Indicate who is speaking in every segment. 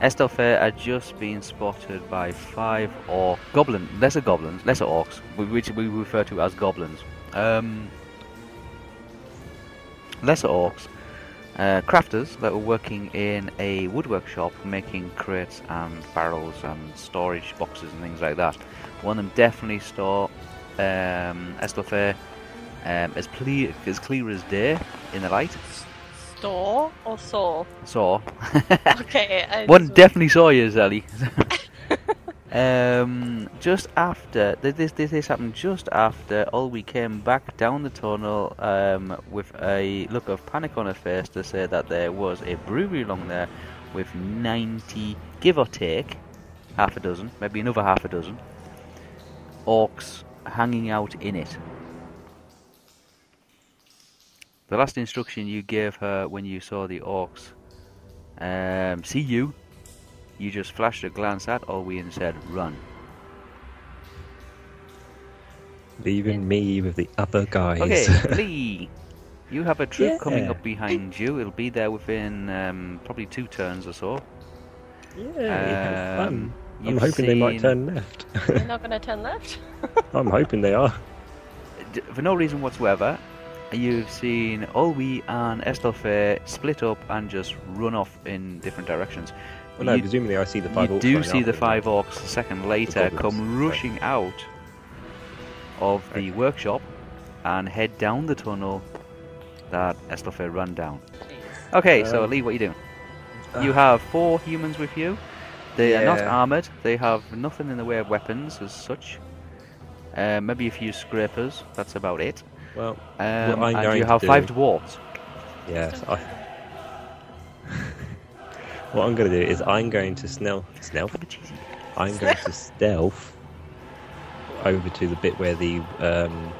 Speaker 1: Estelfair had just been spotted by five or goblin, lesser goblins, lesser orcs, which we refer to as goblins. Um, lesser orcs, uh, crafters that were working in a woodwork shop, making crates and barrels and storage boxes and things like that. One of them definitely saw um, Estelfair um, as, ple- as clear as day in the light.
Speaker 2: Store or saw?
Speaker 1: Saw
Speaker 2: Okay. I
Speaker 1: One
Speaker 2: just-
Speaker 1: definitely saw you, Zelly. um, just after th- this, this, this happened just after all we came back down the tunnel um, with a look of panic on her face to say that there was a brewery along there with 90, give or take, half a dozen, maybe another half a dozen, orcs hanging out in it. The last instruction you gave her when you saw the orcs um, see you. You just flashed a glance at Olwe and said, run.
Speaker 3: Leaving me with the other guys.
Speaker 1: Okay, Lee, you have a troop coming
Speaker 3: Yeah.
Speaker 1: up behind you. It'll be there within um, probably two turns or so.
Speaker 3: yeah, have fun.
Speaker 1: Um,
Speaker 3: I'm
Speaker 1: you've
Speaker 3: hoping they might
Speaker 1: seen-
Speaker 3: turn left.
Speaker 2: You're not gonna turn left.
Speaker 3: I'm hoping they are.
Speaker 1: d- for no reason whatsoever, you've seen Olwe and Estelfair split up and just run off in different directions.
Speaker 3: Well, no,
Speaker 1: You-
Speaker 3: presumably I see the five
Speaker 1: you
Speaker 3: orcs
Speaker 1: do
Speaker 3: running
Speaker 1: see the
Speaker 3: after them.
Speaker 1: five orcs a second later
Speaker 3: goblins,
Speaker 1: come
Speaker 3: right.
Speaker 1: rushing out of the workshop and head down the tunnel that Estelfair ran down.
Speaker 2: Please.
Speaker 1: Okay, so
Speaker 3: Um,
Speaker 1: Lee, what are you doing?
Speaker 3: uh,
Speaker 1: you have four humans with you. They are not
Speaker 3: Yeah.
Speaker 1: armored. They have nothing in the way of weapons as such. Uh, maybe a few scrapers. That's about it.
Speaker 3: Well,
Speaker 1: Um,
Speaker 3: I'm
Speaker 1: and
Speaker 3: going
Speaker 1: you
Speaker 3: to
Speaker 1: have five
Speaker 3: do-
Speaker 1: dwarves.
Speaker 3: yes. I... what I'm going to do is I'm going to snell, snelf. I'm going to stealth over to the bit where the um,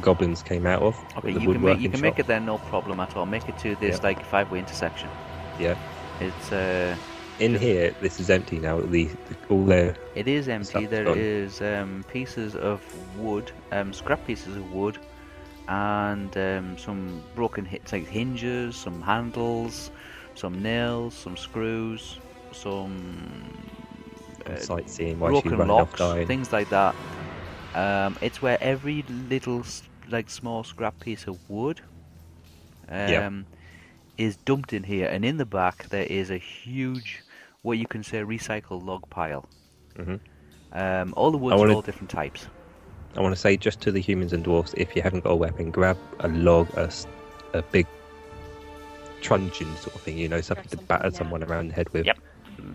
Speaker 3: goblins came out of.
Speaker 1: Okay, you can
Speaker 3: the
Speaker 1: make you
Speaker 3: woodworking
Speaker 1: can make
Speaker 3: shop.
Speaker 1: it there, no problem at all. Make it to this
Speaker 3: Yeah.
Speaker 1: like five-way intersection.
Speaker 3: Yeah.
Speaker 1: It's uh,
Speaker 3: In here, this is empty now. The, the all their
Speaker 1: It is empty.
Speaker 3: Stuff's
Speaker 1: There
Speaker 3: gone.
Speaker 1: is um, pieces of wood, um, scrap pieces of wood, and um, some broken hits like hinges, some handles, some nails, some screws, some uh,
Speaker 3: sightseeing while she
Speaker 1: broken
Speaker 3: ran off
Speaker 1: locks,
Speaker 3: dying.
Speaker 1: things like that. Um, it's where every little, s- like, small scrap piece of wood um,
Speaker 3: Yeah.
Speaker 1: is dumped in here, and in the back there is a huge, what you can say, recycled log pile.
Speaker 3: Mhm.
Speaker 1: Um, all the woods
Speaker 3: wanna-
Speaker 1: are all different types.
Speaker 3: I want to say just to the humans and dwarfs, if you haven't got a weapon, grab a log, a, s- a big truncheon sort of thing, you know, something to
Speaker 2: something
Speaker 3: batter
Speaker 2: down.
Speaker 3: someone around the head with.
Speaker 1: Yep.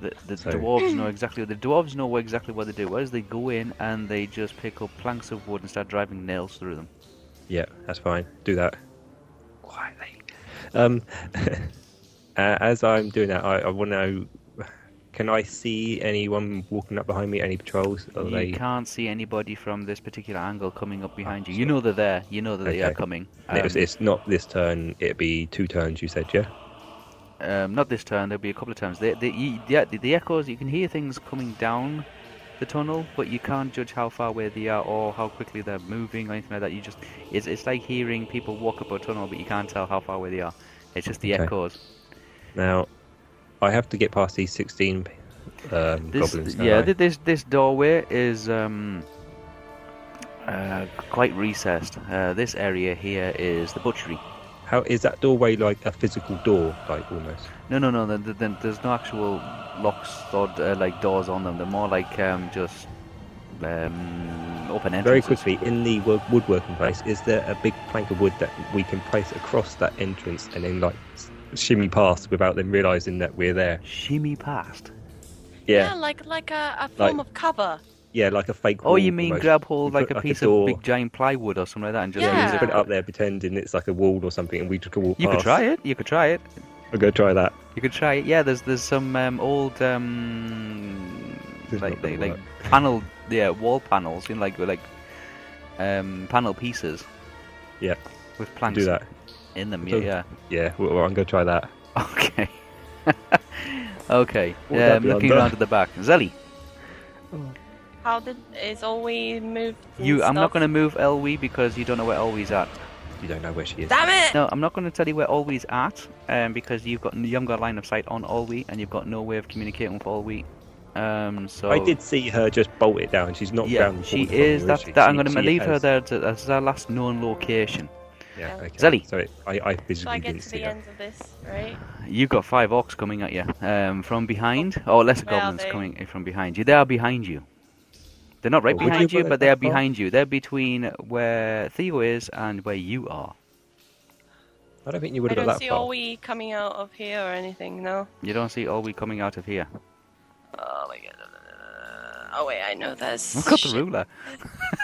Speaker 1: The, the
Speaker 3: So-
Speaker 1: dwarves know exactly. The dwarves know what- exactly what they do. As they go in and they just pick up planks of wood and start driving nails through them.
Speaker 3: Yeah, that's fine. Do that. Quietly. Um, uh, as I'm doing that, I, I want to. Can I see anyone walking up behind me? Any patrols? Are
Speaker 1: you
Speaker 3: they?
Speaker 1: can't see anybody from this particular angle coming up behind you. You
Speaker 3: sorry.
Speaker 1: know they're there. You know that they are
Speaker 3: Okay.
Speaker 1: coming.
Speaker 3: And it's,
Speaker 1: Um,
Speaker 3: it's not this turn. It'd be two turns. You said, yeah.
Speaker 1: um, not this turn. There'll be a couple of times. The the, you- the the the echoes. You can hear things coming down the tunnel, but you can't judge how far away they are or how quickly they're moving or anything like that. You just it's it's like hearing people walk up a tunnel, but you can't tell how far away they are. It's just the
Speaker 3: Okay.
Speaker 1: echoes.
Speaker 3: Now, I have to get past these sixteen um,
Speaker 1: This
Speaker 3: goblins. don't
Speaker 1: yeah,
Speaker 3: I?
Speaker 1: thi- this this doorway is um uh, quite recessed. Uh, this area here is the butchery.
Speaker 3: How is that doorway like a physical door, like almost?
Speaker 1: No, no, no. Then the, there's no actual locks or uh, like doors on them. They're more like um, just um, open entrances.
Speaker 3: Very quickly, in the wo- woodworking place, is there a big plank of wood that we can place across that entrance and then like s- shimmy past without them realizing that we're there?
Speaker 1: Shimmy past.
Speaker 3: Yeah,
Speaker 2: like like a, a form of cover.
Speaker 3: yeah, like a fake.
Speaker 1: Oh, you
Speaker 3: wall
Speaker 1: mean
Speaker 3: almost.
Speaker 1: grab hold
Speaker 3: You
Speaker 1: like
Speaker 3: put,
Speaker 1: a piece of
Speaker 3: door-
Speaker 1: big giant plywood or something like that, and just
Speaker 3: Yeah,
Speaker 1: use
Speaker 3: you
Speaker 1: it.
Speaker 3: put it up there, pretending it's like a wall or something, and we just walk.
Speaker 1: You could
Speaker 3: past.
Speaker 1: try it. You could try it.
Speaker 3: I'll go try that.
Speaker 1: You could try it. Yeah, there's there's some um, old um,
Speaker 3: This is
Speaker 1: like
Speaker 3: not gonna
Speaker 1: like, like
Speaker 3: work.
Speaker 1: panel yeah wall panels in like like um, panel pieces.
Speaker 3: Yeah,
Speaker 1: with planks
Speaker 3: Do that.
Speaker 1: in them. Yeah,
Speaker 3: Does-
Speaker 1: yeah.
Speaker 3: Yeah, well, well, I'm gonna try that.
Speaker 1: Okay. okay.
Speaker 3: Would that
Speaker 1: Um,
Speaker 3: be
Speaker 1: looking
Speaker 3: under?
Speaker 1: around at the back, Zelly.
Speaker 2: How did is all we moved? and
Speaker 1: You, I'm not
Speaker 2: stuff?
Speaker 1: going to move Elwe because you don't know where Elwe's at.
Speaker 3: You don't know where she is.
Speaker 2: Damn it!
Speaker 1: No, I'm not going to tell you where Alwee's at, um, because you've got you haven't got line of sight on Alwee, and you've got no way of communicating with Alwee. Um, so
Speaker 3: I did see her just bolt it down. She's not
Speaker 1: Yeah,
Speaker 3: down.
Speaker 1: she is. That's that. I'm going to leave her
Speaker 3: has-
Speaker 1: there. To, that's our last known location.
Speaker 3: Yeah, okay.
Speaker 1: Zelly.
Speaker 3: So it, I, I
Speaker 2: So I
Speaker 3: physically
Speaker 2: get
Speaker 3: didn't
Speaker 2: to
Speaker 3: see
Speaker 2: the
Speaker 3: her.
Speaker 2: ends of this, right?
Speaker 1: You've got five orcs coming at you um, from behind, or lesser
Speaker 2: Where are
Speaker 1: goblins
Speaker 2: they?
Speaker 1: coming eh, from behind you. They are behind you. They're not right
Speaker 3: Oh, would you
Speaker 1: behind you,
Speaker 3: put it
Speaker 1: but they are
Speaker 3: that far?
Speaker 1: behind you. They're between where Theo is and where you are.
Speaker 3: I don't think you would
Speaker 2: I
Speaker 3: have got
Speaker 2: don't
Speaker 3: that
Speaker 2: see
Speaker 3: far.
Speaker 2: all we coming out of here or anything, no?
Speaker 1: You don't see Alwee coming out of here.
Speaker 2: Oh my god. Uh, Oh wait, I know there's.
Speaker 1: I've got the
Speaker 2: shit.
Speaker 1: ruler.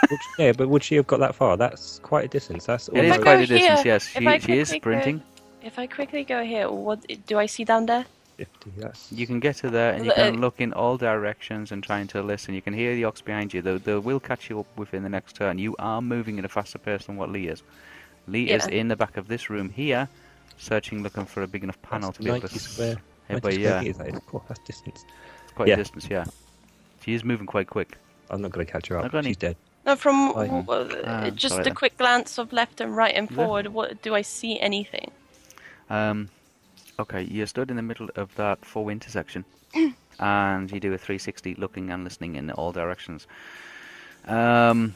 Speaker 3: Would she- yeah, but would she have got that far? That's quite a distance. That's
Speaker 1: It is
Speaker 2: I
Speaker 3: almost-
Speaker 1: quite
Speaker 2: go
Speaker 1: a distance.
Speaker 2: here,
Speaker 1: Yes,
Speaker 2: if I
Speaker 1: she, she is
Speaker 2: quickly go-
Speaker 1: sprinting.
Speaker 2: If I quickly go here, what do I see down there?
Speaker 3: 50. That's
Speaker 1: You can get to there, and you can
Speaker 2: Look.
Speaker 1: look in all directions and trying to listen. You can hear the ox behind you. They, they will catch you up within the next turn. You are moving at a faster pace than what Lee is. Lee is
Speaker 2: Yeah.
Speaker 1: in the back of this room here, searching, looking for a big enough panel
Speaker 3: that's
Speaker 1: to be able
Speaker 3: 90
Speaker 1: to.
Speaker 3: square.
Speaker 1: Yeah,
Speaker 3: 90
Speaker 1: but
Speaker 3: square
Speaker 1: yeah,
Speaker 3: meters, that is. Cool, that's distance.
Speaker 1: it's quite
Speaker 3: Yeah.
Speaker 1: a distance. Yeah, she is moving quite quick.
Speaker 3: I'm not going to catch her
Speaker 1: I
Speaker 3: up.
Speaker 1: got any-
Speaker 3: She's dead.
Speaker 2: No, from
Speaker 3: Right.
Speaker 2: w- w- uh,
Speaker 1: Ah,
Speaker 2: just
Speaker 1: sorry
Speaker 2: a
Speaker 1: then.
Speaker 2: quick glance of left and right and
Speaker 1: Yeah.
Speaker 2: forward. What do I see? Anything?
Speaker 1: Um, okay, you stood in the middle of that four intersection, and you do a 360 looking and listening in all directions. Um,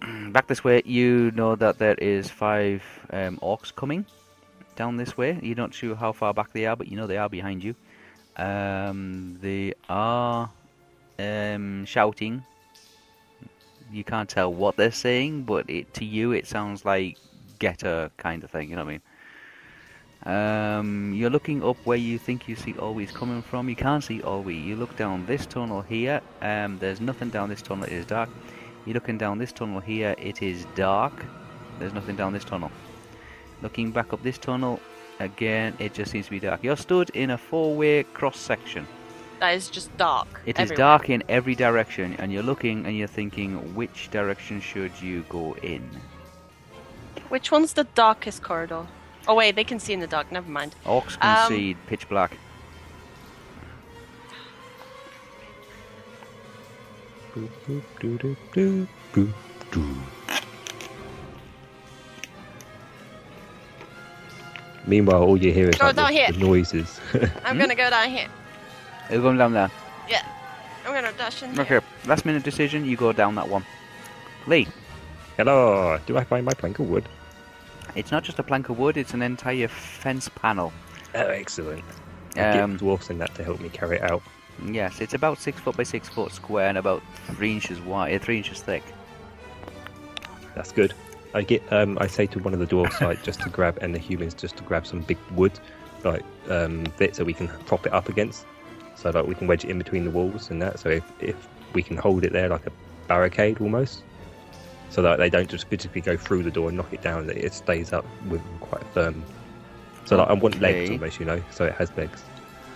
Speaker 1: back this way, you know that there is five um, orcs coming down this way. You're not sure how far back they are, but you know they are behind you. Um, they are um, shouting. You can't tell what they're saying, but it to you it sounds like getter kind of thing. You know what I mean? Um, you're looking up where you think you see always coming from. You can't see always. You look down this tunnel here. Um, there's nothing down this tunnel. It is dark. You're looking down this tunnel here. It is dark. There's nothing down this tunnel. Looking back up this tunnel, again, it just seems to be dark. You're stood in a four-way cross section.
Speaker 2: That is just dark.
Speaker 1: It is
Speaker 2: everywhere.
Speaker 1: dark in every direction, and you're looking and you're thinking, which direction should you go in?
Speaker 2: Which one's the darkest corridor? Oh wait, they can see in the dark. Never mind.
Speaker 1: Orcs can
Speaker 2: Um,
Speaker 1: see pitch black.
Speaker 3: Boop, boop, doo, doo, doo, boop, doo. Meanwhile, all you hear is
Speaker 2: Oh,
Speaker 3: like,
Speaker 2: down
Speaker 3: the,
Speaker 2: here.
Speaker 3: the noises.
Speaker 2: I'm
Speaker 1: Hmm?
Speaker 2: gonna go down here.
Speaker 1: You're going down there.
Speaker 2: Yeah, I'm gonna dash in.
Speaker 1: Okay,
Speaker 2: Here.
Speaker 1: last minute decision, you go down that one. Lee,
Speaker 3: Hello, do I find my plank of wood?
Speaker 1: it's not just a plank of wood, it's an entire fence panel.
Speaker 3: Oh, excellent. I
Speaker 1: Um,
Speaker 3: get dwarfs in that to help me carry it out.
Speaker 1: yes, it's about six foot by six foot square and about three inches wide, eh, three inches thick.
Speaker 3: That's good. I get. Um, I say to one of the dwarfs, like, just to grab, and the humans just to grab some big wood, like, um, bit so we can prop it up against, so like we can wedge it in between the walls and that. So if, if we can hold it there like a barricade almost, so that they don't just physically go through the door and knock it down, that it stays up with quite firm. So like I want legs
Speaker 1: Okay.
Speaker 3: almost, you know, so it has legs.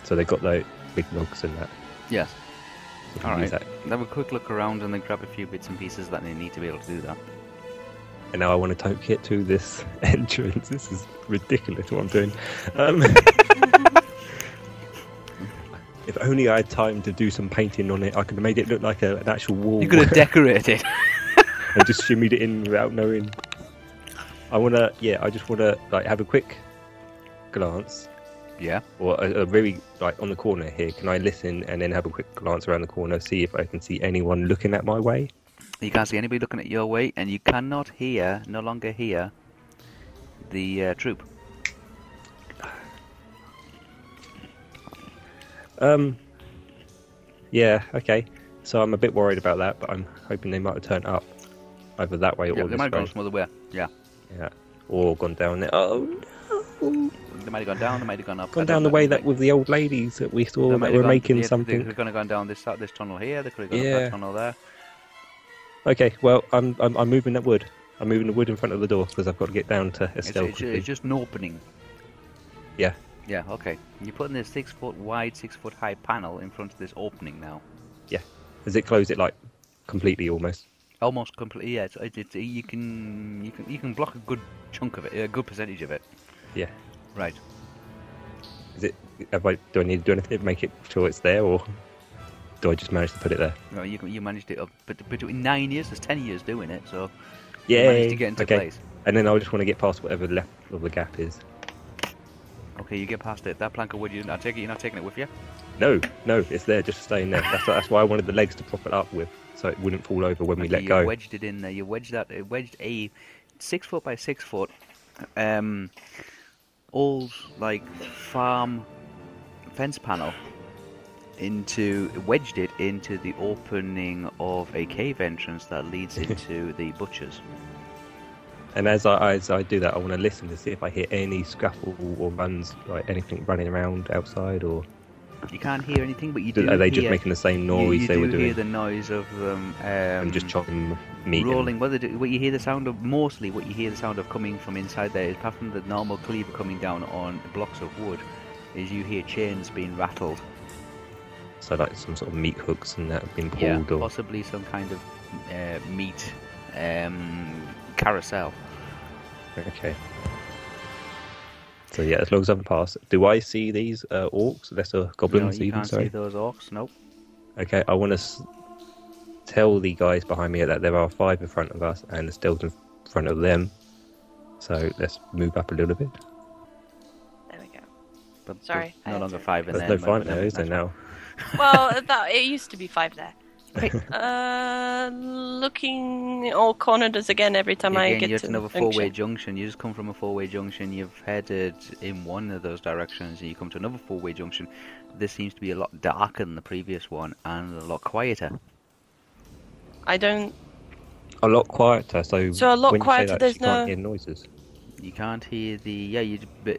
Speaker 3: So they've got like big logs and that.
Speaker 1: Yes.
Speaker 3: So we can
Speaker 1: All
Speaker 3: use
Speaker 1: right.
Speaker 3: that.
Speaker 1: Then we quick look around and then grab a few bits and pieces that they need to be able to do that.
Speaker 3: And now I want to get to this entrance. This is ridiculous what I'm doing. Um, if only I had time to do some painting on it, I could have made it look like a, an actual wall
Speaker 1: You could have decorated.
Speaker 3: and just shimmied it in without knowing. I want to, yeah, I just want to like have a quick glance
Speaker 1: yeah.
Speaker 3: or a, a very like on the corner here. Can I listen and then have a quick glance around the corner, see if I can see anyone looking at my way?
Speaker 1: You can't see anybody looking at your way, and you cannot hear, no longer hear, the uh, troop.
Speaker 3: Um. Yeah. Okay. So I'm a bit worried about that, but I'm hoping they might have turned up either that way
Speaker 1: Yeah,
Speaker 3: or
Speaker 1: they
Speaker 3: this
Speaker 1: might have
Speaker 3: way.
Speaker 1: gone some other way. Yeah.
Speaker 3: Yeah. Or gone down there. Oh, no.
Speaker 1: They might have gone down, they might have gone up. I
Speaker 3: gone
Speaker 1: don't
Speaker 3: down the
Speaker 1: know.
Speaker 3: way
Speaker 1: They-
Speaker 3: that with the old ladies that we saw
Speaker 1: They
Speaker 3: that
Speaker 1: might
Speaker 3: were
Speaker 1: have gone-
Speaker 3: making
Speaker 1: yeah, They
Speaker 3: something.
Speaker 1: could have gone down this this tunnel here. They could have gone up
Speaker 3: Yeah.
Speaker 1: that tunnel there.
Speaker 3: Okay. Well, I'm, I'm I'm moving that wood. I'm moving the wood in front of the door because I've got to get down to
Speaker 1: It's,
Speaker 3: Estelle
Speaker 1: it's-
Speaker 3: quickly.
Speaker 1: it's just an opening.
Speaker 3: Yeah.
Speaker 1: Yeah. Okay. You're putting this six foot wide, six foot high panel in front of this opening now.
Speaker 3: Yeah. Does it close it like completely almost?
Speaker 1: Almost completely. Yeah. It's, it's, it's, you can you can you can block a good chunk of it, a good percentage of it.
Speaker 3: Yeah.
Speaker 1: Right.
Speaker 3: Is it? Have I, do I need to do anything to make it sure it's there, or do I just manage to put it there?
Speaker 1: No, you can- you managed it up, but between nine years, there's ten years doing it, so you
Speaker 3: Yeah.
Speaker 1: managed to get into
Speaker 3: okay.
Speaker 1: place.
Speaker 3: and then I just want to get past whatever left of the gap is.
Speaker 1: Okay, you get past it. That plank of wood, you, I take it you're not taking it with you?
Speaker 3: No, no, it's there, just staying there. That's, that's why I wanted the legs to prop it up with, so it wouldn't fall over when we
Speaker 1: Okay,
Speaker 3: let
Speaker 1: you
Speaker 3: go.
Speaker 1: wedged it in there. You wedged that. It wedged a six foot by six foot, um, old like farm fence panel into wedged it into the opening of a cave entrance that leads into the butchers.
Speaker 3: And as I as I do that, I want to listen to see if I hear any scuffle or runs, like anything running around outside, or
Speaker 1: You can't hear anything, but you do.
Speaker 3: are they
Speaker 1: hear,
Speaker 3: just making the same
Speaker 1: you-
Speaker 3: noise
Speaker 1: you
Speaker 3: they
Speaker 1: do
Speaker 3: were
Speaker 1: hear
Speaker 3: doing
Speaker 1: the noise of them. Um,
Speaker 3: and just chopping meat? and-
Speaker 1: rolling. What, they do, what you hear the sound of, mostly what you hear the sound of coming from inside there, apart from the normal cleaver coming down on blocks of wood, is you hear chains being rattled.
Speaker 3: So like some sort of meat hooks and that have been pulled, or
Speaker 1: Possibly some kind of uh, meat um, carousel.
Speaker 3: okay. So yeah, as long as I'm past, do I see these uh, orcs? That's a
Speaker 1: no,
Speaker 3: goblins
Speaker 1: you
Speaker 3: even.
Speaker 1: can't
Speaker 3: Sorry.
Speaker 1: see those orcs. Nope.
Speaker 3: Okay, I want to s- tell the guys behind me that there are five in front of us and there's still in front of them. So let's move up a little bit.
Speaker 2: There we go.
Speaker 1: But there's
Speaker 2: Sorry, I
Speaker 1: No
Speaker 2: had
Speaker 1: longer
Speaker 2: to-
Speaker 1: five in
Speaker 3: There's
Speaker 1: there.
Speaker 3: no five
Speaker 1: but-
Speaker 3: there, is there now?
Speaker 2: Well, that, it used to be five there.
Speaker 1: Okay.
Speaker 2: Uh, looking all corners again every time I
Speaker 1: Again,
Speaker 2: get
Speaker 1: you're
Speaker 2: to
Speaker 1: at another
Speaker 2: the junction.
Speaker 1: four-way junction. You just come from a four-way junction. You've headed in one of those directions, and you come to another four-way junction. This seems to be a lot darker than the previous one, and a lot quieter.
Speaker 2: I don't.
Speaker 3: A lot quieter. So
Speaker 2: So a lot
Speaker 3: when you say
Speaker 2: quieter,
Speaker 3: that,
Speaker 2: there's
Speaker 3: she can't
Speaker 2: no-
Speaker 3: hear noises.
Speaker 1: You can't hear the yeah. You but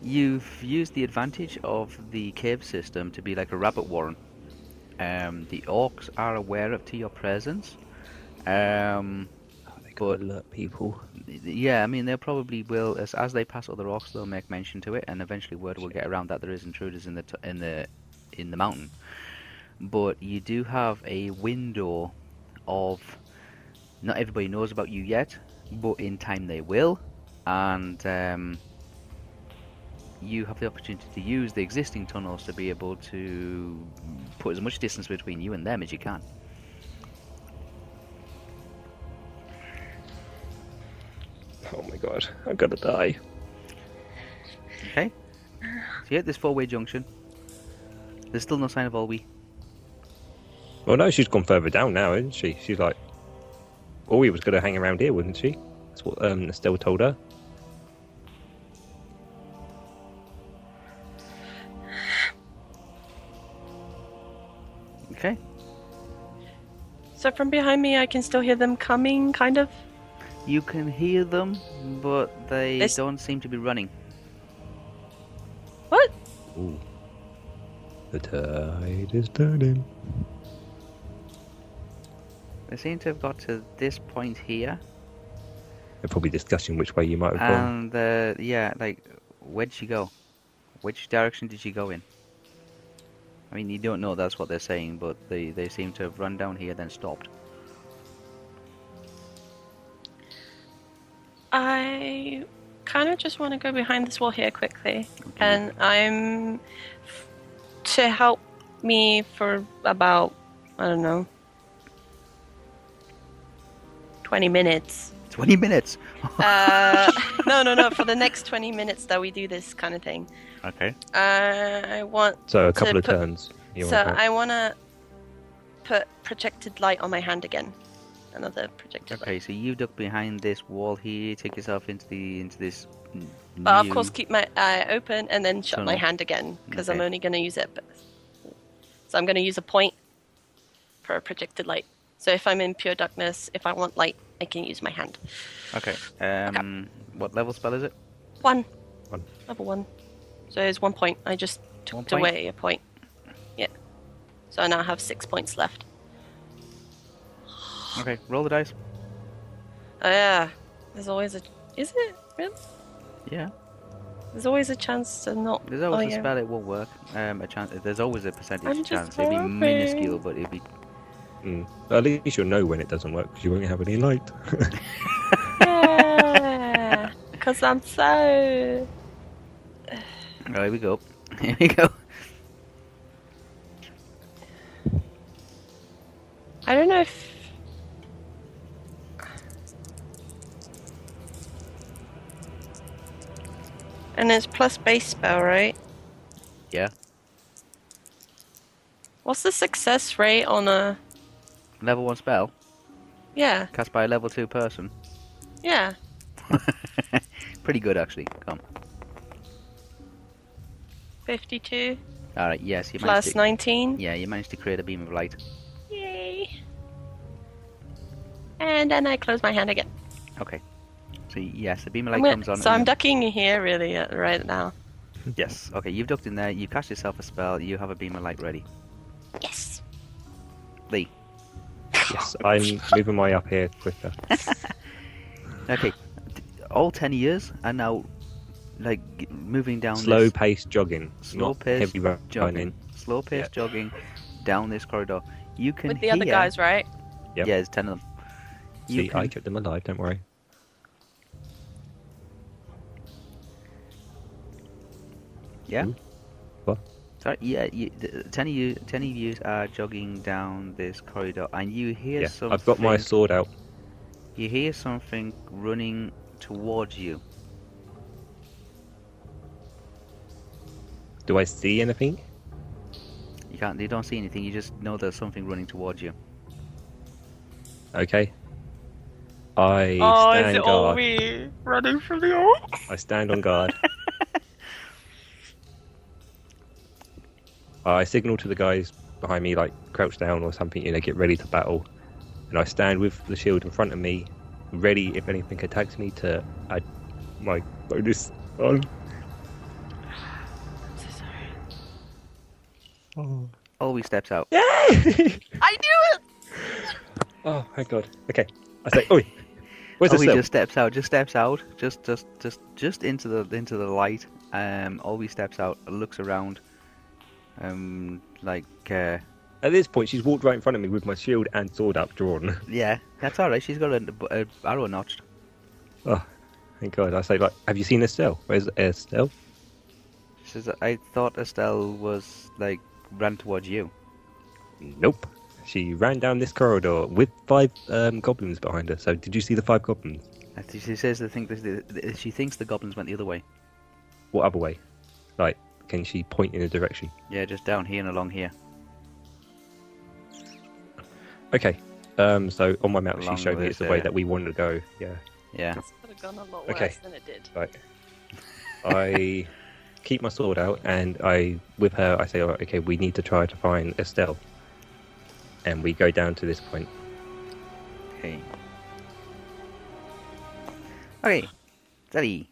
Speaker 1: you've used the advantage of the cave system to be like a rabbit warren. Um, the orcs are aware of to your presence. Um,
Speaker 3: Oh, They
Speaker 1: could But-
Speaker 3: alert people.
Speaker 1: yeah, I mean they probably will as as they pass other orcs, they'll make mention to it, and eventually word will get around that there is intruders in the t- in the in the mountain. But you do have a window of not everybody knows about you yet, but in time they will, and um, you have the opportunity to use the existing tunnels to be able to put as much distance between you and them as you can.
Speaker 3: Oh my god, I'm gonna die.
Speaker 1: Okay. So you hit this four-way junction. There's still no sign of Olwe.
Speaker 3: Well, no, she's gone further down now, isn't she? She's like, oh, he was gonna hang around here, wasn't she? That's what um, Estelle told her.
Speaker 1: Okay.
Speaker 2: So from behind me, I can still hear them coming, kind of.
Speaker 1: You can hear them, but they
Speaker 2: This-
Speaker 1: don't seem to be running.
Speaker 2: What?
Speaker 3: Ooh. The tide is turning.
Speaker 1: They seem to have got to this point here,
Speaker 3: They're probably discussing which way you might have gone.
Speaker 1: and uh, yeah, like, where'd she go? Which direction did she go in? I mean, you don't know that's what they're saying, but they, they seem to have run down here, then stopped.
Speaker 2: I kind of just want to go behind this wall here quickly,
Speaker 1: Okay.
Speaker 2: and I'm to help me for about I don't know twenty minutes.
Speaker 1: 20 minutes!
Speaker 2: Uh, no, no, no. For the next twenty minutes that we do this kind of thing,
Speaker 1: Okay.
Speaker 2: uh, I want
Speaker 3: So a
Speaker 2: to
Speaker 3: couple of
Speaker 2: put-
Speaker 3: turns. You
Speaker 2: so
Speaker 3: want that.
Speaker 2: I want to put projected light on my hand again. Another projected light.
Speaker 1: Okay, so you duck behind this wall here, take yourself into the into this. n-
Speaker 2: But
Speaker 1: new-
Speaker 2: Uh, of course, keep my eye open and then shut my
Speaker 1: Tunnel.
Speaker 2: hand again because I'm
Speaker 1: Okay.
Speaker 2: only going to use it. But... So I'm going to use a point for a projected light. So if I'm in pure darkness, if I want light, I can use my hand.
Speaker 1: Okay. Um, what level spell is it?
Speaker 2: One.
Speaker 3: One.
Speaker 2: Level one. So it's one point. I just took
Speaker 1: One point?
Speaker 2: away a point. Yeah. So I now have six points left.
Speaker 1: Okay, roll the dice.
Speaker 2: Oh, yeah. There's always a. Is it? Really?
Speaker 1: Yeah.
Speaker 2: There's always a chance to not.
Speaker 1: There's always
Speaker 2: oh, yeah.
Speaker 1: a spell it won't work. Um, a chance. There's always a percentage
Speaker 2: I'm just
Speaker 1: chance. It'd be
Speaker 2: hoping.
Speaker 1: minuscule, but it'd be.
Speaker 3: Mm. At least you'll know when it doesn't work because you won't have any light.
Speaker 2: Yeah. Because I'm so.
Speaker 1: Oh, here we go. Here we go.
Speaker 2: I don't know if. And it's plus base spell, right?
Speaker 1: Yeah.
Speaker 2: What's the success rate on a.
Speaker 1: Level one spell
Speaker 2: Yeah,
Speaker 1: cast by a level two person.
Speaker 2: yeah.
Speaker 1: Pretty good actually. Come.
Speaker 2: 52
Speaker 1: on. All right. Yes, you managed.
Speaker 2: plus
Speaker 1: to-
Speaker 2: 19.
Speaker 1: Yeah, you managed to create a beam of light.
Speaker 2: Yay. And then I close my hand again.
Speaker 1: Okay. So yes, the beam of
Speaker 2: I'm
Speaker 1: light
Speaker 2: gonna-
Speaker 1: comes on.
Speaker 2: so
Speaker 1: and
Speaker 2: I'm
Speaker 1: you-
Speaker 2: ducking here really uh, right now.
Speaker 1: Yes. Okay, you've ducked in there. You cast yourself a spell. You have a beam of light ready.
Speaker 2: Yes.
Speaker 1: Lee.
Speaker 3: Yes, I'm moving my up here quicker.
Speaker 1: Okay. d- All ten years and now, like g- moving down.
Speaker 3: Slow
Speaker 1: this
Speaker 3: pace jogging,
Speaker 1: Slow
Speaker 3: not
Speaker 1: pace
Speaker 3: heavy running.
Speaker 1: jogging, slow pace
Speaker 3: Yeah.
Speaker 1: jogging down this corridor. You can
Speaker 2: With the
Speaker 1: hear.
Speaker 2: other guys, right?
Speaker 3: Yep.
Speaker 1: Yeah, there's ten of them. You
Speaker 3: See,
Speaker 1: can
Speaker 3: I kept them alive. Don't worry.
Speaker 1: Yeah.
Speaker 3: Hmm? What?
Speaker 1: Sorry, yeah, you, th- ten of you, ten of you are jogging down this corridor, and you hear
Speaker 3: Yeah,
Speaker 1: something.
Speaker 3: I've got my sword out.
Speaker 1: You hear something running towards you.
Speaker 3: Do I see anything?
Speaker 1: You can't. You don't see anything. You just know there's something running towards you.
Speaker 3: Okay. I
Speaker 2: oh, is
Speaker 3: stand
Speaker 2: it all
Speaker 3: guard.
Speaker 2: we running from the orc?
Speaker 3: I stand on guard. I signal to the guys behind me, like crouch down or something, you know, get ready to battle. And I stand with the shield in front of me, ready if anything attacks me to add my bonus on. Oh,
Speaker 1: Always steps out.
Speaker 3: Yay!
Speaker 2: I knew it!
Speaker 3: oh my god. Okay. I say, oi, where's
Speaker 1: Always
Speaker 3: the spell?
Speaker 1: Oh, just steps out. Just steps out. Just, just, just, just into the into the light. Um, always steps out. Looks around. Um, like, uh,
Speaker 3: At this point, she's walked right in front of me with my shield and sword up drawn.
Speaker 1: yeah, that's all right. She's got an a arrow notched.
Speaker 3: Oh, thank god. I say, like, have you seen Estelle? Where's Estelle?
Speaker 1: She says, "I thought Estelle was like ran towards you."
Speaker 3: Nope. She ran down this corridor with five um, goblins behind her. So, did you see the five goblins?
Speaker 1: I think She says the thing. The, the, she thinks the goblins went the other way.
Speaker 3: What other way? Like, can she point in a direction?
Speaker 1: Yeah, just down here and along here.
Speaker 3: Okay. Um, so, on my map,
Speaker 1: Along
Speaker 3: she showed me
Speaker 1: this
Speaker 3: it's the way
Speaker 1: area.
Speaker 3: that we wanted to go. Yeah.
Speaker 1: Yeah.
Speaker 2: This could have gone a lot worse
Speaker 3: Okay.
Speaker 2: than it did.
Speaker 3: Right. I keep my sword out, and I, with her, I say, "All right, okay, we need to try to find Estelle. And we go down to this point.
Speaker 1: Okay. Okay. Daddy.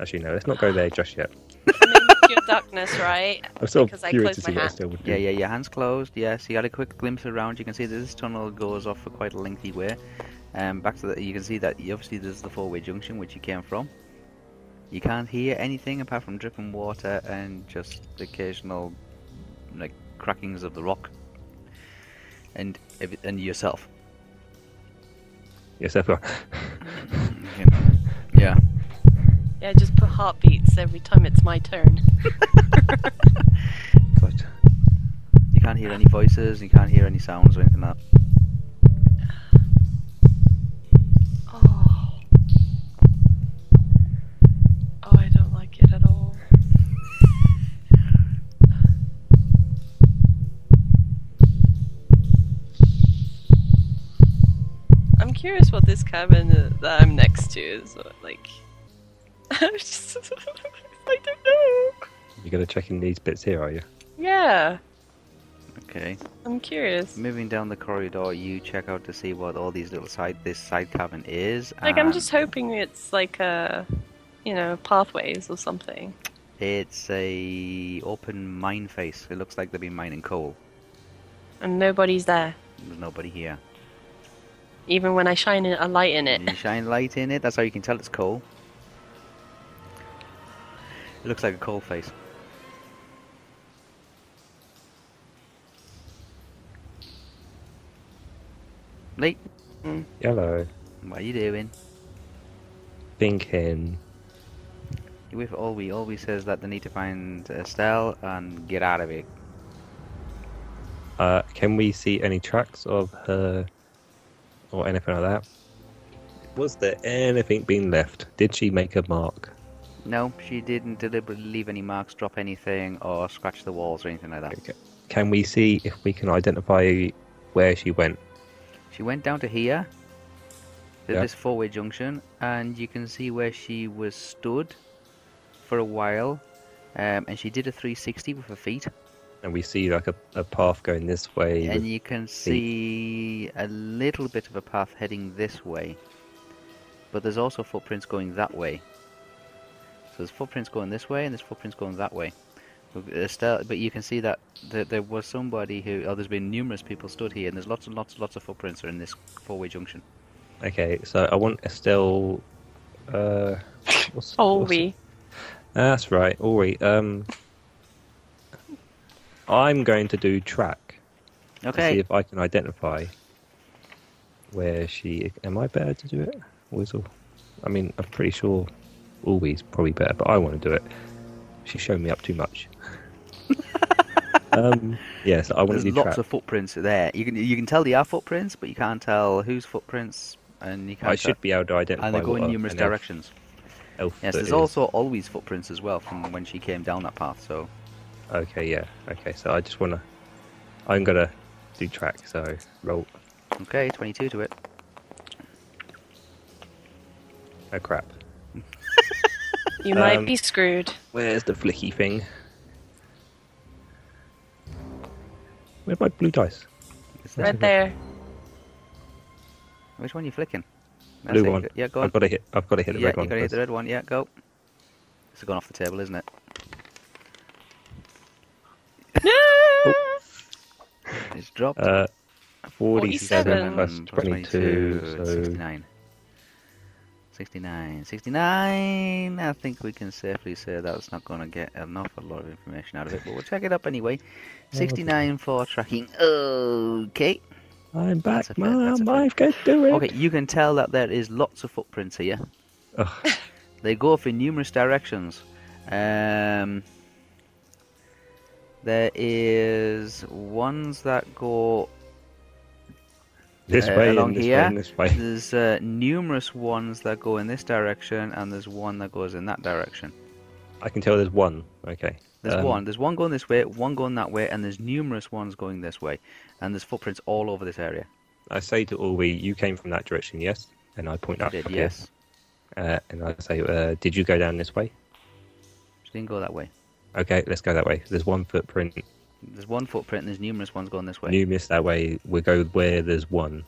Speaker 3: Actually, no, let's not go there just yet.
Speaker 2: I'm in pure darkness, right?
Speaker 3: I'm still
Speaker 2: Because I
Speaker 3: curious to
Speaker 2: closed
Speaker 3: see
Speaker 2: my
Speaker 3: what
Speaker 2: hat.
Speaker 3: Estelle would do.
Speaker 1: Yeah, yeah, your hand's closed. Yes, you had a quick glimpse around. You can see that this tunnel goes off for quite a lengthy way. Um, back to the, you can see that y- obviously there's the four-way junction which you came from. You can't hear anything apart from dripping water and just occasional like crackings of the rock. And ev- and yourself.
Speaker 3: Yes, everyone.
Speaker 1: Yeah.
Speaker 2: Yeah, just put heartbeats every time it's my turn.
Speaker 3: God.
Speaker 1: You can't hear any voices. You can't hear any sounds or anything like that.
Speaker 2: Oh. Oh, I don't like it at all. I'm curious what this cabin uh, that I'm next to is uh, like. I'm just. I don't know.
Speaker 3: You're going to check in these bits here, are you?
Speaker 2: Yeah,
Speaker 1: Okay.
Speaker 2: I'm curious.
Speaker 1: Moving down the corridor, you check out to see what all these little side this side cabin is.
Speaker 2: Like, I'm
Speaker 3: Um,
Speaker 1: and
Speaker 2: just hoping it's like a, you know, pathways or something.
Speaker 1: It's a open mine face. It looks like they've been mining coal.
Speaker 2: And nobody's there,
Speaker 1: There's nobody here.
Speaker 2: even when I shine a light in it.
Speaker 3: Mm.
Speaker 1: You shine light in it. That's how you can tell it's coal. It looks like a coal face. Lee,
Speaker 3: Hello.
Speaker 1: what are you doing?
Speaker 3: Thinking.
Speaker 1: With Olwe, Olwe says that they need to find Estelle and get out of it.
Speaker 3: Uh, can we see any tracks of her or anything like that? Was there anything being left? Did she make a mark?
Speaker 1: No, she didn't deliberately leave any marks, drop anything, or scratch the walls or anything like that.
Speaker 3: Okay. Can we see if we can identify where she went?
Speaker 1: She went down to here, to
Speaker 3: Yeah.
Speaker 1: this four-way junction, and you can see where she was stood for a while, um, and she did a 360 with her feet,
Speaker 3: And we see like a, a path going this way.
Speaker 1: and you can see a little bit of a path heading this way, but there's also footprints going that way. So there's footprints going this way, and there's footprints going that way. But there's still- but you can see that there, there was somebody who, or there's been numerous people stood here, and there's lots and lots and lots of footprints are in this four-way junction.
Speaker 3: Okay, so I want Estelle. Uh, what's,
Speaker 2: Oh,
Speaker 3: what's-
Speaker 2: we.
Speaker 3: That's right, Ori. Um, I'm going to do track to see
Speaker 1: Okay.
Speaker 3: if I can identify where she. Am I better to do it? Whistle. I mean, I'm pretty sure Ori's probably better, but I want to do it. She's showing me up too much. um, yeah, so I want
Speaker 1: There's
Speaker 3: to do
Speaker 1: lots
Speaker 3: track.
Speaker 1: of footprints there. You can you can tell they are footprints, but you can't tell whose footprints, and you can't.
Speaker 3: I should
Speaker 1: tell-
Speaker 3: be able to identify.
Speaker 1: And they go
Speaker 3: what
Speaker 1: in
Speaker 3: a-
Speaker 1: numerous
Speaker 3: an elf-
Speaker 1: directions.
Speaker 3: elf
Speaker 1: Yes,
Speaker 3: that
Speaker 1: there's
Speaker 3: is.
Speaker 1: also always footprints as well from when she came down that path. So
Speaker 3: Okay, yeah. Okay, so I just wanna. I'm gonna do track. So roll.
Speaker 1: okay, 22 to it.
Speaker 3: Oh crap.
Speaker 2: You might
Speaker 3: Um,
Speaker 2: be screwed.
Speaker 3: Where's the flicky thing? Where's my blue dice?
Speaker 1: Is that-
Speaker 2: Right there.
Speaker 1: Which one are you flicking? That's
Speaker 3: Blue
Speaker 1: it,
Speaker 3: one.
Speaker 1: go- Yeah, go on.
Speaker 3: I've got to hit. I've got to hit the
Speaker 1: yeah,
Speaker 3: red
Speaker 1: you
Speaker 3: one.
Speaker 1: gotta hit the
Speaker 3: first.
Speaker 1: red one. Yeah, go. It's gone off the table, isn't it?
Speaker 3: Oh.
Speaker 1: It's dropped.
Speaker 3: Uh,
Speaker 2: 47
Speaker 3: forty-seven plus
Speaker 1: 47
Speaker 3: twenty-two.
Speaker 1: 22,
Speaker 3: so
Speaker 1: 69. 69. 69. I think we can safely say that's not going to get an awful lot of information out of it, but we'll check it up anyway.
Speaker 3: Oh,
Speaker 1: 69 for tracking. Okay.
Speaker 3: I'm
Speaker 1: That's a
Speaker 3: back,
Speaker 1: fair- that's a
Speaker 3: mum.
Speaker 1: fair-
Speaker 3: I've got to do it.
Speaker 1: Okay, you can tell that there is lots of footprints here.
Speaker 3: Ugh.
Speaker 1: They go off in numerous directions. Um, there is ones that go
Speaker 3: This
Speaker 1: uh,
Speaker 3: way
Speaker 1: along
Speaker 3: and this
Speaker 1: here.
Speaker 3: way and this way.
Speaker 1: There's uh, numerous ones that go in this direction, and there's one that goes in that direction.
Speaker 3: I can tell there's one. Okay.
Speaker 1: There's
Speaker 3: Um,
Speaker 1: one. There's one going this way, one going that way, and there's numerous ones going this way. And there's footprints all over this area.
Speaker 3: I say to Ulwi, "You came from that direction, yes?" And I point
Speaker 1: She
Speaker 3: out.
Speaker 1: did,
Speaker 3: here.
Speaker 1: yes.
Speaker 3: Uh, and I say, uh, "Did you go down this way?"
Speaker 1: She didn't go that way.
Speaker 3: Okay, let's go that way. There's one footprint.
Speaker 1: There's one footprint, and there's numerous ones going this way.
Speaker 3: You miss that way. We go where there's one.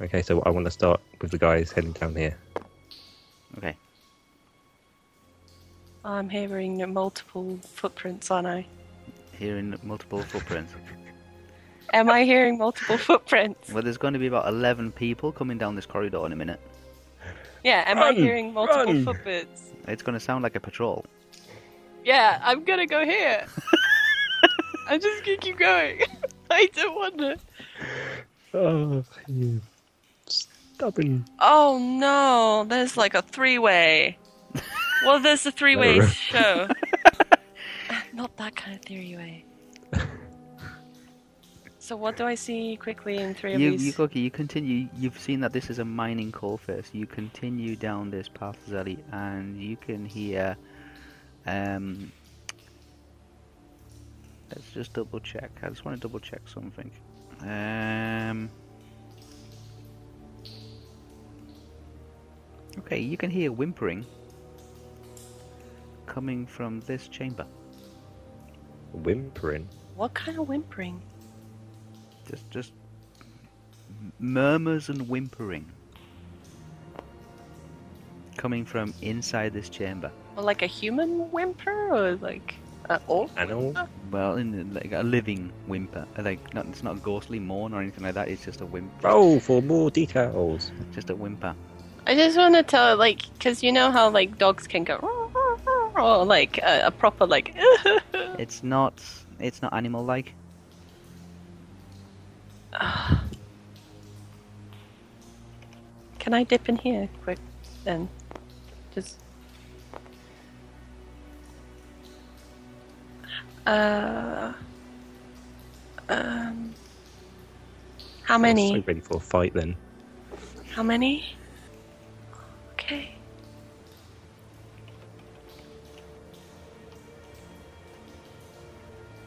Speaker 3: Okay, so I want to start with the guys heading down here.
Speaker 1: okay.
Speaker 2: I'm hearing multiple footprints, aren't I?
Speaker 1: Hearing multiple footprints.
Speaker 2: Am I hearing multiple footprints?
Speaker 1: Well, there's going to be about 11 people coming down this corridor in a minute.
Speaker 2: Yeah, am
Speaker 3: Run,
Speaker 2: I hearing multiple
Speaker 3: run.
Speaker 2: footprints?
Speaker 1: It's going to sound like a patrol.
Speaker 2: Yeah, I'm gonna go here. I'm just gonna keep going. I don't want to.
Speaker 3: Oh, you stubborn!
Speaker 2: Oh no, there's like a three way. Well, there's a three way
Speaker 3: Never.
Speaker 2: show. Not that kind of three way. So, what do I see quickly in three of
Speaker 1: You,
Speaker 2: these?
Speaker 1: you, okay, you continue. You've seen that this is a mining coal first. You continue down this path, Zelly, and you can hear. Um, let's just double check. I just want to double check something. Um, okay, you can hear whimpering coming from this chamber.
Speaker 3: Whimpering.
Speaker 2: What kind of whimpering?
Speaker 1: Just, just murmurs and whimpering coming from inside this chamber.
Speaker 2: Well, like a human whimper or like an orc?
Speaker 3: Animal.
Speaker 1: Well, in like a living whimper, Uh, like not it's not a ghostly mourn or anything like that. It's just a whimper,
Speaker 3: Roll for more details.
Speaker 1: just a whimper.
Speaker 2: I just want to tell, like, because you know how like dogs can go, or like a, a proper like.
Speaker 1: It's not, it's not animal-like.
Speaker 2: Can I dip in here quick then? Just. Uh. Um. How
Speaker 3: I'm
Speaker 2: many?
Speaker 3: so ready for a fight then.
Speaker 2: How many? Okay.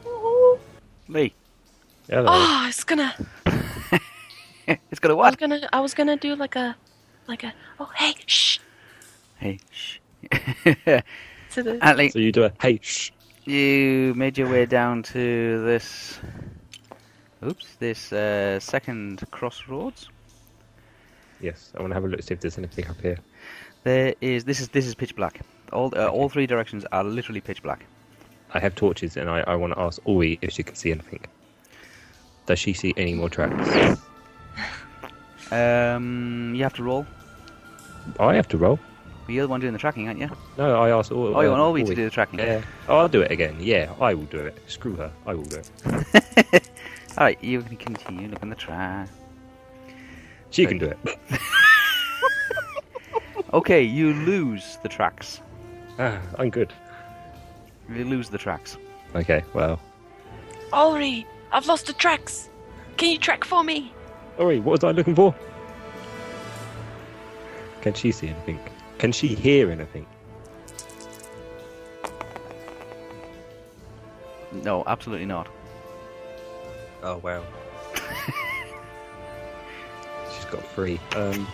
Speaker 2: Oh,
Speaker 1: Lee,
Speaker 3: Hello.
Speaker 2: oh, I was gonna,
Speaker 1: it's gonna
Speaker 2: I was
Speaker 1: what?
Speaker 2: gonna, I was gonna do like a, like a, oh hey, shh,
Speaker 1: Hey, shh.
Speaker 2: to the,
Speaker 1: Antley,
Speaker 3: So you do a hey shh.
Speaker 1: you made your way down to this. Oops, this uh, second crossroads.
Speaker 3: Yes, I want to have a look see if there's anything up here.
Speaker 1: There is this is this is pitch black. All uh, all three directions are literally pitch black.
Speaker 3: I have torches, and I, I want to ask Ori if she can see anything. Does she see any more tracks?
Speaker 1: Um, you have to roll.
Speaker 3: Oh, I have to roll.
Speaker 1: You're the one doing the tracking, aren't you?
Speaker 3: No, I asked Ori.
Speaker 1: Oh, you want
Speaker 3: uh,
Speaker 1: Ollie to do the tracking?
Speaker 3: Yeah, I'll do it again. Yeah, I will do it. Screw her. I will do it.
Speaker 1: All right, you can continue looking the track.
Speaker 3: She can do it.
Speaker 1: Okay, you lose the tracks.
Speaker 3: Ah, I'm good.
Speaker 1: You lose the tracks.
Speaker 3: Okay, well.
Speaker 2: Olri, I've lost the tracks. Can you track for me?
Speaker 3: Ori, what was I looking for? Can she see anything? Can she hear anything?
Speaker 1: No, absolutely not.
Speaker 3: Oh wow. She's got three. Um,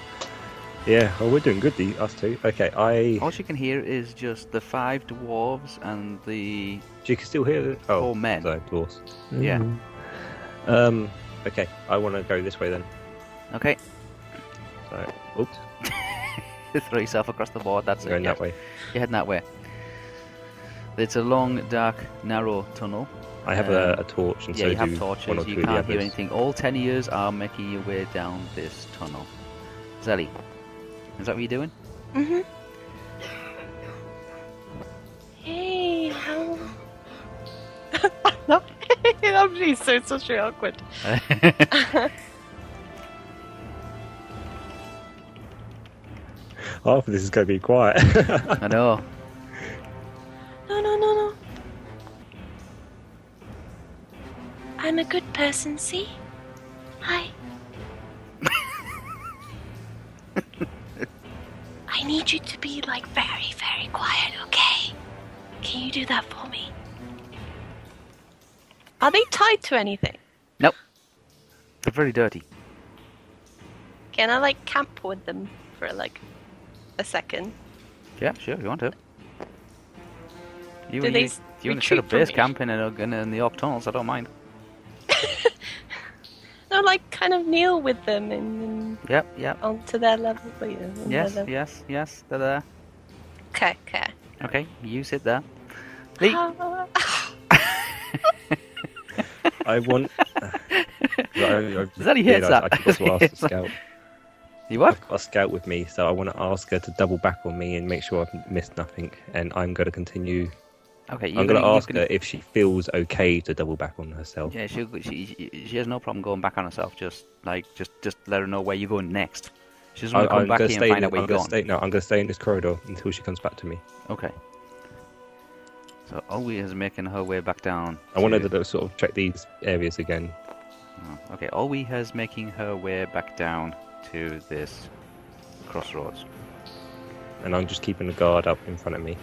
Speaker 3: yeah. Oh, we're doing good. The us two. Okay. I.
Speaker 1: All she can hear is just the five dwarves and the
Speaker 3: She can still hear. The, oh,
Speaker 1: Four men.
Speaker 3: So dwarfs. Mm.
Speaker 1: Yeah.
Speaker 3: Mm-hmm. Um. Okay. I want to go this way then.
Speaker 1: okay.
Speaker 3: So, oops.
Speaker 1: Throw yourself across the board. That's
Speaker 3: I'm going
Speaker 1: it. yeah.
Speaker 3: that way.
Speaker 1: You're heading that way. It's a long, dark, narrow tunnel.
Speaker 3: I have a,
Speaker 1: Um,
Speaker 3: a torch, and
Speaker 1: yeah,
Speaker 3: so
Speaker 1: you
Speaker 3: do
Speaker 1: have
Speaker 3: one or
Speaker 1: torches.
Speaker 3: two
Speaker 1: You
Speaker 3: of the
Speaker 1: can't
Speaker 3: others.
Speaker 1: hear anything. All ten years are making your way down this tunnel. Zelly, is that what you're doing?
Speaker 2: Mm-hmm. Hey, how? no, I'm being so socially awkward.
Speaker 3: Half of this is going to be quiet.
Speaker 1: I know.
Speaker 2: No, no, no, no. I'm a good person, see? Hi. I need you to be like very, very quiet, okay? Can you do that for me? Are they tied to anything?
Speaker 1: Nope. They're very dirty.
Speaker 2: Can I like camp with them for like a second?
Speaker 1: Yeah, sure, if you want to. You,
Speaker 2: Do
Speaker 1: you,
Speaker 2: they
Speaker 1: you
Speaker 2: s-
Speaker 1: want to set up
Speaker 2: retreat from
Speaker 1: base
Speaker 2: me?
Speaker 1: camp in, a, in, a, in the Orc tunnels, I don't mind.
Speaker 2: No, like kind of kneel with them and, and
Speaker 1: Yep, yep.
Speaker 2: onto their level. you know, on their
Speaker 1: Yes,
Speaker 2: level.
Speaker 1: yes, yes, they're there.
Speaker 2: Okay, okay.
Speaker 1: Okay, you sit there. Lee,
Speaker 2: Ah.
Speaker 3: I want. I, I
Speaker 1: that he hits
Speaker 3: realised
Speaker 1: that?
Speaker 3: I could also ask the scout.
Speaker 1: you what?
Speaker 3: I've got a scout with me, so I want to ask her to double back on me and make sure I've missed nothing. And I'm going to continue.
Speaker 1: Okay, you're
Speaker 3: I'm going to
Speaker 1: you're
Speaker 3: ask her if she feels okay to double back on herself.
Speaker 1: Yeah, she, she she- she has no problem going back on herself. Just like just just let her know where you're going next. She doesn't
Speaker 3: I,
Speaker 1: want to come
Speaker 3: am
Speaker 1: back
Speaker 3: going
Speaker 1: here and
Speaker 3: to stay.
Speaker 1: find
Speaker 3: In,
Speaker 1: out where
Speaker 3: I'm
Speaker 1: you're going.
Speaker 3: going to stay. No, I'm going to stay in this corridor until she comes back to me.
Speaker 1: Okay. So Ollie is making her way back down.
Speaker 3: I wanted to sort of check these areas again.
Speaker 1: Oh, Okay, Ollie has making her way back down to this crossroads.
Speaker 3: And I'm just keeping the guard up in front of me.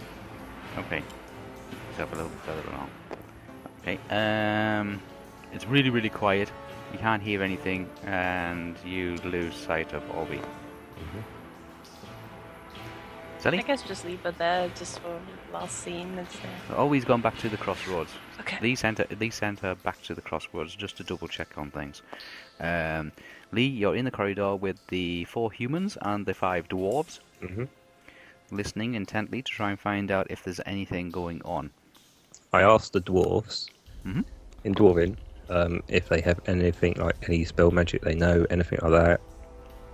Speaker 1: Okay. Let's have a little bit further along. Okay. Um, it's really really quiet. You can't hear anything, and you lose sight of Ollie.
Speaker 2: I
Speaker 1: Mm-hmm. Sally,
Speaker 2: guess just leave her there just for last scene. That's there.
Speaker 1: Ollie's gone back to the crossroads.
Speaker 2: Okay.
Speaker 1: Lee sent her, Lee sent her back to the crossroads just to double check on things. Um, Lee, you're in the corridor with the four humans and the five dwarves,
Speaker 3: hmm
Speaker 1: listening intently to try and find out if there's anything going on.
Speaker 3: I asked the dwarves
Speaker 1: Mhm.
Speaker 3: in Dwarven um, if they have anything like any spell magic they know, anything like that.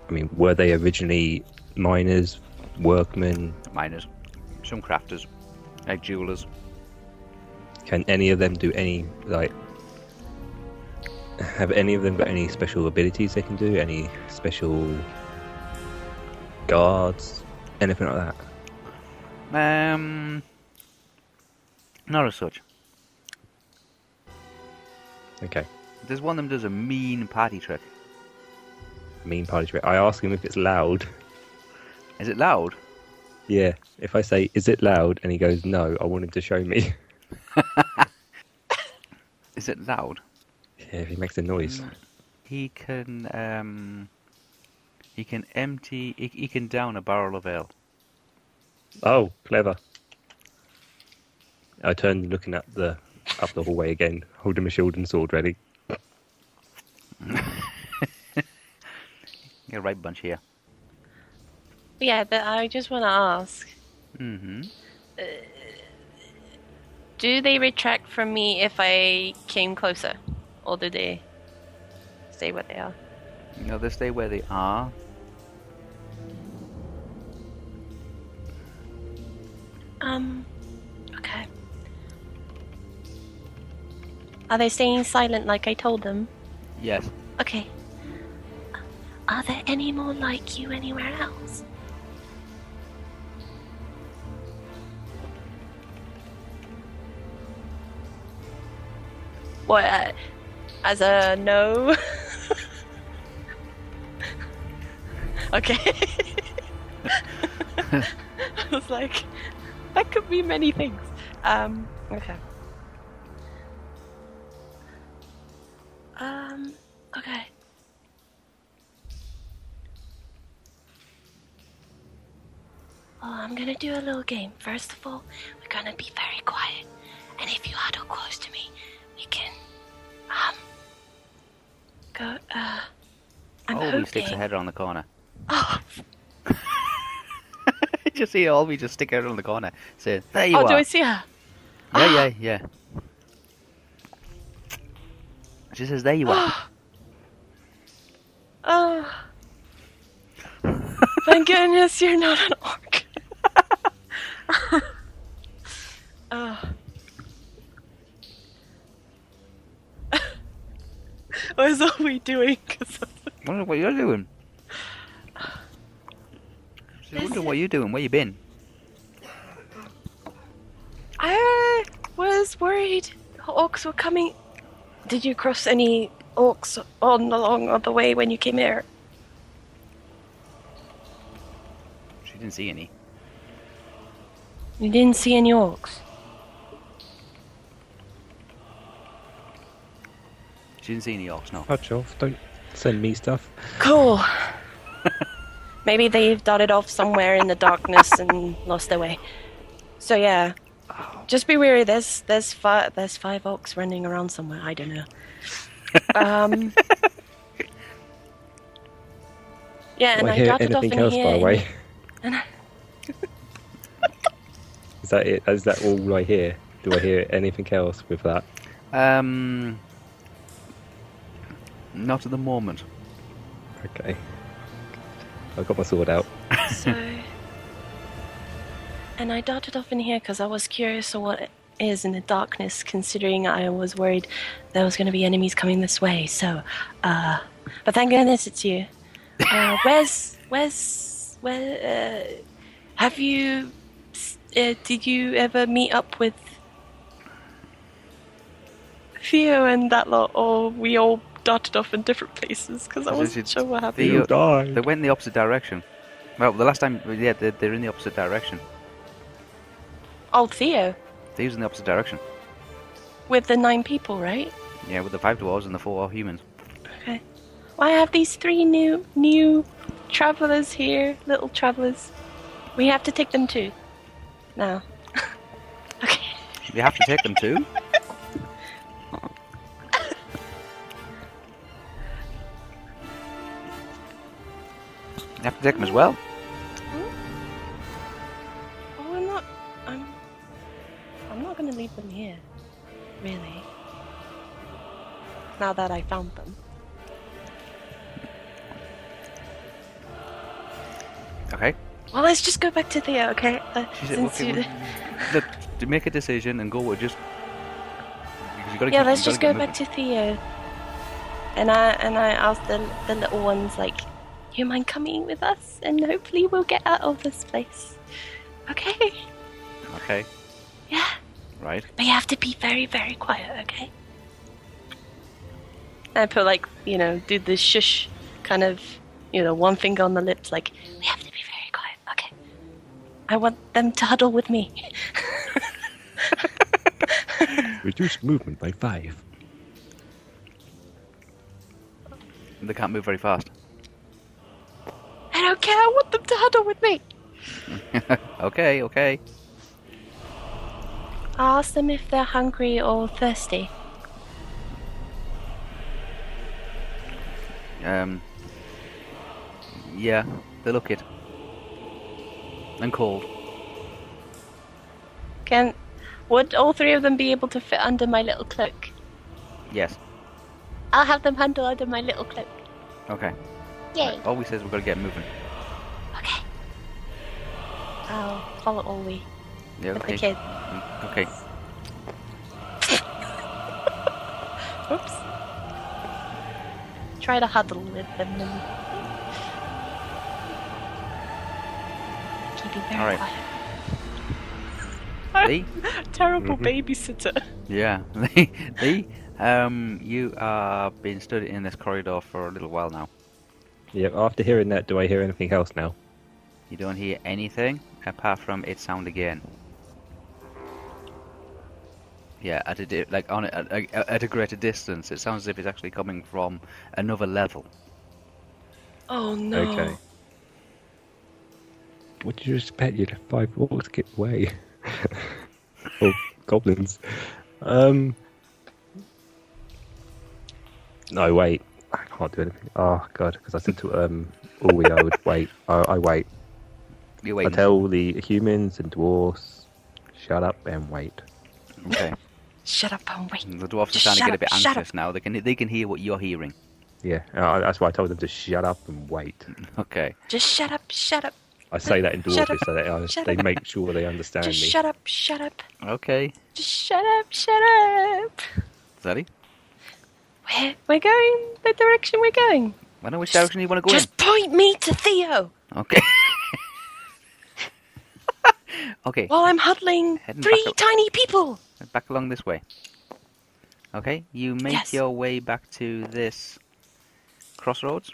Speaker 3: I mean, were they originally miners, workmen?
Speaker 1: Miners, some crafters, like jewelers.
Speaker 3: Can any of them do any like? Have any of them got any special abilities they can do? Any special guards? Anything like that?
Speaker 1: Um, not as such.
Speaker 3: Okay.
Speaker 1: There's one of them does a mean party trick.
Speaker 3: mean part of it. I ask him if it's loud.
Speaker 1: Is it loud?
Speaker 3: Yeah. If I say, "Is it loud?" and he goes, "No," I want him to show me.
Speaker 1: Is it loud?
Speaker 3: Yeah, if he makes a noise.
Speaker 1: He can um, he can empty. He, he can down a barrel of ale.
Speaker 3: Oh, clever. I turned, looking up the up the hallway again, holding my shield and sword ready.
Speaker 1: Get a right bunch here.
Speaker 2: Yeah, but I just want to ask
Speaker 1: Mm-hmm.
Speaker 2: do they retract from me if I came closer? Or do they stay where they are?
Speaker 1: No, they stay where they are.
Speaker 2: Um, okay. Are they staying silent like I told them?
Speaker 1: Yes.
Speaker 2: Okay. Are there any more like you anywhere else? What? Uh, as a no? okay. I was like, that could be many things. Um, okay. Um, okay. Well, I'm gonna do a little game. First of all, we're gonna be very quiet. And if you huddle close to me, we can, um, go, uh, I'm
Speaker 1: Olby
Speaker 2: hoping...
Speaker 1: sticks a head around the corner.
Speaker 2: Oh,
Speaker 1: just see Olby just stick out around the corner. Saying, there you
Speaker 2: oh
Speaker 1: are.
Speaker 2: do I see her?
Speaker 1: Yeah, yeah, yeah. She says, there you are.
Speaker 2: Oh. Thank goodness you're not an orc. oh. what is all we doing? 'Cause of-
Speaker 1: Wonder what you're doing. She's
Speaker 2: This
Speaker 1: wondering
Speaker 2: is-
Speaker 1: what you're doing. Where you been?
Speaker 2: I was worried orcs were coming. Did you cross any orcs on along on the way when you came here?
Speaker 1: She didn't see any.
Speaker 2: You didn't see any orcs.
Speaker 1: She didn't see any orcs. No.
Speaker 3: Fudge off! Don't send me stuff.
Speaker 2: Cool. Maybe they've darted off somewhere in the darkness and lost their way. So yeah, just be wary. There's there's five there's five orcs running around somewhere. I don't know. Um. Yeah, and
Speaker 3: Do I
Speaker 2: I
Speaker 3: hear
Speaker 2: darted off
Speaker 3: anything
Speaker 2: in
Speaker 3: else,
Speaker 2: here.
Speaker 3: by the
Speaker 2: and-
Speaker 3: way?
Speaker 2: and I-
Speaker 3: Is that it? Is that all I hear? Do I hear anything else with that?
Speaker 1: Um. Not at the moment.
Speaker 3: Okay. I've got my sword out.
Speaker 2: so, and I darted off in here because I was curious of what it is in the darkness, considering I was worried there was going to be enemies coming this way. So, uh, but thank goodness it's you. Uh, where's, where's, where, uh, have you, s- uh, did you ever meet up with Theo and that lot, or we all darted off in different places because I
Speaker 1: Is
Speaker 2: wasn't
Speaker 1: it
Speaker 2: sure what happened?
Speaker 1: Theo- You
Speaker 3: die.
Speaker 1: They went in the opposite direction. Well, the last time, yeah, they're, they're in the opposite direction.
Speaker 2: Oh, Theo.
Speaker 1: They was in the opposite direction.
Speaker 2: with the nine people, right?
Speaker 1: Yeah, with the five dwarves and the four humans.
Speaker 2: Okay. Well, I have these three new new travelers here, little travelers. We have to take them too. Now. okay.
Speaker 1: You have to take them too. You have to take them as well.
Speaker 2: Well, oh, I'm not. I'm. I'm not going to leave them here, really. Now that I found them.
Speaker 1: Okay.
Speaker 2: Well, let's just go back to Theo, okay? Uh,
Speaker 1: She said,
Speaker 2: since
Speaker 1: okay,
Speaker 2: you,
Speaker 1: well, look, to make a decision and go with just. you gotta
Speaker 2: yeah,
Speaker 1: keep-
Speaker 2: let's
Speaker 1: you
Speaker 2: just go
Speaker 1: gotta
Speaker 2: back
Speaker 1: keep
Speaker 2: to Theo. And I and I asked the the little ones like, "You mind coming with us? And hopefully we'll get out of this place." Okay.
Speaker 1: moving. Okay.
Speaker 2: Yeah,
Speaker 1: Right.
Speaker 2: but you have to be very very quiet, okay? I put like you know do the shush kind of you know, one finger on the lips, like, we have to be very quiet. Okay. I want them to huddle with me.
Speaker 3: Reduce movement by five.
Speaker 1: They can't move very fast.
Speaker 2: I don't care. I want them to huddle with me.
Speaker 1: Okay, okay.
Speaker 2: I'll ask them if they're hungry or thirsty.
Speaker 1: Um. Yeah, they look it. And cold.
Speaker 2: Can would all three of them be able to fit under my little cloak?
Speaker 1: Yes.
Speaker 2: I'll have them huddle under my little cloak.
Speaker 1: Okay.
Speaker 2: Yay.
Speaker 1: All we say is we've got to get moving.
Speaker 2: Okay. I'll follow Ollie
Speaker 1: Yeah,
Speaker 2: with
Speaker 1: okay.
Speaker 2: the kid.
Speaker 1: Mm, Okay.
Speaker 2: Oops. Try to huddle with them and keep it very
Speaker 1: All right.
Speaker 2: quiet.
Speaker 1: Lee?
Speaker 2: Terrible
Speaker 3: Mhm.
Speaker 2: babysitter.
Speaker 1: Yeah. Lee? Lee? Um, you are being stood in this corridor for a little while now.
Speaker 3: Yep. After hearing that, do I hear anything else now?
Speaker 1: You don't hear anything apart from it sound again. Yeah, at a di- like on a, at a, at a greater distance, it sounds as if it's actually coming from another level.
Speaker 2: Oh no.
Speaker 3: Okay. What did you expect? You left five walls to get away. oh, goblins. Um. No, wait. I can't do anything. Oh god, because I said to um, all we I would wait. I, I wait.
Speaker 1: You
Speaker 3: I
Speaker 1: wait.
Speaker 3: tell the humans and dwarfs, shut up and wait.
Speaker 1: Okay.
Speaker 2: Shut up and wait.
Speaker 1: The dwarfs are
Speaker 2: Just
Speaker 1: starting to
Speaker 2: shut
Speaker 1: get a bit
Speaker 2: up, shut
Speaker 1: anxious now. They can they can hear what you're hearing.
Speaker 3: Yeah, uh, that's why I told them to shut up and wait.
Speaker 1: Okay.
Speaker 2: Just shut up, shut up,
Speaker 3: I say that in
Speaker 2: Shut
Speaker 3: dwarfish so that I,
Speaker 2: Shut
Speaker 3: they
Speaker 2: up.
Speaker 3: make sure they understand
Speaker 2: just
Speaker 3: me.
Speaker 2: shut up, shut up,
Speaker 1: Okay.
Speaker 2: just shut up, shut up.
Speaker 1: Zaddy,
Speaker 2: We're, we're going the direction we're going.
Speaker 1: I know which
Speaker 2: Just-
Speaker 1: direction you want to go
Speaker 2: just point me to Theo
Speaker 1: in. Okay. okay.
Speaker 2: while I'm huddling
Speaker 1: Heading back
Speaker 2: three
Speaker 1: up.
Speaker 2: tiny people.
Speaker 1: Back along this way. Okay. You make
Speaker 2: Yes.
Speaker 1: your way back to this crossroads.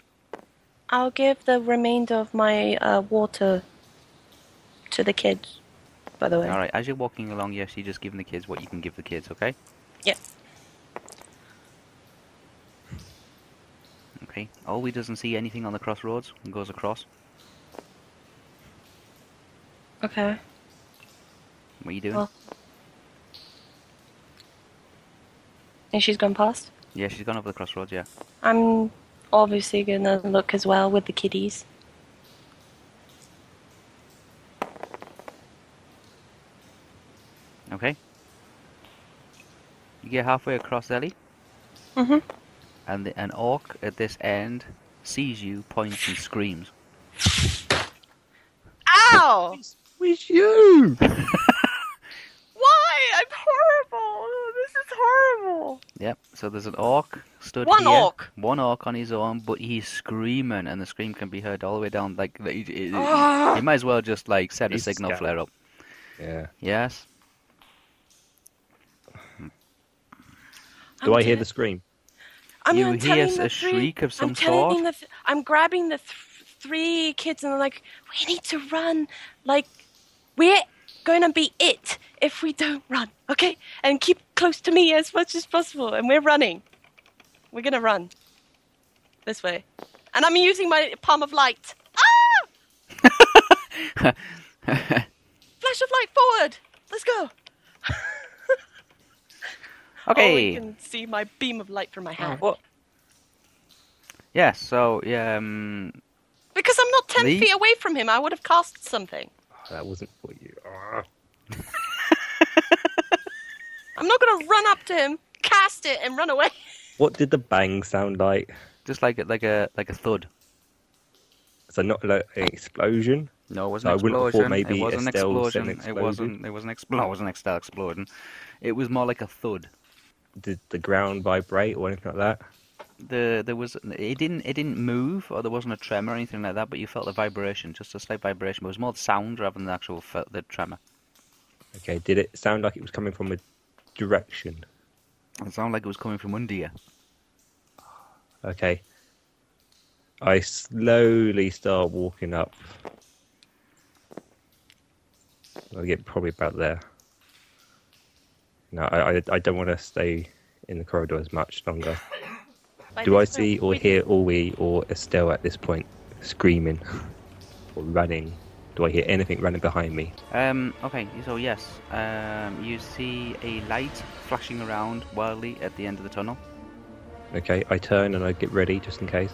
Speaker 2: I'll give the remainder of my uh, water to the kids, by the way.
Speaker 1: All right. As you're walking along, yes, you're just giving the kids what you can give the kids. Okay.
Speaker 2: Yeah.
Speaker 1: Okay. Olwe doesn't see anything on the crossroads and goes across.
Speaker 2: Okay.
Speaker 1: What are you doing?
Speaker 2: Well- And she's gone past.
Speaker 1: yeah, she's gone over the crossroads. Yeah.
Speaker 2: I'm obviously gonna look as well with the kiddies.
Speaker 1: Okay. You get halfway across, Ellie,
Speaker 2: Mm-hmm.
Speaker 1: and the, an orc at this end sees you, points, and screams.
Speaker 2: Ow!
Speaker 3: Wish you!
Speaker 2: Why? I'm horrible. This is horrible.
Speaker 1: Yep. So there's an orc stood
Speaker 2: One
Speaker 1: here.
Speaker 2: orc?
Speaker 1: One orc on his own, but he's screaming, and the scream can be heard all the way down. Like the- it, it-
Speaker 2: Ah.
Speaker 1: you might as well just like set a
Speaker 3: He's
Speaker 1: signal
Speaker 3: scared.
Speaker 1: flare up.
Speaker 3: Yeah.
Speaker 1: Yes.
Speaker 3: Do
Speaker 2: I'm
Speaker 3: i hear
Speaker 2: telling-
Speaker 3: the scream?
Speaker 2: I'm
Speaker 1: you
Speaker 2: not
Speaker 1: hear
Speaker 2: telling
Speaker 1: s-
Speaker 2: the
Speaker 1: a
Speaker 2: three-
Speaker 1: shriek of some
Speaker 2: I'm telling
Speaker 1: sort?
Speaker 2: The th- I'm grabbing the th- three kids and I'm like, we need to run. Like, we're going to be it if we don't run, okay? And keep close to me as much as possible. And we're running. We're going to run this way. And I'm using my palm of light. Ah! Flash of light forward. Let's go. Oh,
Speaker 1: Okay.
Speaker 2: you Oh, can see my beam of light from my hand.
Speaker 1: What? Yes. So yeah. Um,
Speaker 2: Because I'm not 10
Speaker 1: Lee?
Speaker 2: feet away from him, I would have cast something.
Speaker 3: Oh, that wasn't for you. Ah.
Speaker 2: I'm not gonna run up to him, cast it, and run away.
Speaker 3: What did the bang sound like?
Speaker 1: just like a- like a like a thud.
Speaker 3: So not like an explosion.
Speaker 1: No, it was
Speaker 3: So
Speaker 1: an
Speaker 3: I wouldn't have thought
Speaker 1: explosion.
Speaker 3: maybe
Speaker 1: it was an
Speaker 3: Estelle said
Speaker 1: explosion.
Speaker 3: an
Speaker 1: It wasn't. It was an explosion. It was an Estelle explosion. It was more like a thud.
Speaker 3: Did the ground vibrate or anything like that?
Speaker 1: The there was it didn't it didn't move or there wasn't a tremor or anything like that, but you felt the vibration, just a slight vibration. But it was more the sound rather than the actual fe- the tremor.
Speaker 3: Okay. Did it sound like it was coming from a direction?
Speaker 1: It sounded like it was coming from under you.
Speaker 3: Okay. I slowly start walking up. I get probably about there. No, I, I, I don't want to stay in the corridor as much longer.
Speaker 2: By
Speaker 3: Do I
Speaker 2: this point,
Speaker 3: see or
Speaker 2: we-
Speaker 3: hear Ori or Estelle at this point screaming or running? Do I hear anything running behind me?
Speaker 1: Um, okay, so yes, um, you see a light flashing around wildly at the end of the tunnel.
Speaker 3: Okay, I turn and I get ready just in case.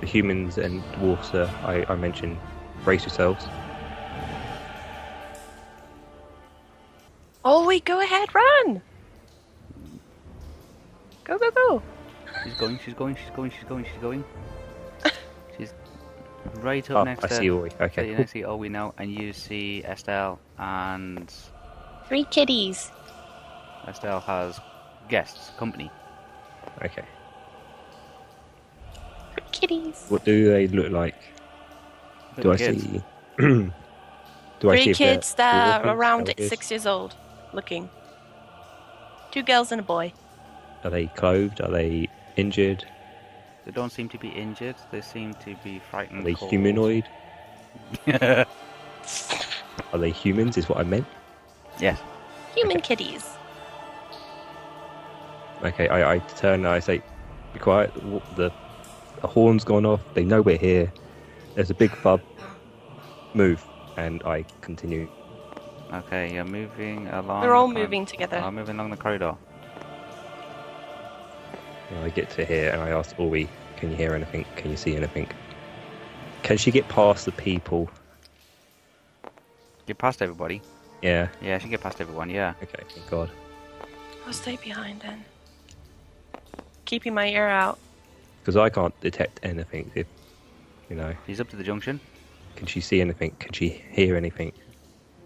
Speaker 3: The humans and dwarfs, uh, I, I mentioned, brace yourselves.
Speaker 2: Oh, we go ahead, run! Go, go, go!
Speaker 1: She's going, she's going, she's going, she's going, she's going. She's right up
Speaker 3: Oh,
Speaker 1: next
Speaker 3: I
Speaker 1: to
Speaker 3: see Ori.
Speaker 1: So you
Speaker 3: Okay.
Speaker 1: now see Owie now, and you see Estelle, and
Speaker 2: Three kitties.
Speaker 1: Estelle has guests, company.
Speaker 3: Okay.
Speaker 2: Three kitties.
Speaker 3: What do they look like? Do I
Speaker 1: Kids.
Speaker 3: see? do
Speaker 2: Three
Speaker 3: if they're
Speaker 2: kids that are
Speaker 3: dwarves,
Speaker 2: around
Speaker 3: elders?
Speaker 2: six years old, looking. Two girls and a boy.
Speaker 3: Are they clothed? Are they injured?
Speaker 1: They don't seem to be injured. They seem to be
Speaker 3: Are
Speaker 1: frightened.
Speaker 3: they
Speaker 1: cold.
Speaker 3: humanoid? Are they humans? Is what I meant.
Speaker 1: Yes.
Speaker 2: Human kitties.
Speaker 3: Okay, I, I turn and I say, "Be quiet." w- The, the horn's gone off. They know we're here. There's a big thud. Move, and I continue.
Speaker 1: Okay, you're moving
Speaker 3: Um,
Speaker 1: along.
Speaker 2: We're all
Speaker 1: the cor-
Speaker 2: moving together.
Speaker 1: I'm moving along the corridor.
Speaker 3: And I get to here, and I ask Ori, "Can you hear anything? Can you see anything? Can she get past the people?"
Speaker 1: Get past everybody.
Speaker 3: Yeah.
Speaker 1: Yeah, I should get past everyone. Yeah.
Speaker 3: Okay. Thank God.
Speaker 2: I'll stay behind then. Keeping my ear out.
Speaker 3: Because I can't detect anything. If you know,
Speaker 1: She's up to the junction.
Speaker 3: can she see anything? Can she hear anything?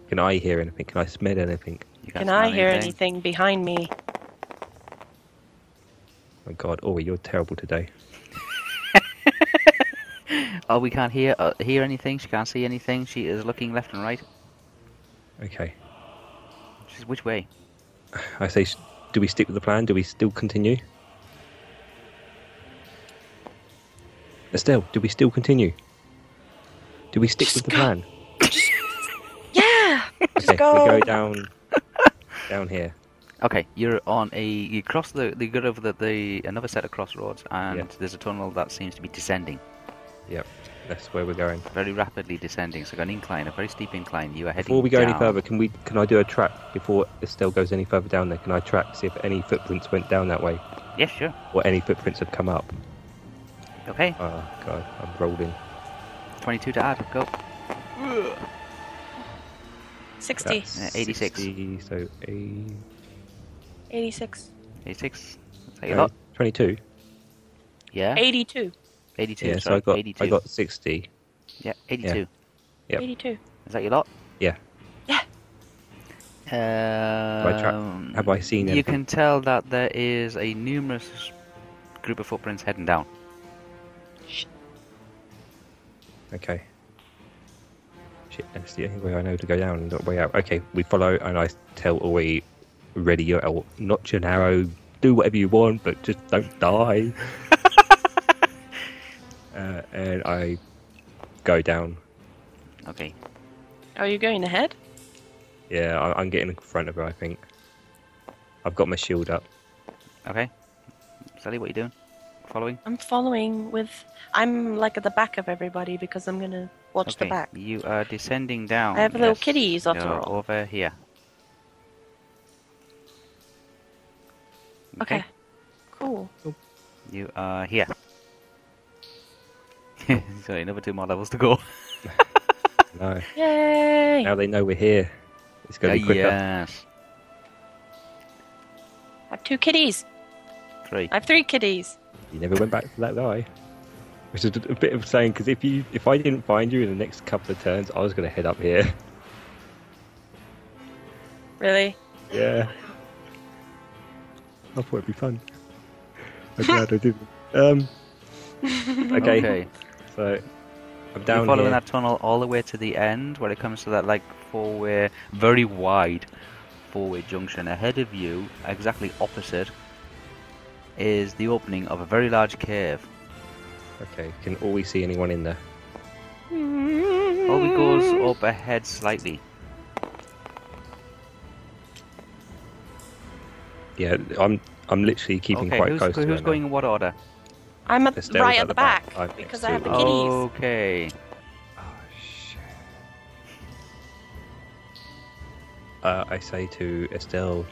Speaker 3: Can I hear anything? Can I smell anything?
Speaker 1: You
Speaker 2: Can
Speaker 1: smell
Speaker 2: I hear anything behind me?
Speaker 3: Oh God, Ori, you're terrible today.
Speaker 1: Oh, we can't hear uh, hear anything. She can't see anything. She is looking left and right.
Speaker 3: Okay.
Speaker 1: She's which way?
Speaker 3: I say, sh- do we stick with the plan? Do we still continue? Estelle, do we still continue? Do we stick
Speaker 2: Just
Speaker 3: with the
Speaker 2: go.
Speaker 3: plan?
Speaker 2: Yeah! Just
Speaker 3: okay,
Speaker 2: go.
Speaker 3: we go down, down here.
Speaker 1: Okay, you're on a you cross the you go over the, the another set of crossroads, and
Speaker 3: Yeah.
Speaker 1: there's a tunnel that seems to be descending
Speaker 3: Yep, that's where we're going.
Speaker 1: very rapidly, descending. So an incline, a very steep incline. You are heading.
Speaker 3: Before we go any
Speaker 1: down.
Speaker 3: further, can we? Can I do a track before Estelle goes any further down there? Can I track see if any footprints went down that way
Speaker 1: Yes, sure.
Speaker 3: or any footprints have come up?
Speaker 1: Okay,
Speaker 3: Oh God, I'm rolling.
Speaker 1: 22 to add. Go.
Speaker 2: 60.
Speaker 3: That's
Speaker 1: Yeah, 86.
Speaker 3: 60, so eight,
Speaker 2: 86.
Speaker 1: 86. That's a
Speaker 3: no,
Speaker 1: lot.
Speaker 3: 22.
Speaker 1: Yeah.
Speaker 2: 82.
Speaker 1: 82.
Speaker 3: Yeah, so
Speaker 1: sorry,
Speaker 3: I got
Speaker 1: 82.
Speaker 3: I got 60.
Speaker 1: Yeah, 82.
Speaker 3: Yep.
Speaker 2: 82.
Speaker 1: Is that your lot?
Speaker 3: Yeah.
Speaker 2: Yeah.
Speaker 3: track-
Speaker 1: Um,
Speaker 3: have I seen
Speaker 1: You
Speaker 3: anything?
Speaker 1: can tell that there is a numerous group of footprints heading down.
Speaker 3: Okay. Shit, that's the only way I know to go down and not way out. Okay, we follow, and I tell Ori, ready your arrow, notch your arrow, do whatever you want, but just don't die. uh, and I go down.
Speaker 1: Okay.
Speaker 2: Are you going ahead?
Speaker 3: Yeah, I, I'm getting in front of her, I think. I've got my shield up.
Speaker 1: Okay. Sally, what are you doing? Following?
Speaker 2: I'm following with. I'm like at the back of everybody because I'm going to watch
Speaker 1: okay.
Speaker 2: the back.
Speaker 1: You are descending down.
Speaker 2: I have little
Speaker 1: yes.
Speaker 2: kitties, after
Speaker 1: You're
Speaker 2: all.
Speaker 1: Over here.
Speaker 2: Okay. Cool.
Speaker 1: You are here. Sorry, another two more levels to go.
Speaker 3: No,
Speaker 2: Yay!
Speaker 3: now they know we're here. It's going
Speaker 1: Ah,
Speaker 3: to be quicker.
Speaker 1: yes.
Speaker 2: I have two kitties.
Speaker 1: Three.
Speaker 2: I have three kitties.
Speaker 3: You never went back to that guy. Which is a bit of saying because if you if I didn't find you in the next couple of turns, I was going to head up here.
Speaker 2: Really?
Speaker 3: Yeah. I thought it'd be fun. I'm glad I didn't. Um. Okay. So I'm down
Speaker 1: You're following
Speaker 3: here.
Speaker 1: that tunnel all the way to the end, where it comes to that like four-way, very wide four-way junction. Ahead of you, exactly opposite, is the opening of a very large cave.
Speaker 3: Okay, can always see anyone in there.
Speaker 1: Ollie Oh,
Speaker 2: Mm-hmm.
Speaker 1: goes up ahead slightly.
Speaker 3: Yeah, I'm I'm literally keeping
Speaker 1: okay,
Speaker 3: quite
Speaker 1: who's,
Speaker 3: close. to
Speaker 1: who's
Speaker 3: her now.
Speaker 1: going in what order?
Speaker 2: I'm at,
Speaker 3: The stairs
Speaker 2: right
Speaker 3: at
Speaker 2: at the
Speaker 3: the back.
Speaker 2: back,
Speaker 3: Right next
Speaker 2: because
Speaker 3: to
Speaker 2: I have the
Speaker 3: it.
Speaker 2: kiddies.
Speaker 1: Okay.
Speaker 3: Oh shit. Uh, I say to Estelle,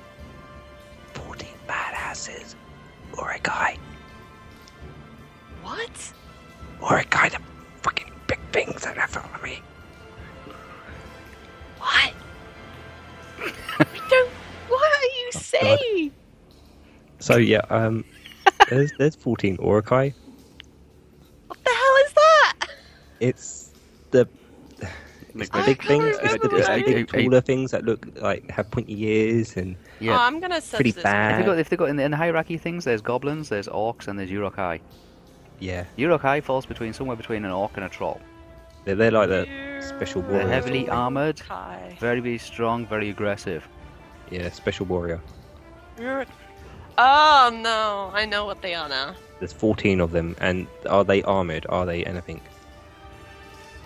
Speaker 3: 14 badasses, or a guy,
Speaker 2: What?
Speaker 3: or a guy that fucking big things that have on me.
Speaker 2: What? we don't. What are
Speaker 3: Oh,
Speaker 2: you saying?
Speaker 3: So yeah, um, there's there's 14 Orokai.
Speaker 2: What the hell is that?
Speaker 3: It's the it's the
Speaker 2: I
Speaker 3: big
Speaker 2: can't
Speaker 3: things, it's
Speaker 2: remember
Speaker 3: the, it's the
Speaker 1: what
Speaker 3: big
Speaker 1: it is.
Speaker 3: taller things that look like have pointy ears and
Speaker 1: Yeah.
Speaker 2: Oh, I'm gonna search
Speaker 3: pretty
Speaker 2: this.
Speaker 1: If they
Speaker 3: bad.
Speaker 1: got, if they got in, the, in the hierarchy things, there's goblins, there's orcs, and there's Urukai.
Speaker 3: yeah,
Speaker 1: Urukai falls between somewhere between an orc and a troll.
Speaker 3: they're, they're like the special
Speaker 2: They're
Speaker 1: They're
Speaker 3: warrior.
Speaker 1: heavily armored,
Speaker 2: Kai.
Speaker 1: very very strong, very aggressive.
Speaker 3: Yeah, special warrior.
Speaker 2: You're- Oh no, I know what they are now.
Speaker 3: There's 14 of them, and are they armored? Are they anything?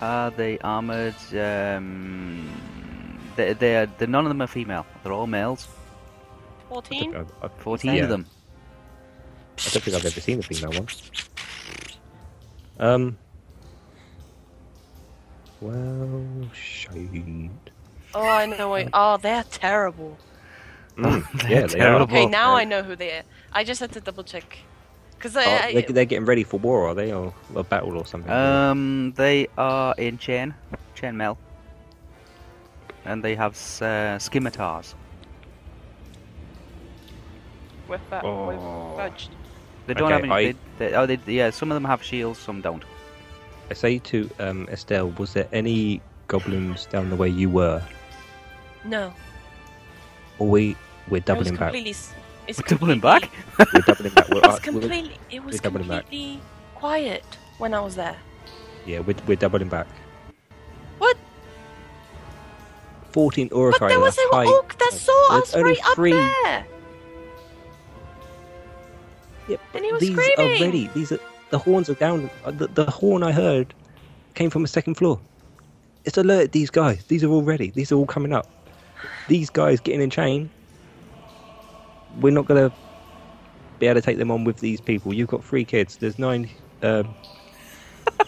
Speaker 1: Are they armored? Um, they, they are, they're, none of them are female. They're all males.
Speaker 3: I don't,
Speaker 2: Fourteen.
Speaker 3: think I've- I,
Speaker 1: 14
Speaker 3: Yeah.
Speaker 1: of them.
Speaker 3: I don't think I've ever seen a female one. Um. Well, shade.
Speaker 2: Oh, I know. What... Oh, they're terrible.
Speaker 3: Mm,
Speaker 1: They're
Speaker 3: yeah, they
Speaker 1: terrible.
Speaker 3: are.
Speaker 2: Okay,
Speaker 1: Well,
Speaker 2: now
Speaker 1: uh,
Speaker 2: I know who they are. I just had to double check, because I,
Speaker 3: Oh,
Speaker 2: I-
Speaker 3: they, they're getting ready for war, are they, or a battle or something?
Speaker 1: Um, they are in chain, chain mail, and they have s- uh, scimitars.
Speaker 2: with that with
Speaker 3: Oh.
Speaker 2: fudge.
Speaker 1: They don't
Speaker 3: Okay,
Speaker 1: have any.
Speaker 3: I-
Speaker 1: They, they, oh, they, yeah, some of them have shields, some don't.
Speaker 3: I say to um, Estelle, was there any goblins down the way you were?
Speaker 2: No,
Speaker 3: Or we we're
Speaker 2: it was
Speaker 3: doubling back.
Speaker 2: completely. s- It's
Speaker 1: We're doubling back.
Speaker 3: We're doubling back. We're,
Speaker 2: It was
Speaker 3: uh, we're-
Speaker 2: completely. It was
Speaker 3: doubling back.
Speaker 2: completely quiet when I was there.
Speaker 3: yeah, we're, we're doubling back.
Speaker 2: What?
Speaker 3: 14 Urukai.
Speaker 2: But there was an
Speaker 3: high...
Speaker 2: orc that saw
Speaker 3: There's
Speaker 2: us
Speaker 3: only
Speaker 2: right up
Speaker 3: three.
Speaker 2: there.
Speaker 3: Yeah,
Speaker 2: And he was
Speaker 3: these
Speaker 2: screaming.
Speaker 3: are ready. These are the horns are down. uh, The, the horn I heard came from a second floor. It's alerted these guys. These are all ready. These are all coming up. These guys getting in chain. We're not gonna be able to take them on with these people. You've got three kids. There's nine um,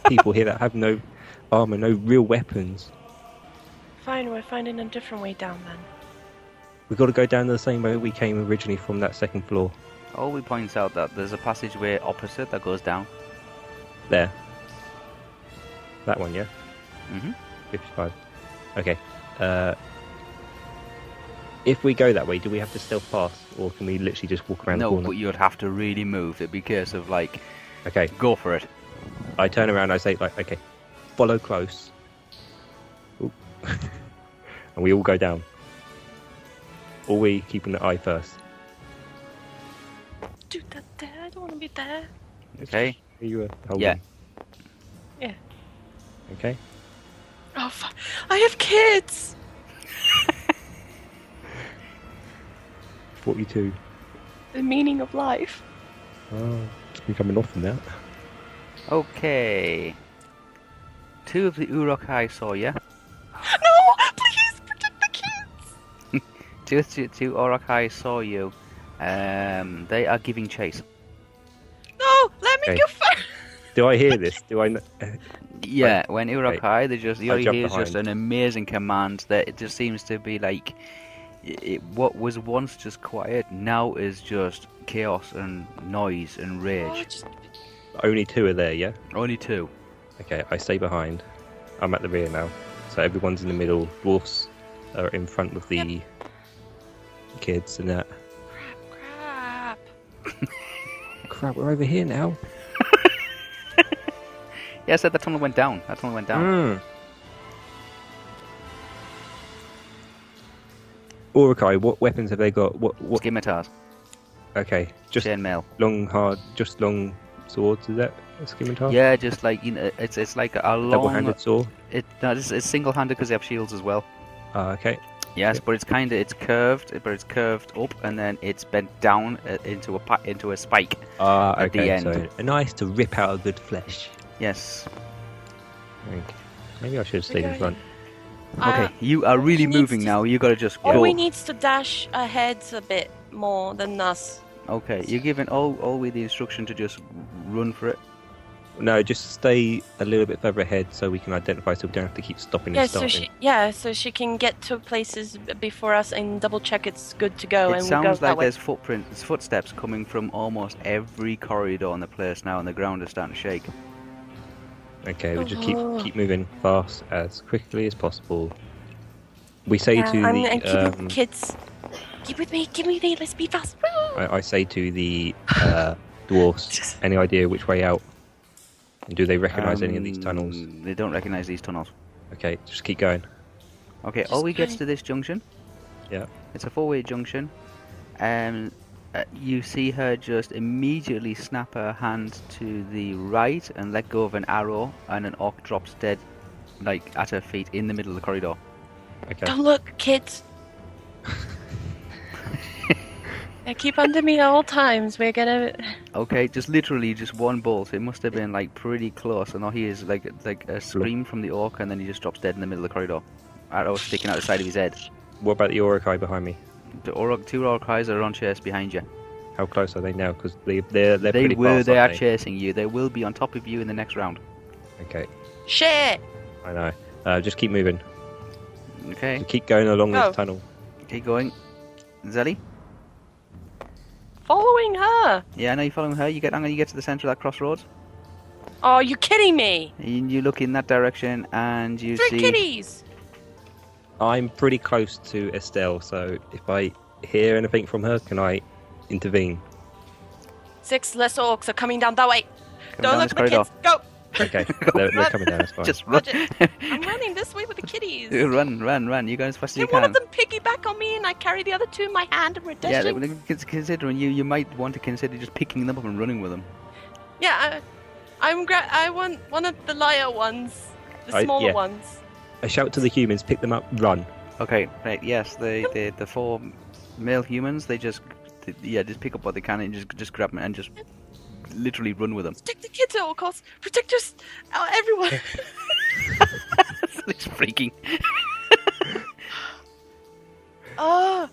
Speaker 3: people here that have no armor, no real weapons.
Speaker 2: Fine, we're finding a different way down then.
Speaker 3: We've got to go down the same way we came originally from that second floor.
Speaker 1: Ollie Oh, points out that there's a passageway opposite that goes down.
Speaker 3: There. That one, yeah.
Speaker 1: hmm
Speaker 3: 55. Okay. Uh, if we go that way, do we have to stealth pass, or can we literally just walk around
Speaker 1: No,
Speaker 3: the corner?
Speaker 1: but you'd have to really move. It'd be a case of like,
Speaker 3: Okay.
Speaker 1: go for it.
Speaker 3: I turn around. I say, like, okay, follow close. Oop. and we all go down. Or we keeping the eye first.
Speaker 2: Dude, that there. I don't want to be there.
Speaker 1: Okay.
Speaker 3: Are you uh, holding?
Speaker 1: Yeah.
Speaker 2: Yeah.
Speaker 3: Okay.
Speaker 2: Oh, fuck. I have kids.
Speaker 3: Forty-two.
Speaker 2: The meaning of life.
Speaker 3: Oh, it's been coming off from that.
Speaker 1: Okay. Two of the Urukai saw you.
Speaker 2: No, please protect the kids.
Speaker 1: Two, two, two Urukai saw you. Um, they are giving chase.
Speaker 2: No, let me
Speaker 3: Okay.
Speaker 2: go first.
Speaker 3: Do I hear this? Do I? kn-
Speaker 1: Yeah, when Urukai,
Speaker 3: right.
Speaker 1: they just
Speaker 3: I
Speaker 1: all you
Speaker 3: jumped
Speaker 1: hear is just
Speaker 3: behind.
Speaker 1: an amazing command that it just seems to be like, it, it- what was once just quiet now is just chaos and noise and
Speaker 2: Oh,
Speaker 1: rage.
Speaker 2: just,
Speaker 3: Only two are there. Yeah.
Speaker 1: Only two.
Speaker 3: Okay, I stay behind. I'm at the rear now. So everyone's in the middle. Dwarfs are in front with the kids and that.
Speaker 2: crap, crap.
Speaker 3: Crap, we're over here now.
Speaker 1: Yeah, I said that tunnel went down. That tunnel went down.
Speaker 3: Mm. Urukai, what weapons have they got? What? What?
Speaker 1: Scimitars,
Speaker 3: Okay, just
Speaker 1: chainmail.
Speaker 3: long, hard, just long swords. Is that a scimitar?
Speaker 1: Yeah, just like you know, it's it's like a long.
Speaker 3: Double-handed sword.
Speaker 1: It no, it's, it's single-handed because they have shields as well.
Speaker 3: Ah, okay.
Speaker 1: Yes, but it's kind of it's curved, but it's curved up and then it's bent down uh, into a pa- into a spike.
Speaker 3: Ah,
Speaker 1: Uh, At the
Speaker 3: okay.
Speaker 1: end.
Speaker 3: So a knife to rip out a good flesh.
Speaker 1: Yes.
Speaker 3: Okay. Maybe I should stay in
Speaker 2: Okay.
Speaker 3: front.
Speaker 1: Okay,
Speaker 2: Uh,
Speaker 1: you are really
Speaker 2: he needs
Speaker 1: moving
Speaker 2: to-
Speaker 1: now. You gotta just go.
Speaker 2: Olwe needs to dash ahead a bit more than us.
Speaker 1: Okay, you're giving all all with the instruction to just run for it.
Speaker 3: No, just stay a little bit further ahead so we can identify, so we don't have to keep stopping
Speaker 2: Yeah,
Speaker 3: and
Speaker 2: so
Speaker 3: starting.
Speaker 2: she yeah, so she can get to places b- before us and double check it's good to go
Speaker 1: it
Speaker 2: Oh, and we go
Speaker 1: sounds
Speaker 2: that
Speaker 1: like
Speaker 2: way.
Speaker 1: there's footprints, footsteps coming from almost every corridor in the place now, and the ground is starting to shake.
Speaker 3: Okay, we just keep
Speaker 2: Oh.
Speaker 3: keep moving fast as quickly as possible. We say to
Speaker 2: I'm
Speaker 3: the
Speaker 2: and keep
Speaker 3: um,
Speaker 2: kids. Keep with me, give me the let's be fast.
Speaker 3: I, I say to the uh, dwarfs, any idea which way out? And do they recognise any of these tunnels?
Speaker 1: Um, They don't recognise these tunnels.
Speaker 3: Okay, just keep going.
Speaker 1: Okay,
Speaker 2: Just
Speaker 1: all we gets
Speaker 2: going.
Speaker 1: to this junction.
Speaker 3: Yeah.
Speaker 1: It's a four-way junction. Um, uh, you see her just immediately snap her hand to the right and let go of an arrow, and an orc drops dead, like at her feet in the middle of the corridor.
Speaker 3: Okay.
Speaker 2: Don't look, kids. I keep under me at all times. We're gonna
Speaker 1: Okay, just literally just one bolt. It must have been like pretty close, and all he is like like a scream from the orc, and then he just drops dead in the middle of the corridor. Arrow sticking out the side of his head.
Speaker 3: What about the Orokai behind me?
Speaker 1: The orc, two orc eyes are on chase behind you.
Speaker 3: How close are they now? Because they they're they're
Speaker 1: they
Speaker 3: pretty
Speaker 1: were
Speaker 3: fast,
Speaker 1: they are
Speaker 3: aren't
Speaker 1: chasing you. They will be on top of you in the next round.
Speaker 3: Okay,
Speaker 2: shit.
Speaker 3: I know. Uh, just keep moving.
Speaker 1: Okay,
Speaker 3: Keep going along
Speaker 2: Oh.
Speaker 3: this tunnel.
Speaker 1: keep going. Zelly,
Speaker 2: Following her.
Speaker 1: yeah, I know you're following her. You get, I'm going to get to the center of that crossroads.
Speaker 2: Are you kidding me?
Speaker 1: And you look in that direction, and you
Speaker 2: Three
Speaker 1: see.
Speaker 2: kitties.
Speaker 3: I'm pretty close to Estelle, so if I hear anything from her, can I intervene?
Speaker 2: Six less orcs are coming down that way.
Speaker 1: Come
Speaker 2: Don't
Speaker 1: down this
Speaker 2: look at the
Speaker 1: corridor.
Speaker 2: kids. Go.
Speaker 3: Okay, they're, they're coming down. That's fine.
Speaker 1: Just run,
Speaker 2: Roger. I'm running this way with the kitties.
Speaker 1: You run, run, run. You go as fast as you
Speaker 2: Then
Speaker 1: can.
Speaker 2: one of them piggyback on me, and I carry the other two in my hand, and we're
Speaker 1: Yeah,
Speaker 2: dashing. Yeah,
Speaker 1: like, cons- considering you, you might want to consider just picking them up and running with them.
Speaker 2: I, I'm. Gra- I want one of the liar ones, the
Speaker 3: I-
Speaker 2: smaller
Speaker 3: yeah.
Speaker 2: ones.
Speaker 3: I shout to the humans, pick them up, run.
Speaker 1: Okay, right. Yes, the the, the four male humans. They just th yeah, just pick up what they can and just just grab them and just literally run with them.
Speaker 2: Protect the kids at all costs. Protect us, uh, everyone.
Speaker 1: it's freaking.
Speaker 2: oh,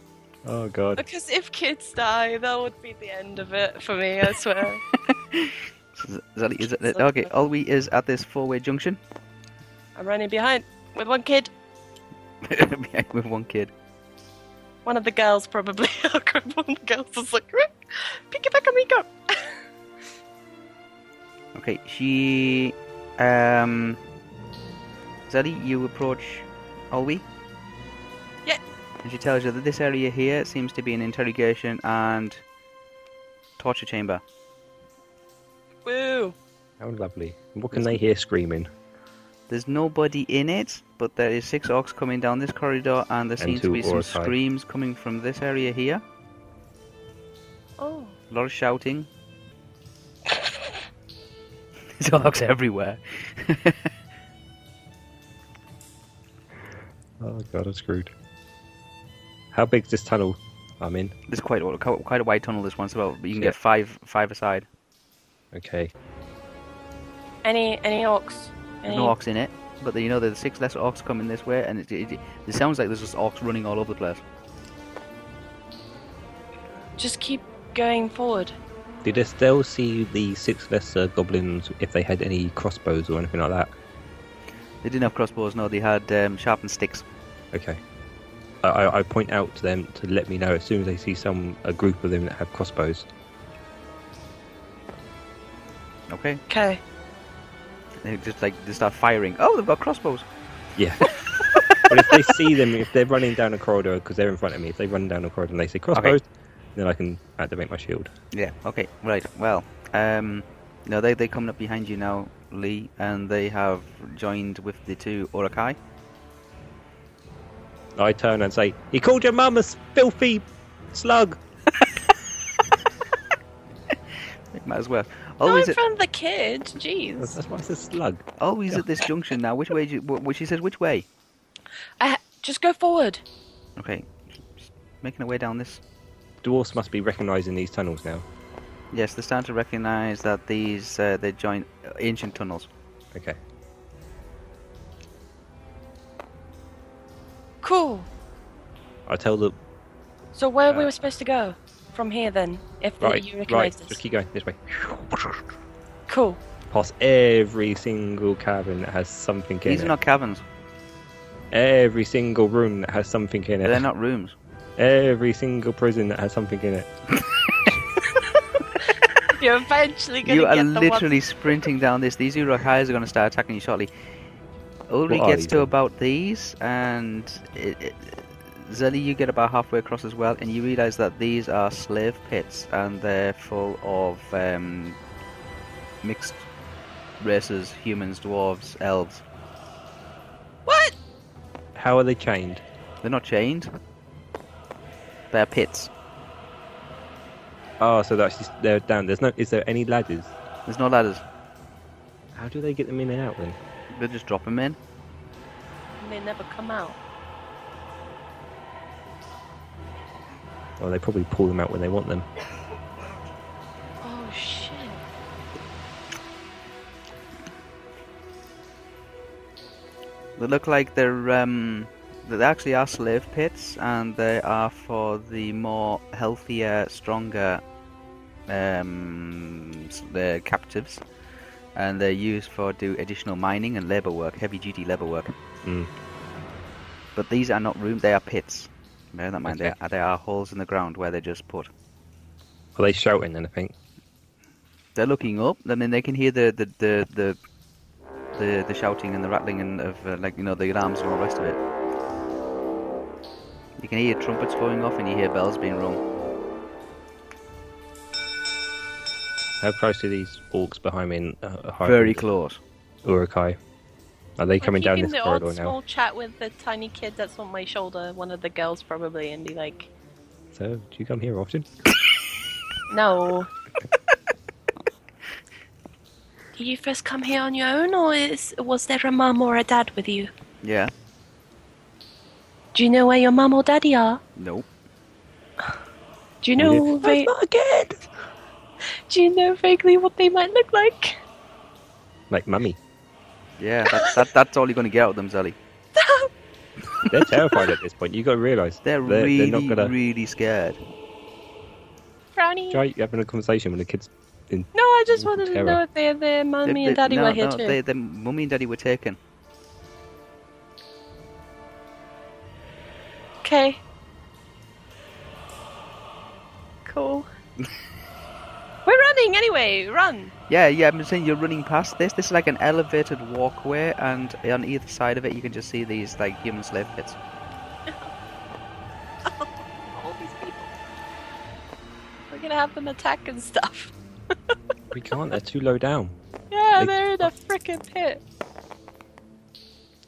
Speaker 3: Oh god.
Speaker 2: because if kids die, that would be the end of it for me. I swear.
Speaker 1: Is that, is that,
Speaker 2: Such
Speaker 1: okay,
Speaker 2: a-
Speaker 1: all we is at this four-way junction
Speaker 2: I'm running behind with one kid.
Speaker 1: behind with one kid.
Speaker 2: One of the girls probably. I'll grab one of the girls is like, "Rick, piggyback on me, go.
Speaker 1: Okay, she, um, Zelly, you approach Olwe.
Speaker 2: Yeah.
Speaker 1: And she tells you that this area here seems to be an interrogation and torture chamber.
Speaker 2: Woo.
Speaker 3: How lovely. And What can they hear screaming?
Speaker 1: There's nobody in it, but there is six orcs coming down this corridor, and there
Speaker 3: And
Speaker 1: seems to
Speaker 3: two
Speaker 1: be some
Speaker 3: Orokai.
Speaker 1: screams coming from this area here.
Speaker 2: Oh.
Speaker 1: A lot of shouting. There's orcs everywhere.
Speaker 3: Oh god, I'm screwed. How big's this tunnel I'm in?
Speaker 1: There's quite a quite a wide tunnel. This one's about you can
Speaker 3: Yeah.
Speaker 1: get five five aside.
Speaker 3: Okay.
Speaker 2: Any any orcs?
Speaker 1: There's no orcs in it, but then you know there's six less orcs coming this way, and it, it, it, sounds like there's just orcs running all over the place.
Speaker 2: Just keep going forward.
Speaker 3: Did Estelle see the six lesser goblins if they had any crossbows or anything like that?
Speaker 1: They didn't have crossbows, no. They had um, sharpened sticks.
Speaker 3: Okay. I, I, I point out to them to let me know as soon as they see some a group of them that have crossbows.
Speaker 1: Okay,
Speaker 2: Okay.
Speaker 1: they just like they start firing. Oh, they've got crossbows.
Speaker 3: Yeah. but if they see them, if they're running down a corridor because they're in front of me, if they run down a corridor and they say crossbows, then I can activate my shield.
Speaker 1: Yeah. Okay. Right. Well. Um. No, they they coming up behind you now, Lee, and they have joined with the two Orakai.
Speaker 3: I turn and say, "He called your mum a s- filthy slug."
Speaker 1: Might as well.
Speaker 2: Oh,
Speaker 1: Always,
Speaker 2: in
Speaker 1: at,
Speaker 2: front of the kid.
Speaker 3: That's,
Speaker 2: Jeez.
Speaker 3: that's why it's a slug.
Speaker 1: Oh, always at this junction now. Which way? Do you, wh- wh- she says, which way?
Speaker 2: I, just go forward.
Speaker 1: Okay. Making our way down this.
Speaker 3: Dwarfs must be recognizing these tunnels now.
Speaker 1: Yes, they're starting to recognise that these uh, they join ancient tunnels.
Speaker 3: Okay.
Speaker 2: Cool.
Speaker 3: I tell the
Speaker 2: So where we
Speaker 3: Uh,
Speaker 2: were supposed to go from here then, if the,
Speaker 3: right,
Speaker 2: you
Speaker 3: right.
Speaker 2: recognise this.
Speaker 3: Just keep going this way.
Speaker 2: Cool.
Speaker 3: Past every single cabin that has something in
Speaker 1: These
Speaker 3: it.
Speaker 1: are not caverns.
Speaker 3: Every single room that has something in it.
Speaker 1: They're not rooms.
Speaker 3: Every single prison that has something in it.
Speaker 2: You're eventually gonna
Speaker 1: You are
Speaker 2: get the
Speaker 1: literally sprinting down this. These Uruk highs are going to start attacking you shortly. Ulri
Speaker 3: What are
Speaker 1: gets
Speaker 3: these
Speaker 1: to
Speaker 3: then?
Speaker 1: about these, and it, it, Zelly, you get about halfway across as well, and you realise that these are slave pits, and they're full of um, mixed races: humans, dwarves, elves.
Speaker 2: one. What?
Speaker 3: How are they chained?
Speaker 1: They're not chained. They're pits.
Speaker 3: Oh, so that's just they're down. There's no. Is there any ladders?
Speaker 1: There's no ladders.
Speaker 3: How do they get them in and out then?
Speaker 1: They just drop them in.
Speaker 2: And they never come out.
Speaker 3: Well, they probably pull them out when they want them.
Speaker 2: Oh shit.
Speaker 1: They look like they're um, they actually are slave pits, and they are for the more healthier, stronger um, s- the captives, and they're used for do additional mining and labor work, heavy duty labor work.
Speaker 3: Mm.
Speaker 1: But these are not rooms; they are pits. Bear that in mind.
Speaker 3: Okay.
Speaker 1: They, are, they are holes in the ground where they're just put.
Speaker 3: Are they shouting anything?
Speaker 1: They're looking up, and then they can hear the the the the, the, the shouting and the rattling and of uh, like you know the alarms and all the rest of it. You can hear trumpets going off, and you hear bells being rung.
Speaker 3: How close are these orcs behind me? In, uh, hiding?
Speaker 1: Very close.
Speaker 3: Urukai. Are they coming down
Speaker 2: keeping
Speaker 3: this
Speaker 2: the
Speaker 3: corridor
Speaker 2: odd
Speaker 3: now?
Speaker 2: small chat with the tiny kid that's on my shoulder, one of the girls probably, and be like,
Speaker 3: So, do you come here often?
Speaker 2: "No." Did you first come here on your own, or is, was there a mum or a dad with you?
Speaker 1: Yeah.
Speaker 2: Do you know where your mum or daddy are?
Speaker 1: Nope.
Speaker 2: Do you know?
Speaker 3: That's
Speaker 2: va- Do you know vaguely what they might look like?
Speaker 3: Like mummy.
Speaker 1: Yeah. That, that, that's all you're gonna get out of them, Zelly.
Speaker 3: They're terrified at this point. You got to realise
Speaker 1: They're,
Speaker 3: they're
Speaker 1: really,
Speaker 3: not gonna.
Speaker 1: really scared.
Speaker 2: Brownie.
Speaker 3: Try having a conversation when the kids. In...
Speaker 2: No, I just wanted to
Speaker 3: Terror.
Speaker 2: know if their their mummy
Speaker 1: They-
Speaker 2: and
Speaker 1: they-
Speaker 2: daddy
Speaker 1: no,
Speaker 2: were here
Speaker 1: no,
Speaker 2: too.
Speaker 1: They, the mummy and daddy were taken.
Speaker 2: Okay. Cool. We're running anyway. Run.
Speaker 1: Yeah, yeah. I'm saying you're running past this. This is like an elevated walkway, and on either side of it, you can just see these like human slave pits.
Speaker 2: All these people. We're gonna have them attack and stuff.
Speaker 3: We can't. They're too low down.
Speaker 2: Yeah,
Speaker 3: Like-
Speaker 2: they're in a freaking pit.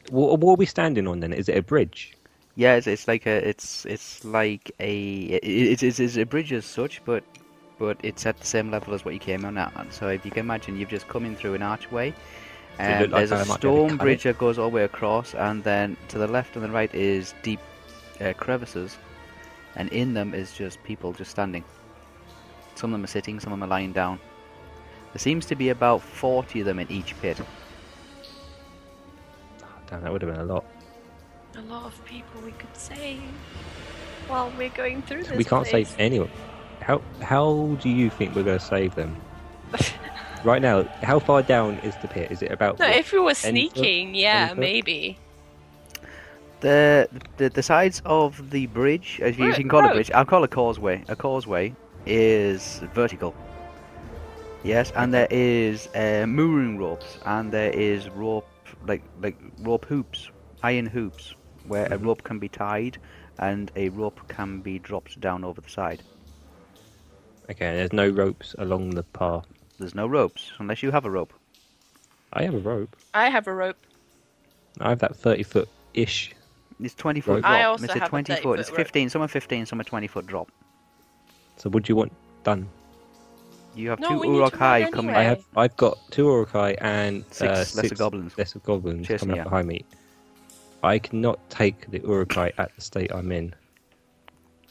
Speaker 3: What, what are we standing on then? Is it a bridge?
Speaker 1: Yeah, it's, it's like a it's it's like a it- it's, it's it's a bridge as such, but but it's at the same level as what you came on at. And So if you can imagine, you've just come in through an archway,
Speaker 3: it
Speaker 1: and
Speaker 3: looked like
Speaker 1: there's a
Speaker 3: I might be able to
Speaker 1: stone
Speaker 3: cut
Speaker 1: bridge that goes all the way across, and then to the left and the right is deep uh, crevices, and in them is just people just standing. Some of them are sitting, some of them are lying down. There seems to be about forty of them in each pit.
Speaker 3: Oh, damn, that would have been a lot.
Speaker 2: A lot of people we could save while we're going through this.
Speaker 3: we can't save anyone. How how do you think we're going to save them? right now, how far down is the pit? Is it about?
Speaker 2: No, if we were
Speaker 3: foot?
Speaker 2: sneaking, yeah,
Speaker 3: Any foot?
Speaker 2: maybe.
Speaker 1: The, the the sides of the bridge, as you,
Speaker 2: We're
Speaker 1: you
Speaker 2: at
Speaker 1: can call it a
Speaker 2: road.
Speaker 1: bridge, I'll call it causeway. A causeway is vertical. Yes, and there is uh, mooring ropes, and there is rope like like rope hoops, iron hoops, where
Speaker 2: Mm-hmm.
Speaker 1: a rope can be tied, and a rope can be dropped down over the side.
Speaker 3: okay, there's no ropes along the path.
Speaker 1: There's no ropes unless you have a rope.
Speaker 3: I have a rope.
Speaker 2: I have a rope.
Speaker 3: I have that thirty foot ish.
Speaker 1: It's 20 foot
Speaker 3: Rope.
Speaker 1: drop.
Speaker 2: I also
Speaker 1: it's
Speaker 2: have a
Speaker 1: twenty
Speaker 2: 30
Speaker 1: foot. It's
Speaker 2: foot rope.
Speaker 1: 15. Some are 15. Some are 20 foot drop.
Speaker 3: So what do you want done?
Speaker 1: You have
Speaker 2: No,
Speaker 1: two
Speaker 2: we need to
Speaker 1: Uruk high
Speaker 2: run
Speaker 1: coming.
Speaker 2: anyway.
Speaker 3: I have I've got two Orokai and
Speaker 1: Six
Speaker 3: uh,
Speaker 1: lesser
Speaker 3: six
Speaker 1: goblins.
Speaker 3: lesser goblins
Speaker 1: Chasing
Speaker 3: coming
Speaker 1: you.
Speaker 3: up behind me. I cannot take the Urukai at the state I'm in.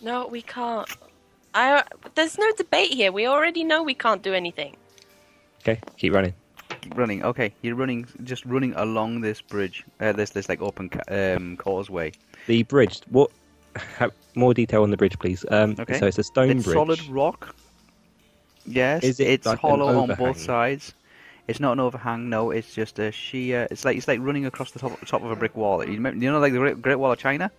Speaker 2: No, we can't. I. There's no debate here. We already know we can't do anything.
Speaker 3: Okay, keep running.
Speaker 1: Running. Okay, you're running, just running along this bridge, uh, this this like open ca- um, causeway.
Speaker 3: The bridge. What? Have more detail on the bridge, please. Um,
Speaker 1: Okay.
Speaker 3: So it's a stone
Speaker 1: it's
Speaker 3: bridge.
Speaker 1: solid rock. Yes,
Speaker 3: Is it
Speaker 1: it's
Speaker 3: like an
Speaker 1: hollow on
Speaker 3: overhang?
Speaker 1: both sides. It's not an overhang. No, it's just a sheer. It's like it's like running across the top, top of a brick wall. You, remember, you know, like the Great- Great Wall of China.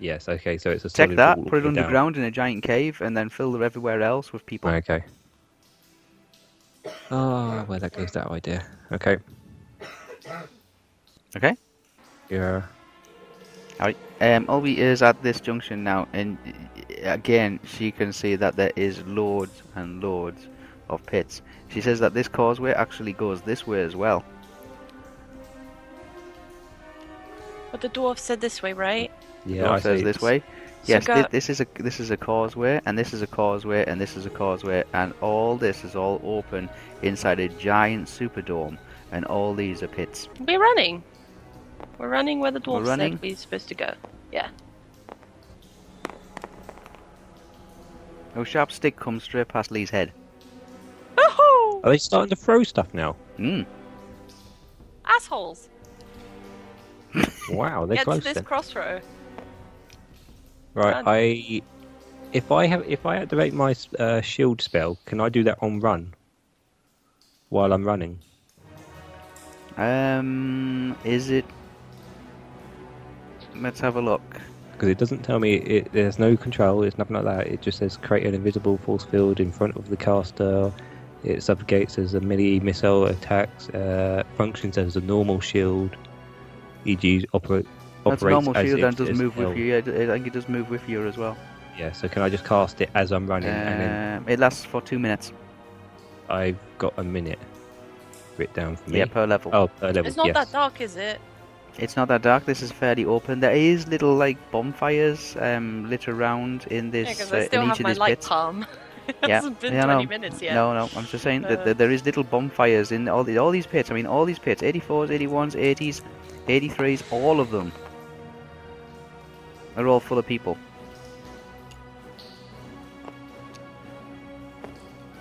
Speaker 3: Yes. Okay. So it's a
Speaker 1: Take
Speaker 3: solid
Speaker 1: that,
Speaker 3: wall
Speaker 1: put it
Speaker 3: walking down.
Speaker 1: underground in a giant cave, and then fill the everywhere else with people.
Speaker 3: Okay. Ah, well, that goes that idea. Okay.
Speaker 1: Okay.
Speaker 3: Yeah.
Speaker 1: Alright. Um, Olby is at this junction now, and uh, again, she can see that there is loads and loads of pits. She says that this causeway actually goes this way as well.
Speaker 2: But the dwarf said this way, right?
Speaker 3: Yeah.
Speaker 1: Dwarf
Speaker 3: I
Speaker 1: says
Speaker 3: see.
Speaker 1: this way. Yes,
Speaker 2: go-
Speaker 1: thi- this is a this is a causeway, and this is a causeway, and this is a causeway, and all this is all open inside a giant superdome, and all these are pits.
Speaker 2: We're running. We're running where the
Speaker 1: We're
Speaker 2: dwarf
Speaker 1: running?
Speaker 2: said we were supposed to go. Yeah.
Speaker 1: No sharp stick Oh, comes straight past Lee's head.
Speaker 2: Woohoo!
Speaker 1: Oh.
Speaker 3: Are they starting to throw stuff now?
Speaker 1: Mm.
Speaker 2: Assholes!
Speaker 3: Wow, they're
Speaker 2: Get to
Speaker 3: close
Speaker 2: this
Speaker 3: then.
Speaker 2: crossroad.
Speaker 3: Right,
Speaker 2: Run.
Speaker 3: I if I have if I activate my uh, shield spell, can I do that on run while I'm running?
Speaker 1: Um, is it? Let's have a look.
Speaker 3: Because it doesn't tell me it, there's no control. It's nothing like that. It just says create an invisible force field in front of the caster. It subjugates as a melee missile attacks. Uh, functions as a normal shield. E.g., operate.
Speaker 1: That's a normal
Speaker 3: as
Speaker 1: shield
Speaker 3: if
Speaker 1: and does
Speaker 3: it's
Speaker 1: move with
Speaker 3: held.
Speaker 1: you. Yeah, it- it- I think it does move with you as well.
Speaker 3: Yeah. So can I just cast it as I'm running, and then
Speaker 1: Um, it lasts for two minutes.
Speaker 3: I've got a minute written down for me.
Speaker 1: Uh, Yeah, per level.
Speaker 3: Oh, per level.
Speaker 2: It's not
Speaker 3: yes.
Speaker 2: that dark, is it?
Speaker 1: It's not that dark. This is fairly open. There is little like bonfires um, lit around in
Speaker 2: Yeah,
Speaker 1: this
Speaker 2: because
Speaker 1: uh,
Speaker 2: I still
Speaker 1: in
Speaker 2: have
Speaker 1: each of
Speaker 2: my
Speaker 1: these
Speaker 2: light
Speaker 1: pits.
Speaker 2: palm. it
Speaker 1: Yeah.
Speaker 2: hasn't been
Speaker 1: Yeah,
Speaker 2: 20
Speaker 1: no.
Speaker 2: minutes yet.
Speaker 1: No, no. I'm just saying that,
Speaker 2: Uh.
Speaker 1: that there is little bonfires in all the, all these pits. I mean, all these pits: 84s, 81s, 80s, 83s. All of them are all full of people.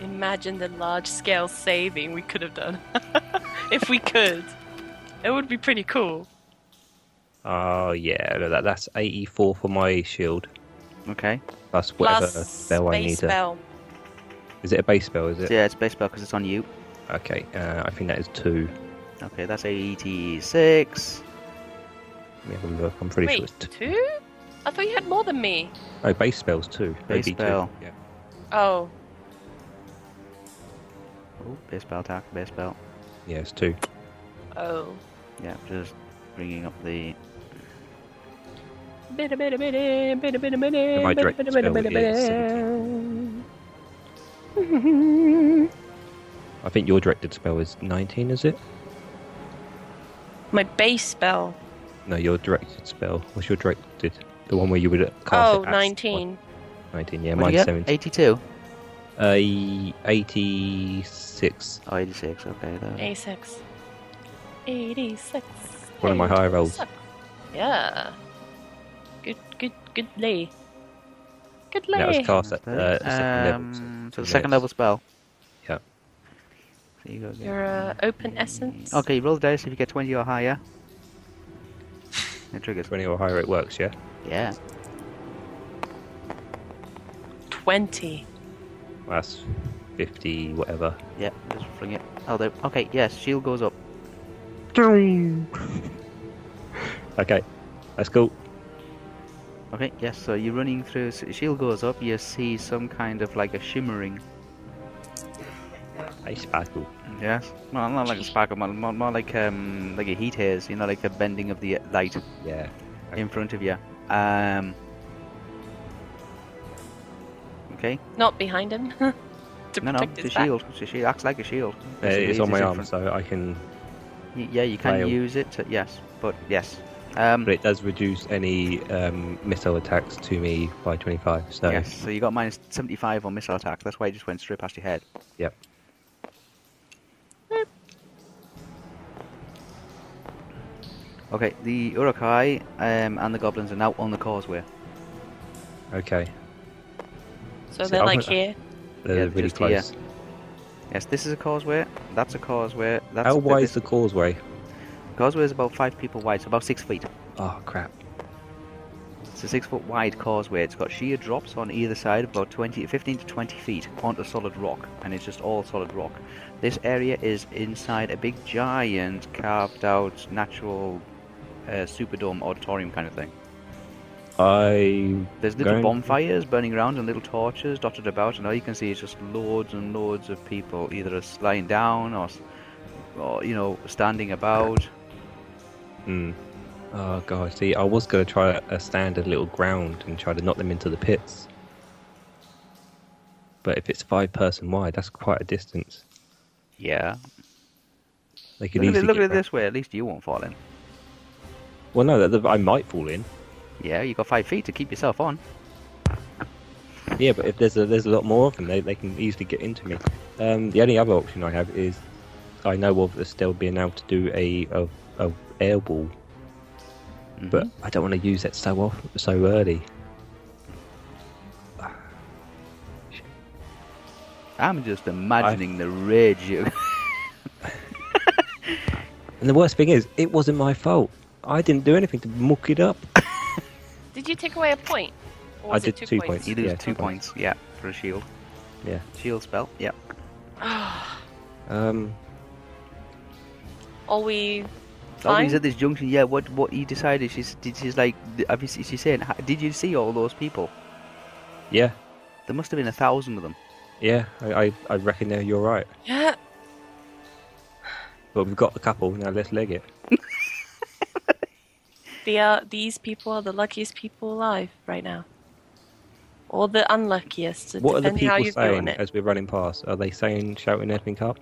Speaker 2: Imagine the large scale saving we could have done. if we could. It would be pretty cool.
Speaker 3: Oh yeah, no, that, that's eighty-four for my shield
Speaker 1: Okay.
Speaker 3: plus whatever
Speaker 2: Plus
Speaker 3: spell I
Speaker 2: space
Speaker 3: need. uh, To,
Speaker 2: spell.
Speaker 3: is it a base spell? Is
Speaker 1: So,
Speaker 3: it?
Speaker 1: yeah, it's base spell because it's on you.
Speaker 3: Okay, uh, I think that is two.
Speaker 1: Okay, that's 86.
Speaker 3: Let me have a look. I'm pretty sure
Speaker 2: Wait,
Speaker 3: it's two.
Speaker 2: two? I thought you had more than me.
Speaker 3: Oh, base spells two.
Speaker 1: Base
Speaker 3: Maybe
Speaker 1: spell.
Speaker 3: Two. Yeah.
Speaker 2: Oh,
Speaker 1: Oh, base spell attack, base spell.
Speaker 3: yeah, it's two.
Speaker 2: oh.
Speaker 1: Yeah, just bringing up the.
Speaker 2: Bidda, bidda, bidda, bidda, bidda,
Speaker 3: So my
Speaker 2: bidda,
Speaker 3: direct
Speaker 2: bidda, bidda,
Speaker 3: spell
Speaker 2: bidda, bidda.
Speaker 3: is I think your directed spell is nineteen. Is it?
Speaker 2: My base spell.
Speaker 3: No, your directed spell. What's your directed? The one where you would cast
Speaker 2: Oh,
Speaker 3: it at someone.
Speaker 2: 19.
Speaker 3: Nineteen. Yeah,
Speaker 1: What do
Speaker 3: mine's
Speaker 1: you get?
Speaker 3: seventeen.
Speaker 1: 82.
Speaker 3: Uh, eighty-six.
Speaker 1: Oh, 86. Okay. There.
Speaker 2: 86. 86.
Speaker 3: One of my high rolls.
Speaker 2: Yeah. Good, good, good lay. Good
Speaker 3: And That was
Speaker 2: lay.
Speaker 3: cast at uh, the second level. so
Speaker 1: Um,
Speaker 3: it's
Speaker 1: so the
Speaker 3: two
Speaker 1: second level
Speaker 3: minutes.
Speaker 1: spell.
Speaker 3: Yeah.
Speaker 1: There you go. again.
Speaker 2: Your uh, open essence.
Speaker 1: Okay, roll the dice if you get 20 or higher. It triggers.
Speaker 3: Twenty or higher, it works. Yeah.
Speaker 1: Yeah.
Speaker 2: 20.
Speaker 3: Well, that's fifty, whatever.
Speaker 1: Yeah, just fling it. Oh, there. Okay, yes, shield goes up.
Speaker 3: Okay, that's cool.
Speaker 1: Okay, yes, so you're running through. s shield goes up, you see some kind of like a shimmering.
Speaker 3: I sparkle.
Speaker 1: Yes. Well, not like a sparkle, more, more, more like um like a heat haze, you know, like a bending of the uh, light.
Speaker 3: Yeah.
Speaker 1: in front of you. Um. Okay.
Speaker 2: Not behind him. to
Speaker 1: No, no,
Speaker 2: protect
Speaker 1: it's a
Speaker 2: his back.
Speaker 1: shield. It's a shield. Acts like a shield.
Speaker 3: Uh, it's
Speaker 1: Basically,
Speaker 3: on my
Speaker 1: in
Speaker 3: arm,
Speaker 1: front-
Speaker 3: so I can.
Speaker 1: Y- Yeah, you can
Speaker 3: Flail.
Speaker 1: use it. To, yes, but yes. Um,
Speaker 3: But it does reduce any um, missile attacks to me by 25. So
Speaker 1: Yes. So you got minus seventy-five on missile attack. That's why it just went straight past your head.
Speaker 3: Yep.
Speaker 2: Boop.
Speaker 1: Okay, the Urukai um, and the goblins are now on the causeway.
Speaker 3: Okay.
Speaker 2: So
Speaker 3: See,
Speaker 2: they're
Speaker 3: I'm
Speaker 2: like
Speaker 3: gonna-
Speaker 2: here.
Speaker 3: They're
Speaker 1: Yeah,
Speaker 3: really
Speaker 1: just here.
Speaker 3: close.
Speaker 1: Yes, this is a causeway. That's a causeway. That's
Speaker 3: How wide
Speaker 1: this-
Speaker 3: is the causeway?
Speaker 1: causeway? Is about five people wide, so about six feet.
Speaker 3: Oh crap.
Speaker 1: It's a six foot wide causeway. It's got sheer drops on either side, about 20, 15 to 20 feet, onto solid rock, and it's just all solid rock. This area is inside a big, giant, carved out, natural uh, Superdome auditorium kind of thing.
Speaker 3: I
Speaker 1: There's little
Speaker 3: Going-
Speaker 1: bonfires burning around and little torches dotted about, and all you can see is just loads and loads of people either s- lying down or, s- or you know, standing about.
Speaker 3: Hmm. Oh god, see, I was gonna try a standard little ground and try to knock them into the pits. But if it's five person wide, that's quite a distance.
Speaker 1: Yeah.
Speaker 3: They could
Speaker 1: Look at, it,
Speaker 3: easily
Speaker 1: look at
Speaker 3: get
Speaker 1: it
Speaker 3: round-
Speaker 1: this way. At least you won't fall in.
Speaker 3: Well, no, that, that I might fall in.
Speaker 1: Yeah, you got five feet to keep yourself on.
Speaker 3: Yeah, but if there's a, there's a lot more of them, they, they can easily get into me. Um, the only other option I have is I know of us still being able to do a a, a air wall,
Speaker 2: Mm-hmm.
Speaker 3: but I don't want to use that so off so early.
Speaker 1: I'm just imagining the rage you.
Speaker 3: And the worst thing is, it wasn't my fault. I didn't do anything to muck it up.
Speaker 2: Did you take away a point? Or
Speaker 3: I
Speaker 2: was it
Speaker 3: did two points.
Speaker 1: You lose
Speaker 3: Yeah,
Speaker 1: two
Speaker 3: two
Speaker 1: points.
Speaker 3: points.
Speaker 1: Yeah, for a shield.
Speaker 3: Yeah.
Speaker 1: Shield spell. Yeah.
Speaker 3: Um,
Speaker 2: Are we
Speaker 1: Oh, he's
Speaker 2: Fine.
Speaker 1: at this junction. Yeah. What? What? He decided. She's. Did she's like. Have you, se- she's saying. "Ha- Did you see all those people?
Speaker 3: yeah,
Speaker 1: There must have been a thousand of them.
Speaker 3: yeah, I, I, I reckon there you're right.
Speaker 2: Yeah.
Speaker 3: But we've got a couple now. Let's leg it.
Speaker 2: They are, uh, these people are the luckiest people alive right now. Or the unluckiest. It
Speaker 3: What are the
Speaker 2: depends how
Speaker 3: people
Speaker 2: you feel on
Speaker 3: saying
Speaker 2: it.
Speaker 3: as we're running past? Are they saying shouting anything up?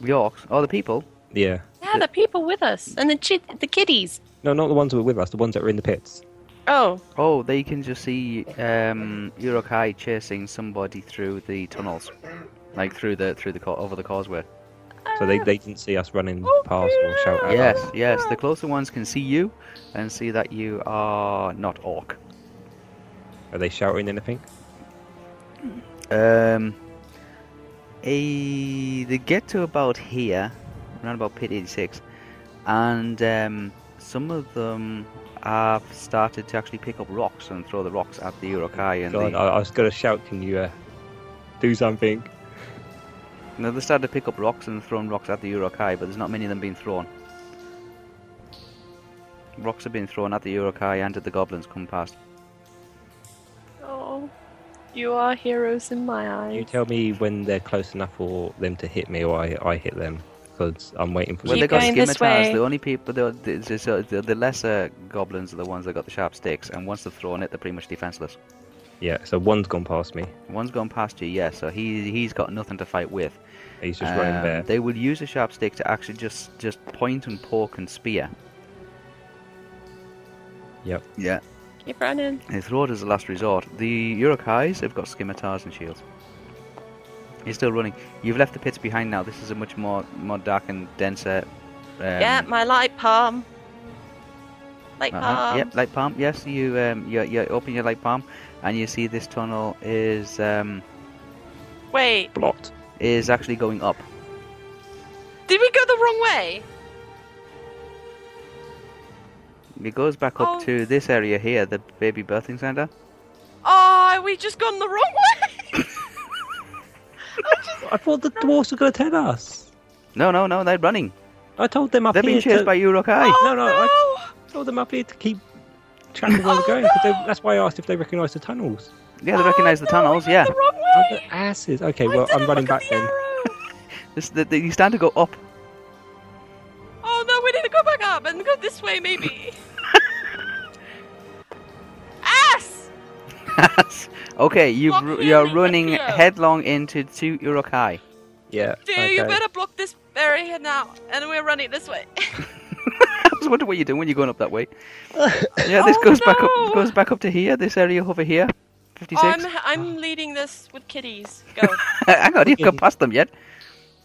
Speaker 1: The orcs. All the people.
Speaker 3: Yeah.
Speaker 2: Yeah, the people with us. And the, chi- the kiddies.
Speaker 3: No, not the ones that were with us. The ones that were in the pits.
Speaker 2: Oh,
Speaker 1: Oh, they can just see um, Urukai chasing somebody through the tunnels, like through the through the ca- over the causeway.
Speaker 3: So they, they didn't see us running past or shouting. at
Speaker 1: Yes,
Speaker 3: us.
Speaker 1: yes. The closer ones can see you, and see that you are not orc.
Speaker 3: Are they shouting anything?
Speaker 1: Um, a, they get to about here, around about pit 86, and um, some of them have started to actually pick up rocks and throw the rocks at the Urukai. And
Speaker 3: God,
Speaker 1: the,
Speaker 3: I, I was gonna shout. Can you uh, do something?
Speaker 1: no, they started to pick up rocks and throwing rocks at the Urukai, but there's not many of them being thrown. Rocks are being thrown at the Urukai and at the goblins come past.
Speaker 2: oh. You are heroes in my eyes.
Speaker 3: You tell me when they're close enough for them to hit me, or I, I hit them. Because I'm waiting for.
Speaker 1: Well, they
Speaker 2: Keep
Speaker 3: them to
Speaker 1: got
Speaker 2: going this
Speaker 1: scimitars.
Speaker 2: way.
Speaker 1: The only people, the, the, so the, the lesser goblins are the ones that got the sharp sticks, and once they've thrown it, they're pretty much defenseless.
Speaker 3: Yeah, so one's gone past me.
Speaker 1: One's gone past you, yeah, so he, he's got nothing to fight with.
Speaker 3: He's just
Speaker 1: Um,
Speaker 3: running there.
Speaker 1: They will use a sharp stick to actually just, just point and poke and spear.
Speaker 3: Yep.
Speaker 1: Yeah.
Speaker 2: Keep running.
Speaker 1: They throw it as a last resort. The Urukais have got scimitars and shields. He's still running. You've left the pits behind now. This is a much more, more dark and denser. Um,
Speaker 2: yeah, my light palm. Light
Speaker 1: Uh-huh.
Speaker 2: palm.
Speaker 1: Yep, light palm. Yes, you um, you you open your light palm, and you see this tunnel is um,
Speaker 2: Wait,
Speaker 3: Blocked.
Speaker 1: is actually going up.
Speaker 2: did we go the wrong way?
Speaker 1: It goes back up
Speaker 2: Oh.
Speaker 1: to this area here, the baby birthing center.
Speaker 2: Oh, we just gone the wrong way.
Speaker 3: I thought the dwarves were going to tell us.
Speaker 1: No, no, no, they're running.
Speaker 3: I told them up
Speaker 1: They're being
Speaker 3: here.
Speaker 1: chased
Speaker 3: To,
Speaker 1: by Urukai.
Speaker 2: oh,
Speaker 3: no, no, I-
Speaker 2: no.
Speaker 3: told them up here to keep track of where
Speaker 2: Oh,
Speaker 3: they're going. 'cause they-
Speaker 2: no.
Speaker 3: that's why I asked if they recognised the tunnels.
Speaker 1: Yeah,
Speaker 2: Oh,
Speaker 1: they recognise the tunnels. Yeah,
Speaker 2: The wrong
Speaker 3: Oh,
Speaker 2: way.
Speaker 3: the asses. Okay, well I'm running back then.
Speaker 1: this, the, the, you stand to go up.
Speaker 2: Oh no, we need to go back up and go this way maybe. Ass!
Speaker 1: okay, you
Speaker 2: Block
Speaker 1: ru-
Speaker 2: me,
Speaker 1: you're
Speaker 2: Mr.
Speaker 1: running
Speaker 2: Theo.
Speaker 1: headlong into two Urukai.
Speaker 3: Yeah.
Speaker 2: Dear,
Speaker 3: okay.
Speaker 2: you better block this barrier now, and we're running this way.
Speaker 1: I was wondering what you're doing when you're going up that way. Yeah, this
Speaker 2: Oh,
Speaker 1: goes back up
Speaker 2: no.
Speaker 1: goes back up to here. This area over here, fifty-six.
Speaker 2: I'm I'm leading this with kitties. Go.
Speaker 1: Hang on, you've gone past them yet.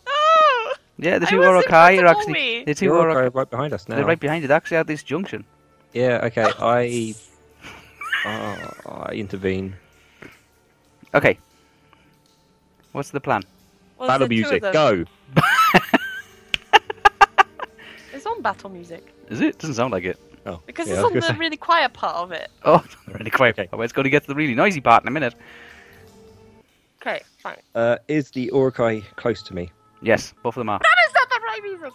Speaker 2: no!
Speaker 1: Yeah, the
Speaker 2: I
Speaker 1: two
Speaker 2: was
Speaker 1: Orokai are
Speaker 2: impossible
Speaker 1: actually
Speaker 2: me.
Speaker 1: the two
Speaker 3: You're
Speaker 1: Orokai.
Speaker 3: right- right behind us now.
Speaker 1: They're right behind you. They actually at this junction.
Speaker 3: Yeah, okay. I uh, I intervene.
Speaker 1: Okay. What's the plan?
Speaker 2: Well,
Speaker 3: Battle
Speaker 2: there's Oh, two of
Speaker 3: music,
Speaker 2: them.
Speaker 3: go!
Speaker 2: It's on battle music
Speaker 1: Is it? Doesn't sound like it.
Speaker 3: Oh,
Speaker 2: because
Speaker 3: yeah,
Speaker 2: it's
Speaker 3: I was
Speaker 2: on the
Speaker 3: gonna say-
Speaker 2: really quiet part of it.
Speaker 1: Oh, really quiet.
Speaker 3: Okay.
Speaker 1: Oh, it's going to get to the really noisy part in a minute.
Speaker 2: Okay, fine.
Speaker 3: Uh, is the Orokai close to me?
Speaker 1: Yes, both of them are.
Speaker 2: That is not the right music.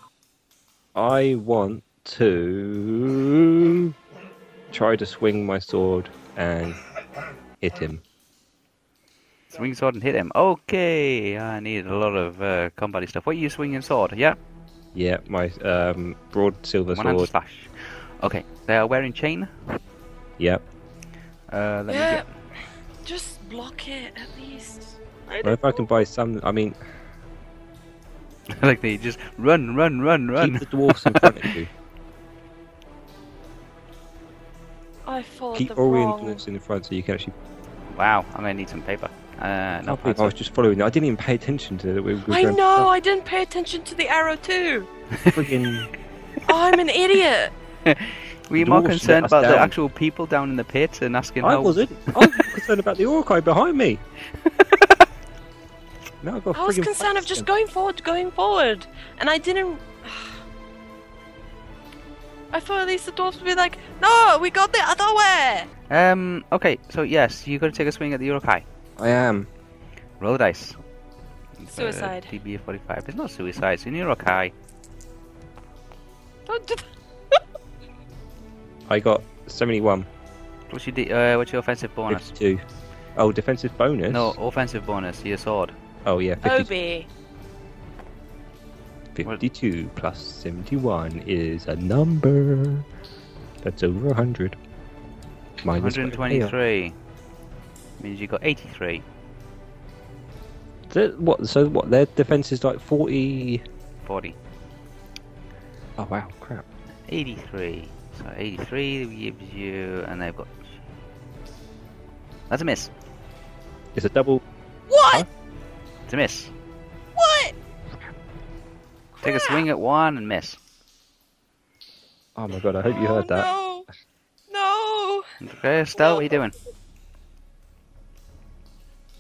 Speaker 3: I want to try to swing my sword and hit him.
Speaker 1: Swing sword and hit him. Okay, I need a lot of uh, combat stuff. What are you swinging sword? Yeah,
Speaker 3: Yeah, my um, broad silver
Speaker 1: one hand
Speaker 3: sword.
Speaker 1: slash. Okay, they are wearing chain.
Speaker 3: Yep.
Speaker 1: Uh, let
Speaker 2: Yeah,
Speaker 1: me
Speaker 2: just block it at least.
Speaker 3: Well, if I can buy some, I mean,
Speaker 1: get... like they just run, run, run, run.
Speaker 3: keep the dwarfs in front of you.
Speaker 2: I followed
Speaker 3: Keep
Speaker 2: the
Speaker 3: Orion
Speaker 2: wrong.
Speaker 3: dwarfs in the front so you can actually.
Speaker 1: Wow, I'm gonna need some paper. Uh,
Speaker 3: I
Speaker 1: no,
Speaker 3: can't believe I was just following. I didn't even pay attention to that. We were
Speaker 2: I
Speaker 3: going- "Oh,
Speaker 2: know. I didn't pay attention to the arrow too.
Speaker 3: Friggin'
Speaker 2: I'm an idiot.
Speaker 1: we more
Speaker 3: Dwarves let
Speaker 1: concerned
Speaker 3: us
Speaker 1: about the
Speaker 3: down.
Speaker 1: actual people down in the pit and asking
Speaker 3: I
Speaker 1: how.
Speaker 3: wasn't. I was concerned about the Orokai behind me. now I've got
Speaker 2: I was
Speaker 3: friggin'
Speaker 2: concerned of just
Speaker 3: fight
Speaker 2: going forward, going forward, and I didn't. I thought at least the dwarves would be like, "No, we got the other way."
Speaker 1: Um. Okay, so yes, you got to take a swing at the Urukai.
Speaker 3: against- I am.
Speaker 1: Roll the dice.
Speaker 2: Suicide.
Speaker 1: Uh, DB 45. It's not suicide. It's an Urukai.
Speaker 2: Don't do that.
Speaker 3: I got 71.
Speaker 1: What's your D- uh, What's your offensive bonus?
Speaker 3: 52. Oh, defensive bonus?
Speaker 1: No, offensive bonus. Your sword.
Speaker 3: Oh, yeah. 50,
Speaker 2: Obi.
Speaker 3: 52 plus 71 is a number. That's over 100. Minus whatever they are.
Speaker 1: 123 means you got 83.
Speaker 3: So What, so what? Their defense is like 40.
Speaker 1: 40.
Speaker 3: Oh, wow. Crap.
Speaker 1: 83. So 83 gives you, and they've got. That's a miss.
Speaker 3: It's a double.
Speaker 2: What?
Speaker 1: It's a miss.
Speaker 2: What?
Speaker 1: Take a swing at one and miss.
Speaker 3: Oh, my God. I hope you
Speaker 2: Oh,
Speaker 3: heard that.
Speaker 2: No. No.
Speaker 1: Okay, Estelle, what are you doing?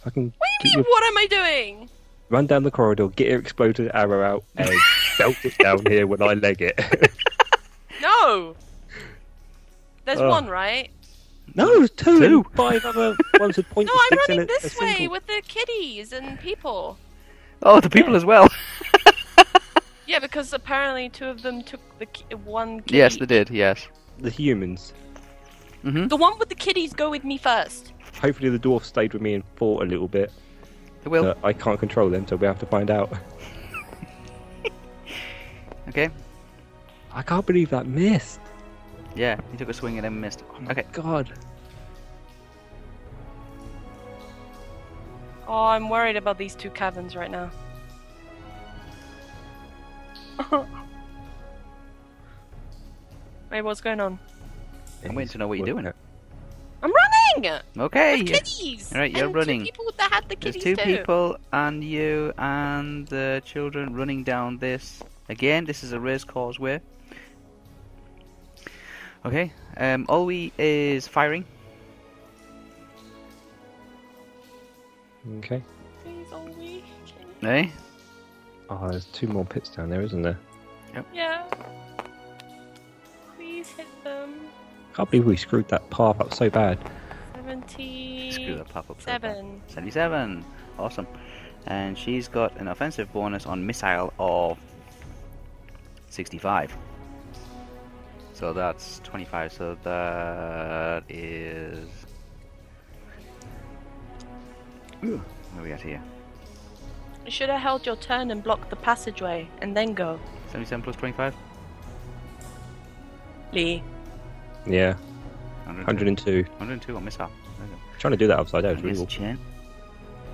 Speaker 3: I can
Speaker 2: What do
Speaker 3: keep
Speaker 2: you
Speaker 3: your
Speaker 2: mean? What am I doing?
Speaker 3: run down the corridor, get your exploded arrow out, and belt it down here when I leg it.
Speaker 2: No. There's
Speaker 3: Oh.
Speaker 2: one, right?
Speaker 3: no, two,
Speaker 1: Two.
Speaker 3: and five other ones with point
Speaker 2: No, I'm
Speaker 3: sticks
Speaker 2: running
Speaker 3: and a- a
Speaker 2: this way
Speaker 3: single-
Speaker 2: with the kiddies and people.
Speaker 1: Oh, the people as well.
Speaker 2: Yeah, because apparently two of them took the ki- one. Kitty.
Speaker 1: yes, they did. Yes.
Speaker 3: the humans.
Speaker 1: hmm
Speaker 2: The one with the kiddies go with me first.
Speaker 3: Hopefully, the dwarf stayed with me and fought a little bit.
Speaker 1: They will.
Speaker 3: but I can't control them, so we have to find out.
Speaker 1: Okay.
Speaker 3: I can't believe that missed.
Speaker 1: Yeah, you took a swing at him and missed. Okay.
Speaker 3: God,
Speaker 2: Oh, I'm worried about these two caverns right now. Wait, what's going on?
Speaker 1: I'm waiting to know what you're doing.
Speaker 2: I'm running.
Speaker 1: Okay.
Speaker 2: with
Speaker 1: yeah.
Speaker 2: kiddies.
Speaker 1: Alright, you're
Speaker 2: and
Speaker 1: running.
Speaker 2: Two people that had the
Speaker 1: There's two
Speaker 2: kiddies too.
Speaker 1: people and you and the children running down this. Again, this is a race causeway. Okay. Um, Olwe is firing.
Speaker 3: Okay.
Speaker 2: Please, are we?
Speaker 1: Eh?
Speaker 3: Oh, there's two more pits down there, isn't there?
Speaker 2: Yeah. Please hit them.
Speaker 3: Can't believe we screwed that path up so bad.
Speaker 1: Screw
Speaker 2: Seventy-seven.
Speaker 1: that pop up. so bad. 77. Awesome. And she's got an offensive bonus on missile of 65. So that's 25. So that is. Ooh, what do we got here?
Speaker 2: You should have held your turn and blocked the passageway, and then go,
Speaker 1: 77 plus 25?
Speaker 2: Lee.
Speaker 3: Yeah,
Speaker 1: 102.
Speaker 3: 102.
Speaker 1: 102 on missile. There you go.
Speaker 3: Trying to do that upside down is
Speaker 1: And his
Speaker 3: really awful.
Speaker 1: chin.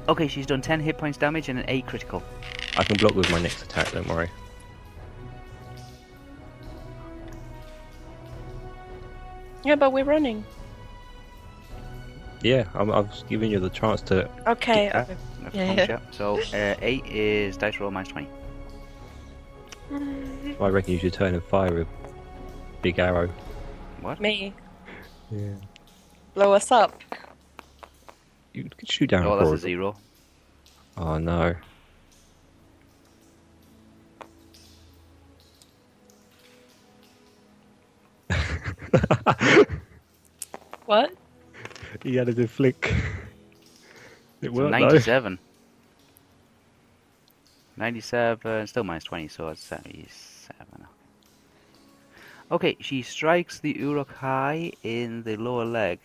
Speaker 1: Okay, she's done 10 hit points damage and an 8 critical.
Speaker 3: I can block with my next attack. Don't worry.
Speaker 2: Yeah, but we're running.
Speaker 3: Yeah, I'm, I've given you the chance to
Speaker 2: Okay.
Speaker 3: Yeah.
Speaker 2: okay.
Speaker 1: That's
Speaker 2: Yeah,
Speaker 1: one
Speaker 2: yeah.
Speaker 1: shot. So uh, 8 is dice roll minus 20.
Speaker 3: I reckon you should turn and fire a big arrow.
Speaker 1: What?
Speaker 2: Me.
Speaker 3: Yeah.
Speaker 2: Blow us up.
Speaker 3: You could shoot down
Speaker 1: Oh,
Speaker 3: a
Speaker 1: that's a
Speaker 3: corridor.
Speaker 1: zero.
Speaker 3: Oh no.
Speaker 2: What?
Speaker 3: He added a flick. It
Speaker 1: It's a
Speaker 3: worked though.
Speaker 1: 97. 97, still minus 20, so it's 77. Okay, she strikes the Uruk high in the lower leg.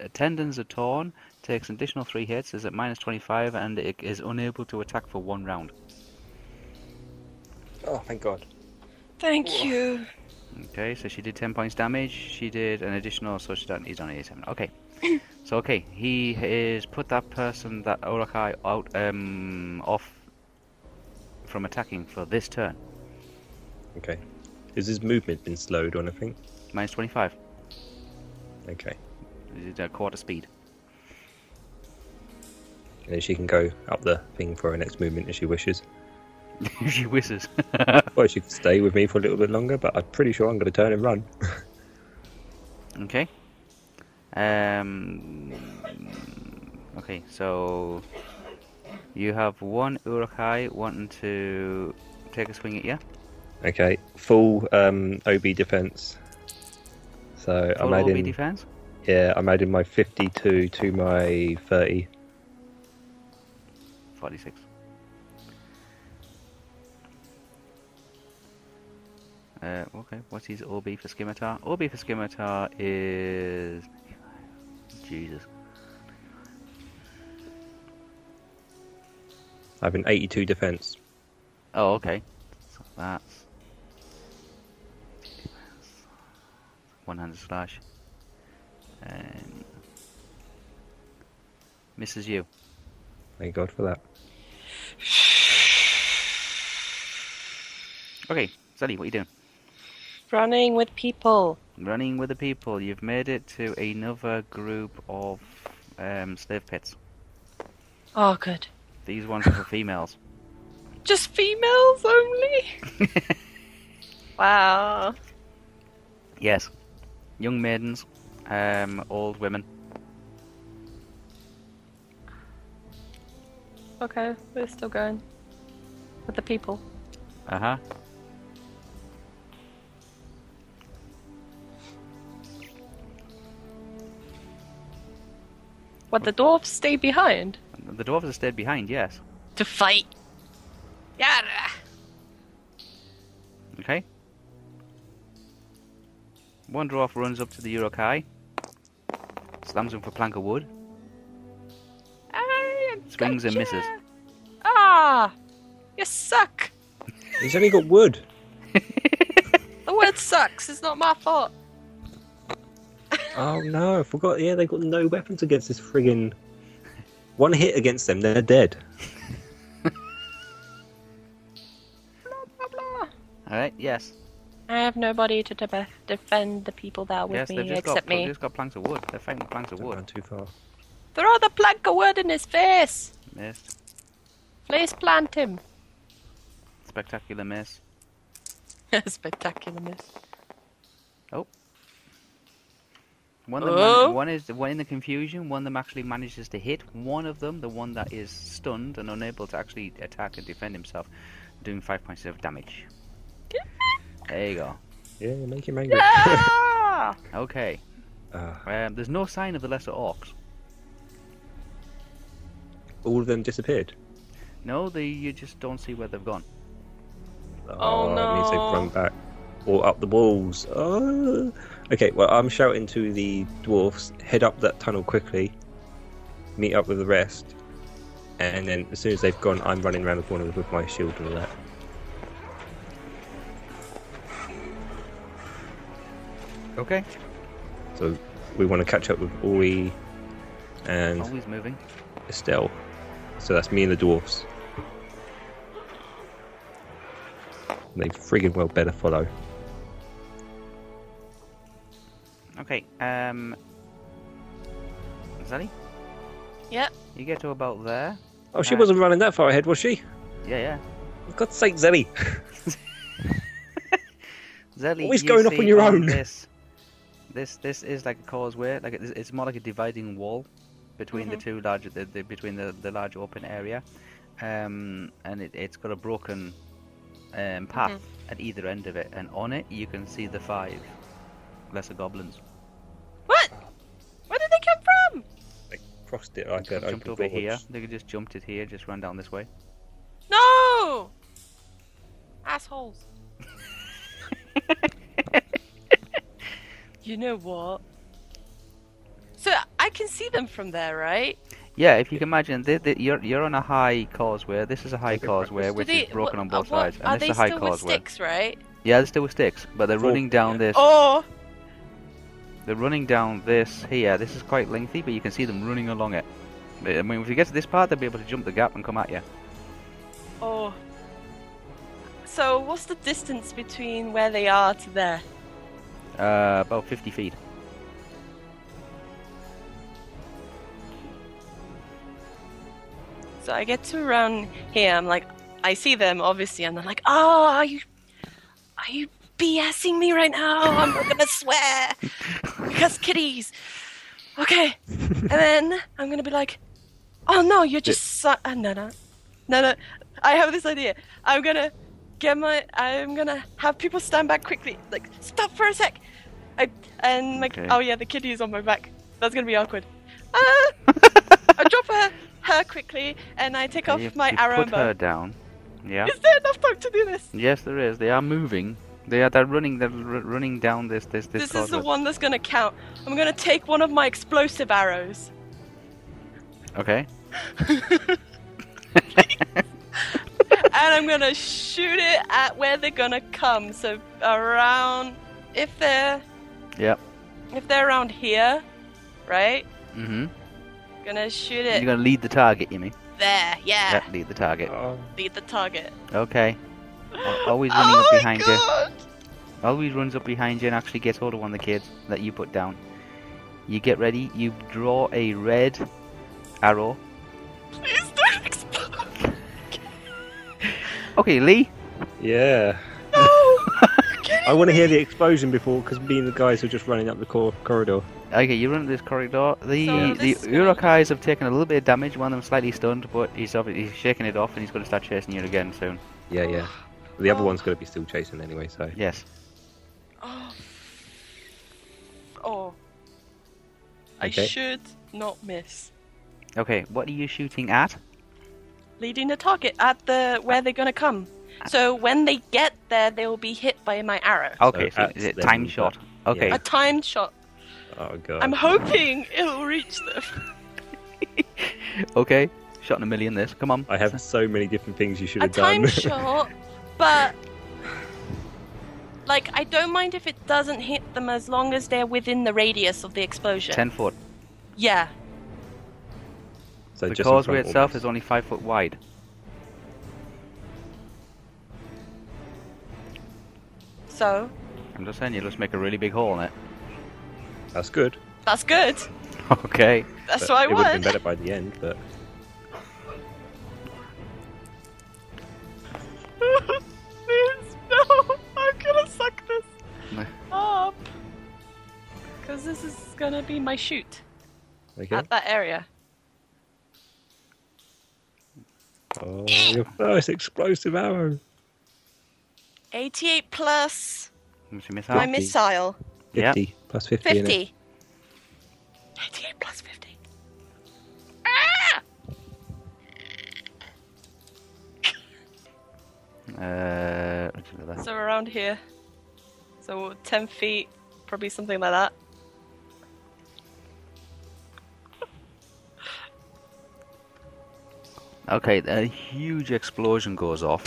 Speaker 1: Uh, Tendons are torn, takes an additional 3 hits, is at minus 25, and it is unable to attack for one round.
Speaker 3: Oh, thank God.
Speaker 2: Thank you.
Speaker 1: Okay, so she did 10 points damage. She did an additional, so she done, he's on 87. Okay. so, okay, he is put that person, that Orakai, out, um, off from attacking for this turn.
Speaker 3: Okay. Is his movement been slowed or anything?
Speaker 1: Minus 25.
Speaker 3: Okay.
Speaker 1: He's at quarter speed.
Speaker 3: And then she can go up the thing for her next movement if she wishes.
Speaker 1: she whistles.
Speaker 3: Well, she could stay with me for a little bit longer, but I'm pretty sure I'm going to turn and run.
Speaker 1: okay. Um. Okay, so. You have one Urukai wanting to take a swing at you.
Speaker 3: Okay, full um, OB defense. So I'm
Speaker 1: Full OB
Speaker 3: adding,
Speaker 1: defense.
Speaker 3: yeah, I'm adding my 52 to my 30.
Speaker 1: 46. Uh, okay, what's his OB for Scimitar? OB for Scimitar is. Jesus.
Speaker 3: I have an 82 defense.
Speaker 1: Oh, okay. So that's. 100 slash. Um, misses you.
Speaker 3: Thank God for that.
Speaker 1: Okay, Sally, what are you doing?
Speaker 2: Running with people.
Speaker 1: Running with the people. You've made it to another group of um, slave pits.
Speaker 2: Oh, good.
Speaker 1: These ones are for females.
Speaker 2: Just females only? wow.
Speaker 1: Yes. Young maidens, um, old women.
Speaker 2: Okay, we're still going. With the people.
Speaker 1: Uh huh.
Speaker 2: What, the dwarves stay behind?
Speaker 1: The dwarves have stayed behind, yes.
Speaker 2: To fight. Yeah.
Speaker 1: Okay. One dwarf runs up to the Urukai, slams him for plank of wood, swings and misses.
Speaker 2: Ah! You suck!
Speaker 3: He's only got wood.
Speaker 2: The word sucks, it's not my fault.
Speaker 3: Oh no, I forgot. Yeah, they've got no weapons against this friggin'. One hit against them, they're dead.
Speaker 2: Blah, blah.
Speaker 1: Alright, yes.
Speaker 2: I have nobody to de- defend the people that are with
Speaker 1: yes, they've
Speaker 2: me
Speaker 1: just got,
Speaker 2: except
Speaker 1: they've
Speaker 2: me.
Speaker 1: just got planks of wood. They're fighting with planks of
Speaker 3: Don't run
Speaker 1: wood.
Speaker 3: too far.
Speaker 2: Throw the plank of wood in his face!
Speaker 1: Missed.
Speaker 2: Please plant him.
Speaker 1: Spectacular miss.
Speaker 2: Spectacular miss.
Speaker 1: One, of them
Speaker 2: Oh.
Speaker 1: one is the one in the confusion. One of them actually manages to hit. One of them, the one that is stunned and unable to actually attack and defend himself, doing five points of damage. there you go.
Speaker 3: Yeah, make him angry.
Speaker 2: Ah!
Speaker 1: Okay.
Speaker 3: Ah.
Speaker 1: Um, there's no sign of the lesser orcs.
Speaker 3: all of them disappeared.
Speaker 1: No, they you just don't see where they've gone.
Speaker 3: It Oh, means they've
Speaker 2: no.
Speaker 3: run back or up the walls. Oh. Okay, well, I'm shouting to the dwarfs head up that tunnel quickly, meet up with the rest, and then as soon as they've gone, I'm running around the corner with my shield and all that.
Speaker 1: Okay.
Speaker 3: So we want to catch up with Ori and
Speaker 1: Always moving.
Speaker 3: Estelle. So that's me and the dwarfs. They friggin' well better follow.
Speaker 1: Okay. Um. Sally,
Speaker 2: Yep.
Speaker 1: you get to about there.
Speaker 3: Oh, she
Speaker 1: Right.
Speaker 3: wasn't running that far ahead, was she?
Speaker 1: Yeah, yeah.
Speaker 3: For God's sake, Zelly!
Speaker 1: Zelly,
Speaker 3: Always
Speaker 1: you
Speaker 3: going off on
Speaker 1: see
Speaker 3: your own.
Speaker 1: This, this, this is like a causeway. Like it's, it's more like a dividing wall between
Speaker 2: Mm-hmm.
Speaker 1: the two large, the, the, between the, the large open area, um, and it, it's got a broken um, path
Speaker 2: Mm-hmm.
Speaker 1: at either end of it, and on it you can see the five lesser goblins.
Speaker 2: What? Where did they come from?
Speaker 3: They crossed it like an
Speaker 1: They jumped
Speaker 3: open
Speaker 1: over
Speaker 3: gorge.
Speaker 1: here. They could just jumped it here, just ran down this way.
Speaker 2: No! Assholes. you know what? So I can see them from there, right?
Speaker 1: Yeah, if you can imagine, they, they, you're you're on a high causeway. This is a high
Speaker 3: Like a
Speaker 1: causeway
Speaker 3: practice.
Speaker 1: which
Speaker 2: Do they-
Speaker 1: is broken
Speaker 2: what-
Speaker 1: on both
Speaker 2: uh, what-
Speaker 1: sides,
Speaker 2: are
Speaker 1: and this
Speaker 2: they
Speaker 1: is a high
Speaker 2: still with
Speaker 1: causeway.
Speaker 2: sticks, right?
Speaker 1: Yeah, they're still with sticks, but they're
Speaker 3: Oh,
Speaker 1: running down
Speaker 3: yeah.
Speaker 1: this.
Speaker 2: Or
Speaker 1: They're running down this here. This is quite lengthy, but you can see them running along it. I mean, if you get to this part, they'll be able to jump the gap and come at you.
Speaker 2: Oh. So, what's the distance between where they are to there?
Speaker 1: Uh, about 50 feet.
Speaker 2: So I get to around here. I'm like, I see them obviously, and I'm like, oh, are you, are you BSing me right now? I'm not gonna swear because kitties. Okay, and then I'm gonna be like, oh no, you're just so- uh, no no, no no. I have this idea. I'm gonna get my. I'm gonna have people stand back quickly. Like stop for a sec. I, and like,
Speaker 1: Okay.
Speaker 2: oh yeah, the kitty is on my back. That's gonna be awkward. Ah! I drop her, her quickly, and I take off
Speaker 1: you,
Speaker 2: my
Speaker 1: you
Speaker 2: arrow
Speaker 1: put
Speaker 2: and bow.
Speaker 1: her down. Yeah.
Speaker 2: Is there enough time to do this?
Speaker 1: Yes, there is. They are moving. They are. They're running. They're r- running down this this this.
Speaker 2: This, is the
Speaker 1: causeway.
Speaker 2: one that's gonna count. I'm gonna take one of my explosive arrows.
Speaker 1: Okay.
Speaker 2: and I'm gonna shoot it at where they're gonna come. So around, if they're
Speaker 1: Yep.
Speaker 2: if they're around here, right?
Speaker 1: Mhm.
Speaker 2: Gonna shoot
Speaker 1: You're
Speaker 2: it
Speaker 1: gonna lead the target, you mean?
Speaker 2: there. Yeah,
Speaker 1: Yeah, lead the target.
Speaker 3: Oh,
Speaker 2: lead the target.
Speaker 1: Okay. Al- Always running
Speaker 2: Oh
Speaker 1: up
Speaker 2: my
Speaker 1: behind you.
Speaker 2: god!
Speaker 1: always runs up behind you and actually gets hold of one of the kids that you put down. You get ready, you draw a red arrow.
Speaker 2: Please don't explode.
Speaker 1: Okay, Lee.
Speaker 3: yeah.
Speaker 2: No.
Speaker 3: I want to hear the explosion before, because me and the guys were just running up the cor- corridor.
Speaker 1: Okay, you run this corridor. The
Speaker 2: So
Speaker 1: the
Speaker 2: this is gonna-
Speaker 1: Urukais have taken a little bit of damage, one of them slightly stunned, but he's obviously he's shaking it off and he's going to start chasing you again soon.
Speaker 3: Yeah, yeah. The other
Speaker 2: Oh.
Speaker 3: one's going to be still chasing anyway, so.
Speaker 1: Yes.
Speaker 2: Oh. Oh. I
Speaker 3: Okay.
Speaker 2: should not miss.
Speaker 1: Okay, what are you shooting at?
Speaker 2: Leading the target at the where they're gonna come. So when they get there, they will be hit by my arrow.
Speaker 1: Okay,
Speaker 3: So
Speaker 1: so,
Speaker 3: at
Speaker 1: is it
Speaker 3: them,
Speaker 1: time
Speaker 3: but-
Speaker 1: shot? Okay.
Speaker 2: A timed shot.
Speaker 3: Oh, God.
Speaker 2: I'm hoping it'll reach them.
Speaker 1: Okay. Shot in a million this. Come on.
Speaker 3: I have so many different things you should
Speaker 2: A
Speaker 3: have done.
Speaker 2: timed shot, but like I don't mind if it doesn't hit them as long as they're within the radius of the explosion.
Speaker 1: 10 foot.
Speaker 2: Yeah.
Speaker 3: so
Speaker 1: the
Speaker 3: just in
Speaker 1: causeway
Speaker 3: front
Speaker 1: itself
Speaker 3: almost.
Speaker 1: is only 5 foot wide.
Speaker 2: So
Speaker 1: I'm just saying, you just make a really big hole in it.
Speaker 3: That's good.
Speaker 2: that's good.
Speaker 1: Okay.
Speaker 2: That's what
Speaker 3: but
Speaker 2: I
Speaker 3: it would have been
Speaker 2: want.
Speaker 3: better by the end, but.
Speaker 2: Please, no! I'm gonna suck this up! Because this is gonna be my shoot
Speaker 3: Okay.
Speaker 2: at that area.
Speaker 3: Oh, your first explosive arrow.
Speaker 2: 88 plus
Speaker 1: Did you miss
Speaker 2: my
Speaker 1: out?
Speaker 2: missile.
Speaker 3: 50.
Speaker 1: Yeah.
Speaker 3: Plus 50. innit?
Speaker 2: 50. 88 plus 50. Ah!
Speaker 1: Uh, which is that?
Speaker 2: So around here. So 10 feet, probably something like that.
Speaker 1: Okay, a huge explosion goes off.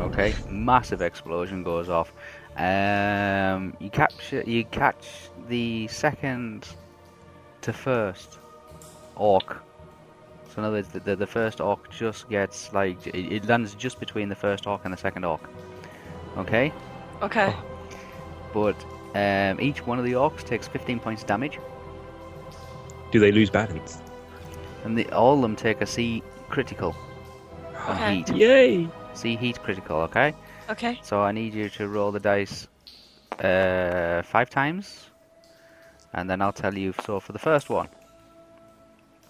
Speaker 1: okay, massive explosion goes off. Um, you capture, you catch the second to first orc. So in other words, the, the, the first orc just gets like it, it lands just between the first orc and the second orc. Okay,
Speaker 2: Okay.
Speaker 1: but um, each one of the orcs takes 15 points damage.
Speaker 3: Do they lose balance?
Speaker 1: and they, all of them take a C critical. on
Speaker 2: Okay.
Speaker 1: Heat.
Speaker 3: Yay!
Speaker 1: See heat critical, okay?
Speaker 2: Okay.
Speaker 1: So I need you to roll the dice uh, five times, and then I'll tell you. So for the first one,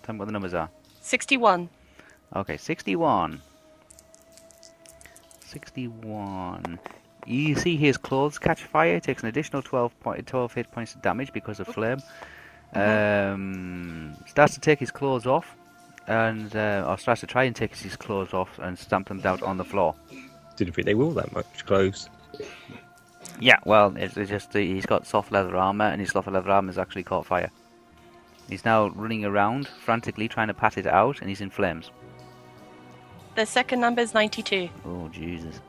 Speaker 1: tell me what the numbers are.
Speaker 2: 61.
Speaker 1: Okay, 61. 61. You see his clothes catch fire, takes an additional 12, point, 12 hit points of damage because of flame. Um, starts to take his clothes off, and uh, or starts to try and take his clothes off and stamp them down on the floor.
Speaker 3: Didn't think they wore that much clothes.
Speaker 1: Yeah, well, it's, it's just the, he's got soft leather armor, and his soft leather armor has actually caught fire. He's now running around frantically trying to pat it out, and he's in flames.
Speaker 2: The second number is 92.
Speaker 1: Oh Jesus!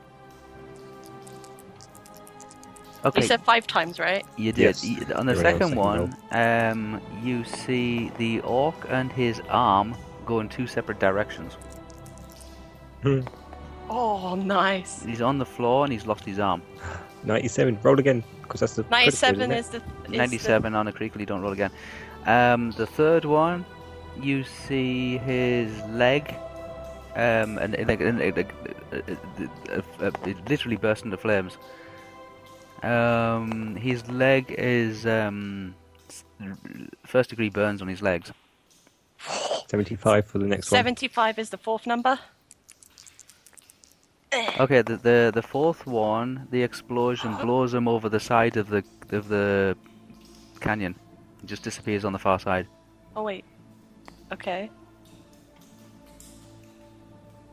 Speaker 1: Okay,
Speaker 2: You said five times, right?
Speaker 1: you did.
Speaker 3: Yes,
Speaker 1: You- on the
Speaker 3: you're right, I
Speaker 1: second
Speaker 3: was thinking
Speaker 1: one, um, you see the orc and his arm go in two separate directions.
Speaker 2: Oh, nice.
Speaker 1: He's on the floor and he's lost his arm.
Speaker 3: 97. Roll again, because that's the. critical,
Speaker 2: 97
Speaker 3: isn't it?
Speaker 2: is the. is the-
Speaker 1: 97 on a critically, don't roll again. Um, the third one, you see his leg, um, and it- like, and it- like, uh, uh, uh, uh, it literally burst into flames. Um, his leg is um, first degree burns on his legs.
Speaker 3: 75 for the next
Speaker 2: 75 is the fourth number. Eh.
Speaker 1: Okay, the the, the fourth one, the explosion blows him over the side of the of the canyon, It just disappears on the far side.
Speaker 2: Oh, wait. Okay.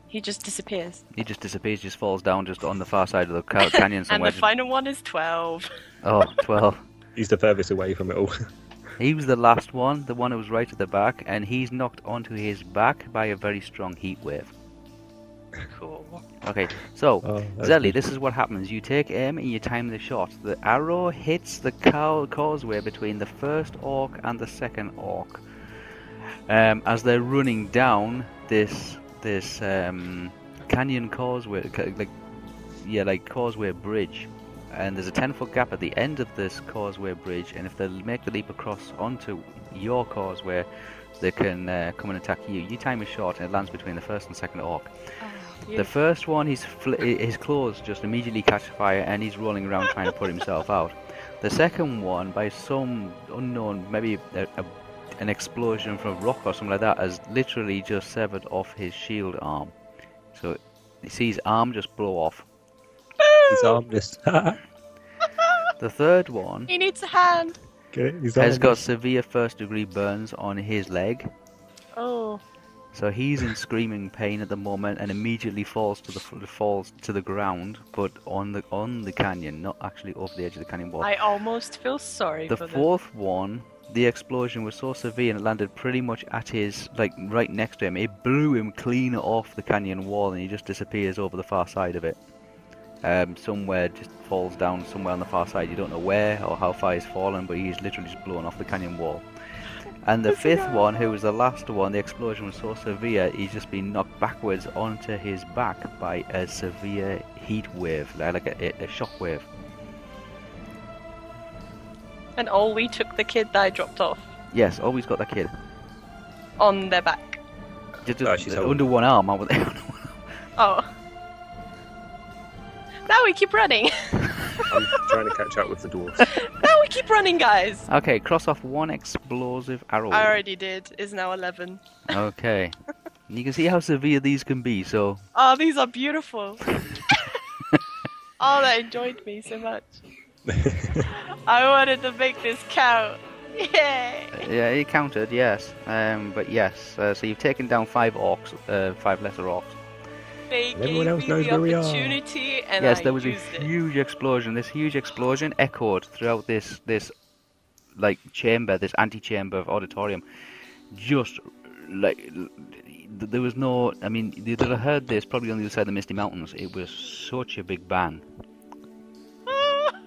Speaker 2: He just disappears.
Speaker 1: He just disappears, just falls down, just on the far side of the ca- canyon
Speaker 2: and
Speaker 1: somewhere.
Speaker 2: the
Speaker 1: just-
Speaker 2: final one is 12.
Speaker 1: Oh, 12.
Speaker 3: one. He's the furthest away from it all.
Speaker 1: He was the last one, the one who was right at the back, and he's knocked onto his back by a very strong heat wave.
Speaker 2: Cool.
Speaker 1: Okay, so,
Speaker 3: Oh, that's
Speaker 1: Zelly,
Speaker 3: good.
Speaker 1: this is what happens. You take aim and you time the shot. The arrow hits the cow- causeway between the first orc and the second orc. Um, as they're running down this this um, canyon causeway, ca- like yeah, like causeway bridge, and there's a ten foot gap at the end of this causeway bridge. And if they make the leap across onto your causeway, they can uh, come and attack you. You time a shot and it lands between the first and second orc.
Speaker 2: Ah,
Speaker 1: The first one, his fl- i- his claws just immediately catch fire, and he's rolling around trying to put himself out. The second one, by some unknown, maybe a, a, an explosion from a rock or something like that, has literally just severed off his shield arm. So you see his arm just blow off.
Speaker 3: He's armless.
Speaker 1: The third one
Speaker 2: He needs a hand.
Speaker 3: Get it? He's
Speaker 1: has
Speaker 3: armless.
Speaker 1: got severe first-degree burns on his leg,
Speaker 2: Oh.
Speaker 1: So he's in screaming pain at the moment and immediately falls to the f- falls to the ground, but on the on the canyon, not actually over the edge of the canyon wall.
Speaker 2: I almost feel sorry
Speaker 1: the
Speaker 2: for
Speaker 1: fourth one, the explosion was so severe and it landed pretty much at his like right next to him. It blew him clean off the canyon wall and he just disappears over the far side of it. Um, somewhere just falls down somewhere on the far side. You don't know where or how far he's fallen, but he's literally just blown off the canyon wall. And the fifth one, who was the last one, the explosion was so severe, he's just been knocked backwards onto his back by a severe heat wave, like like a, a shock wave.
Speaker 2: them. And all we took the kid that I dropped off
Speaker 1: Yes, always got that kid.
Speaker 2: on their back.
Speaker 1: Just,
Speaker 3: Oh,
Speaker 1: just
Speaker 3: she's
Speaker 1: under
Speaker 3: old.
Speaker 1: one arm. I was,
Speaker 2: Oh. Now we keep running.
Speaker 3: I'm trying to catch up with the dwarves.
Speaker 2: now we keep running, guys.
Speaker 1: okay, cross off one explosive arrow.
Speaker 2: I already did. Is now 11.
Speaker 1: Okay. And you can see how severe these can be, so
Speaker 2: Oh, these are beautiful. oh, that enjoyed me so much. I wanted to make this count. Yay!
Speaker 1: yeah, it counted, yes. Um, but yes, uh, so you've taken down five orcs, uh, five lesser orcs.
Speaker 2: They
Speaker 3: everyone else
Speaker 2: gave me
Speaker 3: knows
Speaker 2: the
Speaker 3: where we are.
Speaker 2: opportunity, and
Speaker 1: yes,
Speaker 2: I
Speaker 1: there was a
Speaker 2: used it.
Speaker 1: huge explosion. This huge explosion echoed throughout this this like chamber, this antechamber of auditorium. Just like l- there was no. I mean, they would have heard this probably on the other side of the Misty Mountains. It was such a big bang.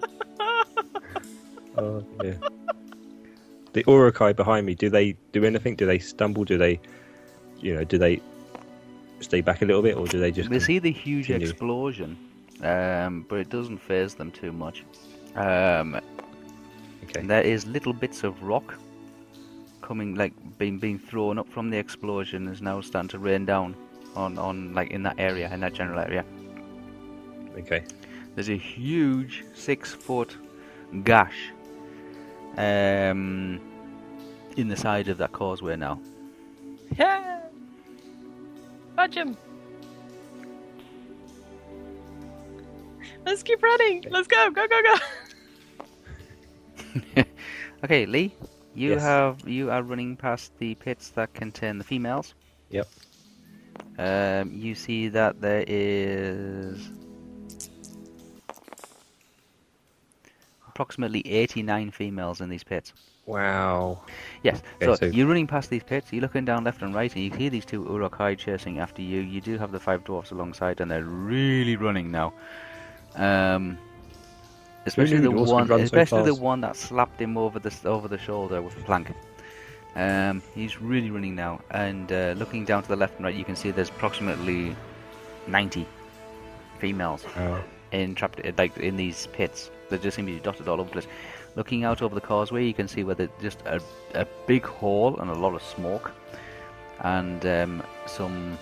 Speaker 3: Oh, yeah. The Urukai behind me, do they do anything? Do they stumble? Do they, you know, do they stay back a little bit or do they just.
Speaker 1: They see the huge
Speaker 3: continue.
Speaker 1: explosion, um, but it doesn't phase them too much. Um,
Speaker 3: Okay.
Speaker 1: There is little bits of rock coming, like being being thrown up from the explosion, is now starting to rain down. on on like in that area, in that general area.
Speaker 3: Okay.
Speaker 1: There's a huge six foot gash um, in the side of that causeway now.
Speaker 2: Yeah. Fudge him. Let's keep running. Let's go. Go, go, go.
Speaker 1: Okay, Lee, you
Speaker 3: Yes.
Speaker 1: have you are running past the pits that contain the females.
Speaker 3: Yep.
Speaker 1: Um, you see that there is approximately 89 females in these pits.
Speaker 3: Wow.
Speaker 1: Yes.
Speaker 3: Okay,
Speaker 1: so,
Speaker 3: so-
Speaker 1: you're running past these pits. You're looking down left and right, and you hear these two Urukai chasing after you. You do have the five dwarfs alongside, and they're really running now. Um, especially
Speaker 3: knew
Speaker 1: the
Speaker 3: dwarves could
Speaker 1: one,
Speaker 3: run so
Speaker 1: especially the
Speaker 3: fast?
Speaker 1: one that slapped him over the s- over the shoulder with a plank. Um, he's really running now, and uh, looking down to the left and right, you can see there's approximately 90 females
Speaker 3: Wow.
Speaker 1: entrapped like in these pits. They just seem to be dotted all over the place. Looking out over the causeway, you can see where there's just a, a big hole and a lot of smoke, and um, some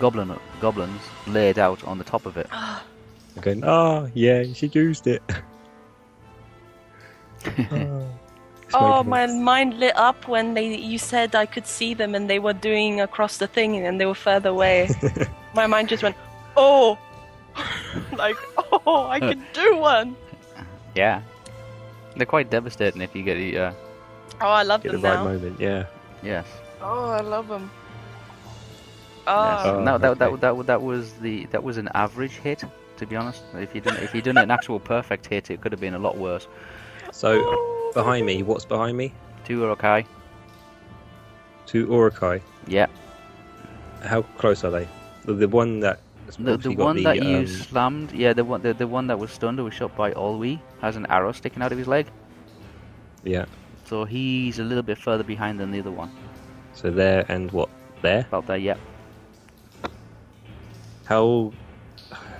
Speaker 1: goblin goblins laid out on the top of it.
Speaker 3: Going, oh, yeah, she used it. Ah. oh, It's
Speaker 2: Oh,
Speaker 3: making
Speaker 2: my
Speaker 3: us-
Speaker 2: mind lit up when they you said I could see them and they were doing across the thing and they were further away. my mind just went, oh, like oh, I can do one.
Speaker 1: Yeah, they're quite devastating if you get the uh,
Speaker 2: Oh, I love
Speaker 3: Get the
Speaker 2: them
Speaker 3: right
Speaker 2: now.
Speaker 3: moment, yeah.
Speaker 1: yes.
Speaker 2: Oh, I love them.
Speaker 1: yes.
Speaker 2: Oh,
Speaker 3: Oh,
Speaker 1: no, that,
Speaker 3: okay.
Speaker 1: that that that was the that was an average hit. To be honest, if you didn't if you done an actual perfect hit, it could have been a lot worse.
Speaker 3: So, Oh, behind me, what's behind me?
Speaker 1: Two Urukai.
Speaker 3: Two Orokai.
Speaker 1: Yeah,
Speaker 3: How close are they? The, the one that.
Speaker 1: The, the one that
Speaker 3: um,
Speaker 1: you slammed, yeah, the one the, the one that was stunned or was shot by Olwe has an arrow sticking out of his leg,
Speaker 3: Yeah.
Speaker 1: so he's a little bit further behind than the other one.
Speaker 3: So there and what? There?
Speaker 1: About there, yeah.
Speaker 3: How?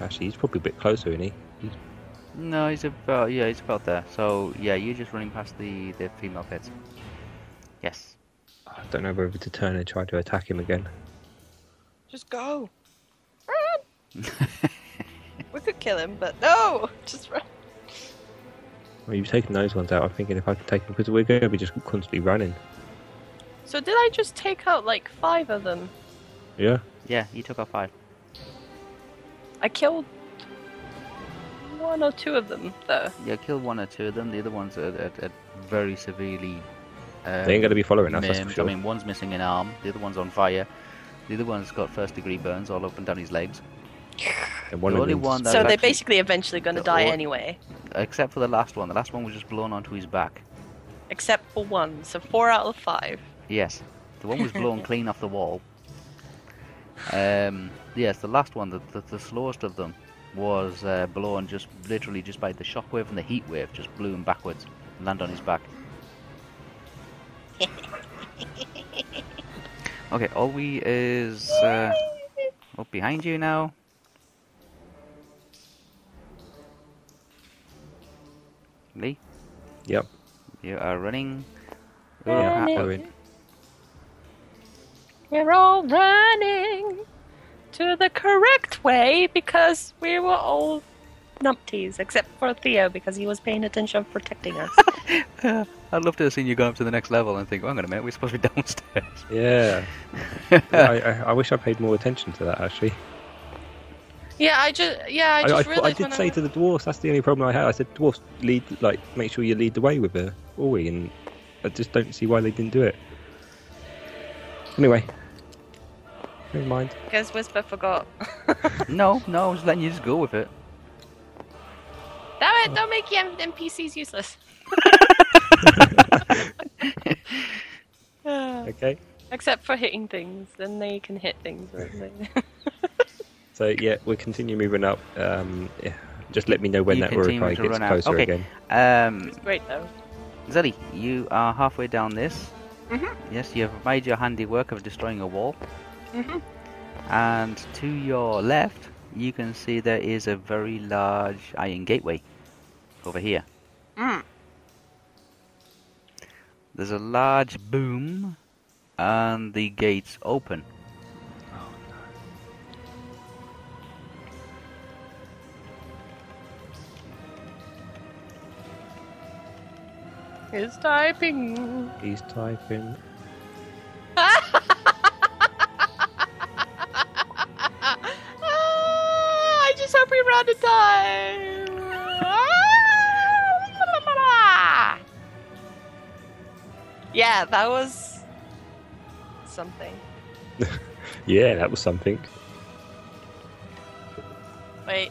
Speaker 3: Actually, he's probably a bit closer, isn't he?
Speaker 1: No, he's about yeah, he's about there. So yeah, you're just running past the the female pits. Yes.
Speaker 3: I don't know whether to turn and try to attack him again.
Speaker 2: just go. Run. we could kill him, but no, just run.
Speaker 3: Well, you've taken those ones out. I'm thinking if I can take them because we're going to be just constantly running.
Speaker 2: So did I just take out like five of them?
Speaker 3: Yeah.
Speaker 1: Yeah, you took off five.
Speaker 2: I killed one or two of them though.
Speaker 1: Yeah, kill one or two of them. The other ones are, are, are very severely. Um,
Speaker 3: They ain't going to be following us. That's for
Speaker 1: maimed.
Speaker 3: sure.
Speaker 1: I mean, one's missing an arm. The other one's on fire. The other one's got first degree burns all up and down his legs.
Speaker 3: and one
Speaker 1: the
Speaker 3: of
Speaker 1: only
Speaker 3: them's-
Speaker 1: one that-
Speaker 2: so
Speaker 1: actually-
Speaker 2: they're basically eventually going to
Speaker 1: the
Speaker 2: die
Speaker 1: or-
Speaker 2: anyway,
Speaker 1: Except for the last one. The last one was just blown onto his back.
Speaker 2: except for one. So four out of five.
Speaker 1: Yes, the one was blown clean off the wall. Um, yes, the last one, the, the, the slowest of them, was uh, blown just literally just by the shockwave and the heat wave, just blew him backwards, and land on his back. okay, all we is uh, up behind you now. Lee,
Speaker 3: Yep.
Speaker 1: you are running.
Speaker 2: Yeah,
Speaker 1: Urukai-
Speaker 3: following.
Speaker 2: We're all running to the correct way because we were all numpties, except for Theo because he was paying attention, protecting us.
Speaker 1: I'd love to have seen you go up to the next level and think, well, hang on a minute, we're supposed to be downstairs.
Speaker 3: Yeah. I, I, I wish I paid more attention to that actually.
Speaker 2: yeah, I just yeah, I
Speaker 3: I,
Speaker 2: just
Speaker 3: I,
Speaker 2: realized
Speaker 3: thought- I did
Speaker 2: when
Speaker 3: say
Speaker 2: I
Speaker 3: to the dwarfs. That's the only problem I had. I said dwarfs lead, like make sure you lead the way with her, Ori, and I just don't see why they didn't do it. Anyway, never mind.
Speaker 2: because Whisper forgot.
Speaker 1: no, no, I was letting you just go with it.
Speaker 2: Damn it! Don't make M- NPCs useless. Ah,
Speaker 3: Okay.
Speaker 2: except for hitting things, then they can hit things. right?
Speaker 3: So yeah, we'll continue moving up. Um, yeah, just let me know when
Speaker 1: You
Speaker 3: that
Speaker 1: continue
Speaker 3: Urukai
Speaker 1: to
Speaker 3: gets
Speaker 1: run out.
Speaker 3: closer
Speaker 1: Okay.
Speaker 3: again.
Speaker 1: Um,
Speaker 2: Great though.
Speaker 1: Zelly, you are halfway down this.
Speaker 2: Mhm.
Speaker 1: Yes, you have made your handiwork of destroying a wall.
Speaker 2: Mhm.
Speaker 1: And to your left, you can see there is a very large iron gateway over here.
Speaker 2: Mm.
Speaker 1: There's a large boom, and the gates open.
Speaker 3: Oh no.
Speaker 2: is typing.
Speaker 3: He's typing.
Speaker 2: Ah, I just hope we run in time. yeah, that was something.
Speaker 3: Yeah, that was something.
Speaker 2: Wait.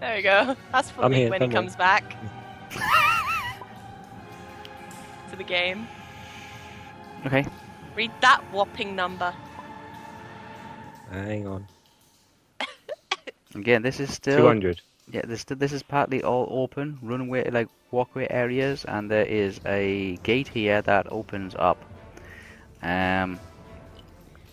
Speaker 2: There we go. That's for
Speaker 3: I'm
Speaker 2: me
Speaker 3: here,
Speaker 2: when he
Speaker 3: don't worry.
Speaker 2: comes back. to the game.
Speaker 1: Okay.
Speaker 2: Read that whopping number.
Speaker 3: Hang on.
Speaker 1: Again, this is
Speaker 3: Two
Speaker 1: still
Speaker 3: hundred.
Speaker 1: Yeah, this this is partly all open runway like walkway areas, and there is a gate here that opens up. Um,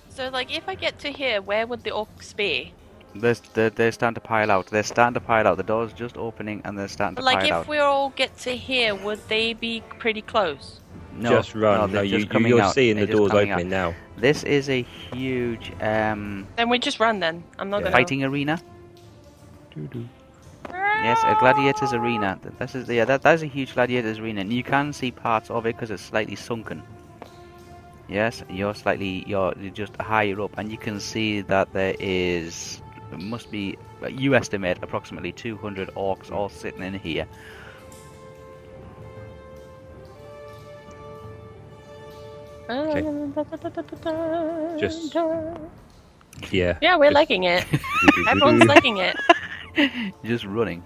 Speaker 2: So, like, if I get to here, where would the orcs be?
Speaker 1: there's they're, they're starting to pile out. They're starting to pile out. The door's just opening, and they're starting to
Speaker 2: Like,
Speaker 1: pile
Speaker 2: if
Speaker 1: out.
Speaker 2: we all get to here, would they be pretty close?
Speaker 1: No,
Speaker 3: just run. No,
Speaker 1: No, they're
Speaker 3: you,
Speaker 1: just
Speaker 3: you-
Speaker 1: coming
Speaker 3: you're
Speaker 1: out.
Speaker 3: seeing
Speaker 1: They're
Speaker 3: the
Speaker 1: just
Speaker 3: doors
Speaker 1: coming out.
Speaker 3: opening now.
Speaker 1: This is a huge um,
Speaker 2: Then we just run. Then I'm not
Speaker 3: Yeah.
Speaker 2: gonna
Speaker 1: fighting arena. Yes, a gladiators arena. Th- This is yeah, that that is a huge gladiators arena, and you can see parts of it because it's slightly sunken. Yes, you're slightly you're, you're just higher up, and you can see that there is there must be you estimate approximately 200 orcs all sitting in here.
Speaker 2: Ah,
Speaker 3: Just- Yeah.
Speaker 2: Yeah, we're
Speaker 3: Just-
Speaker 2: liking it. Everyone's liking it.
Speaker 1: Just running.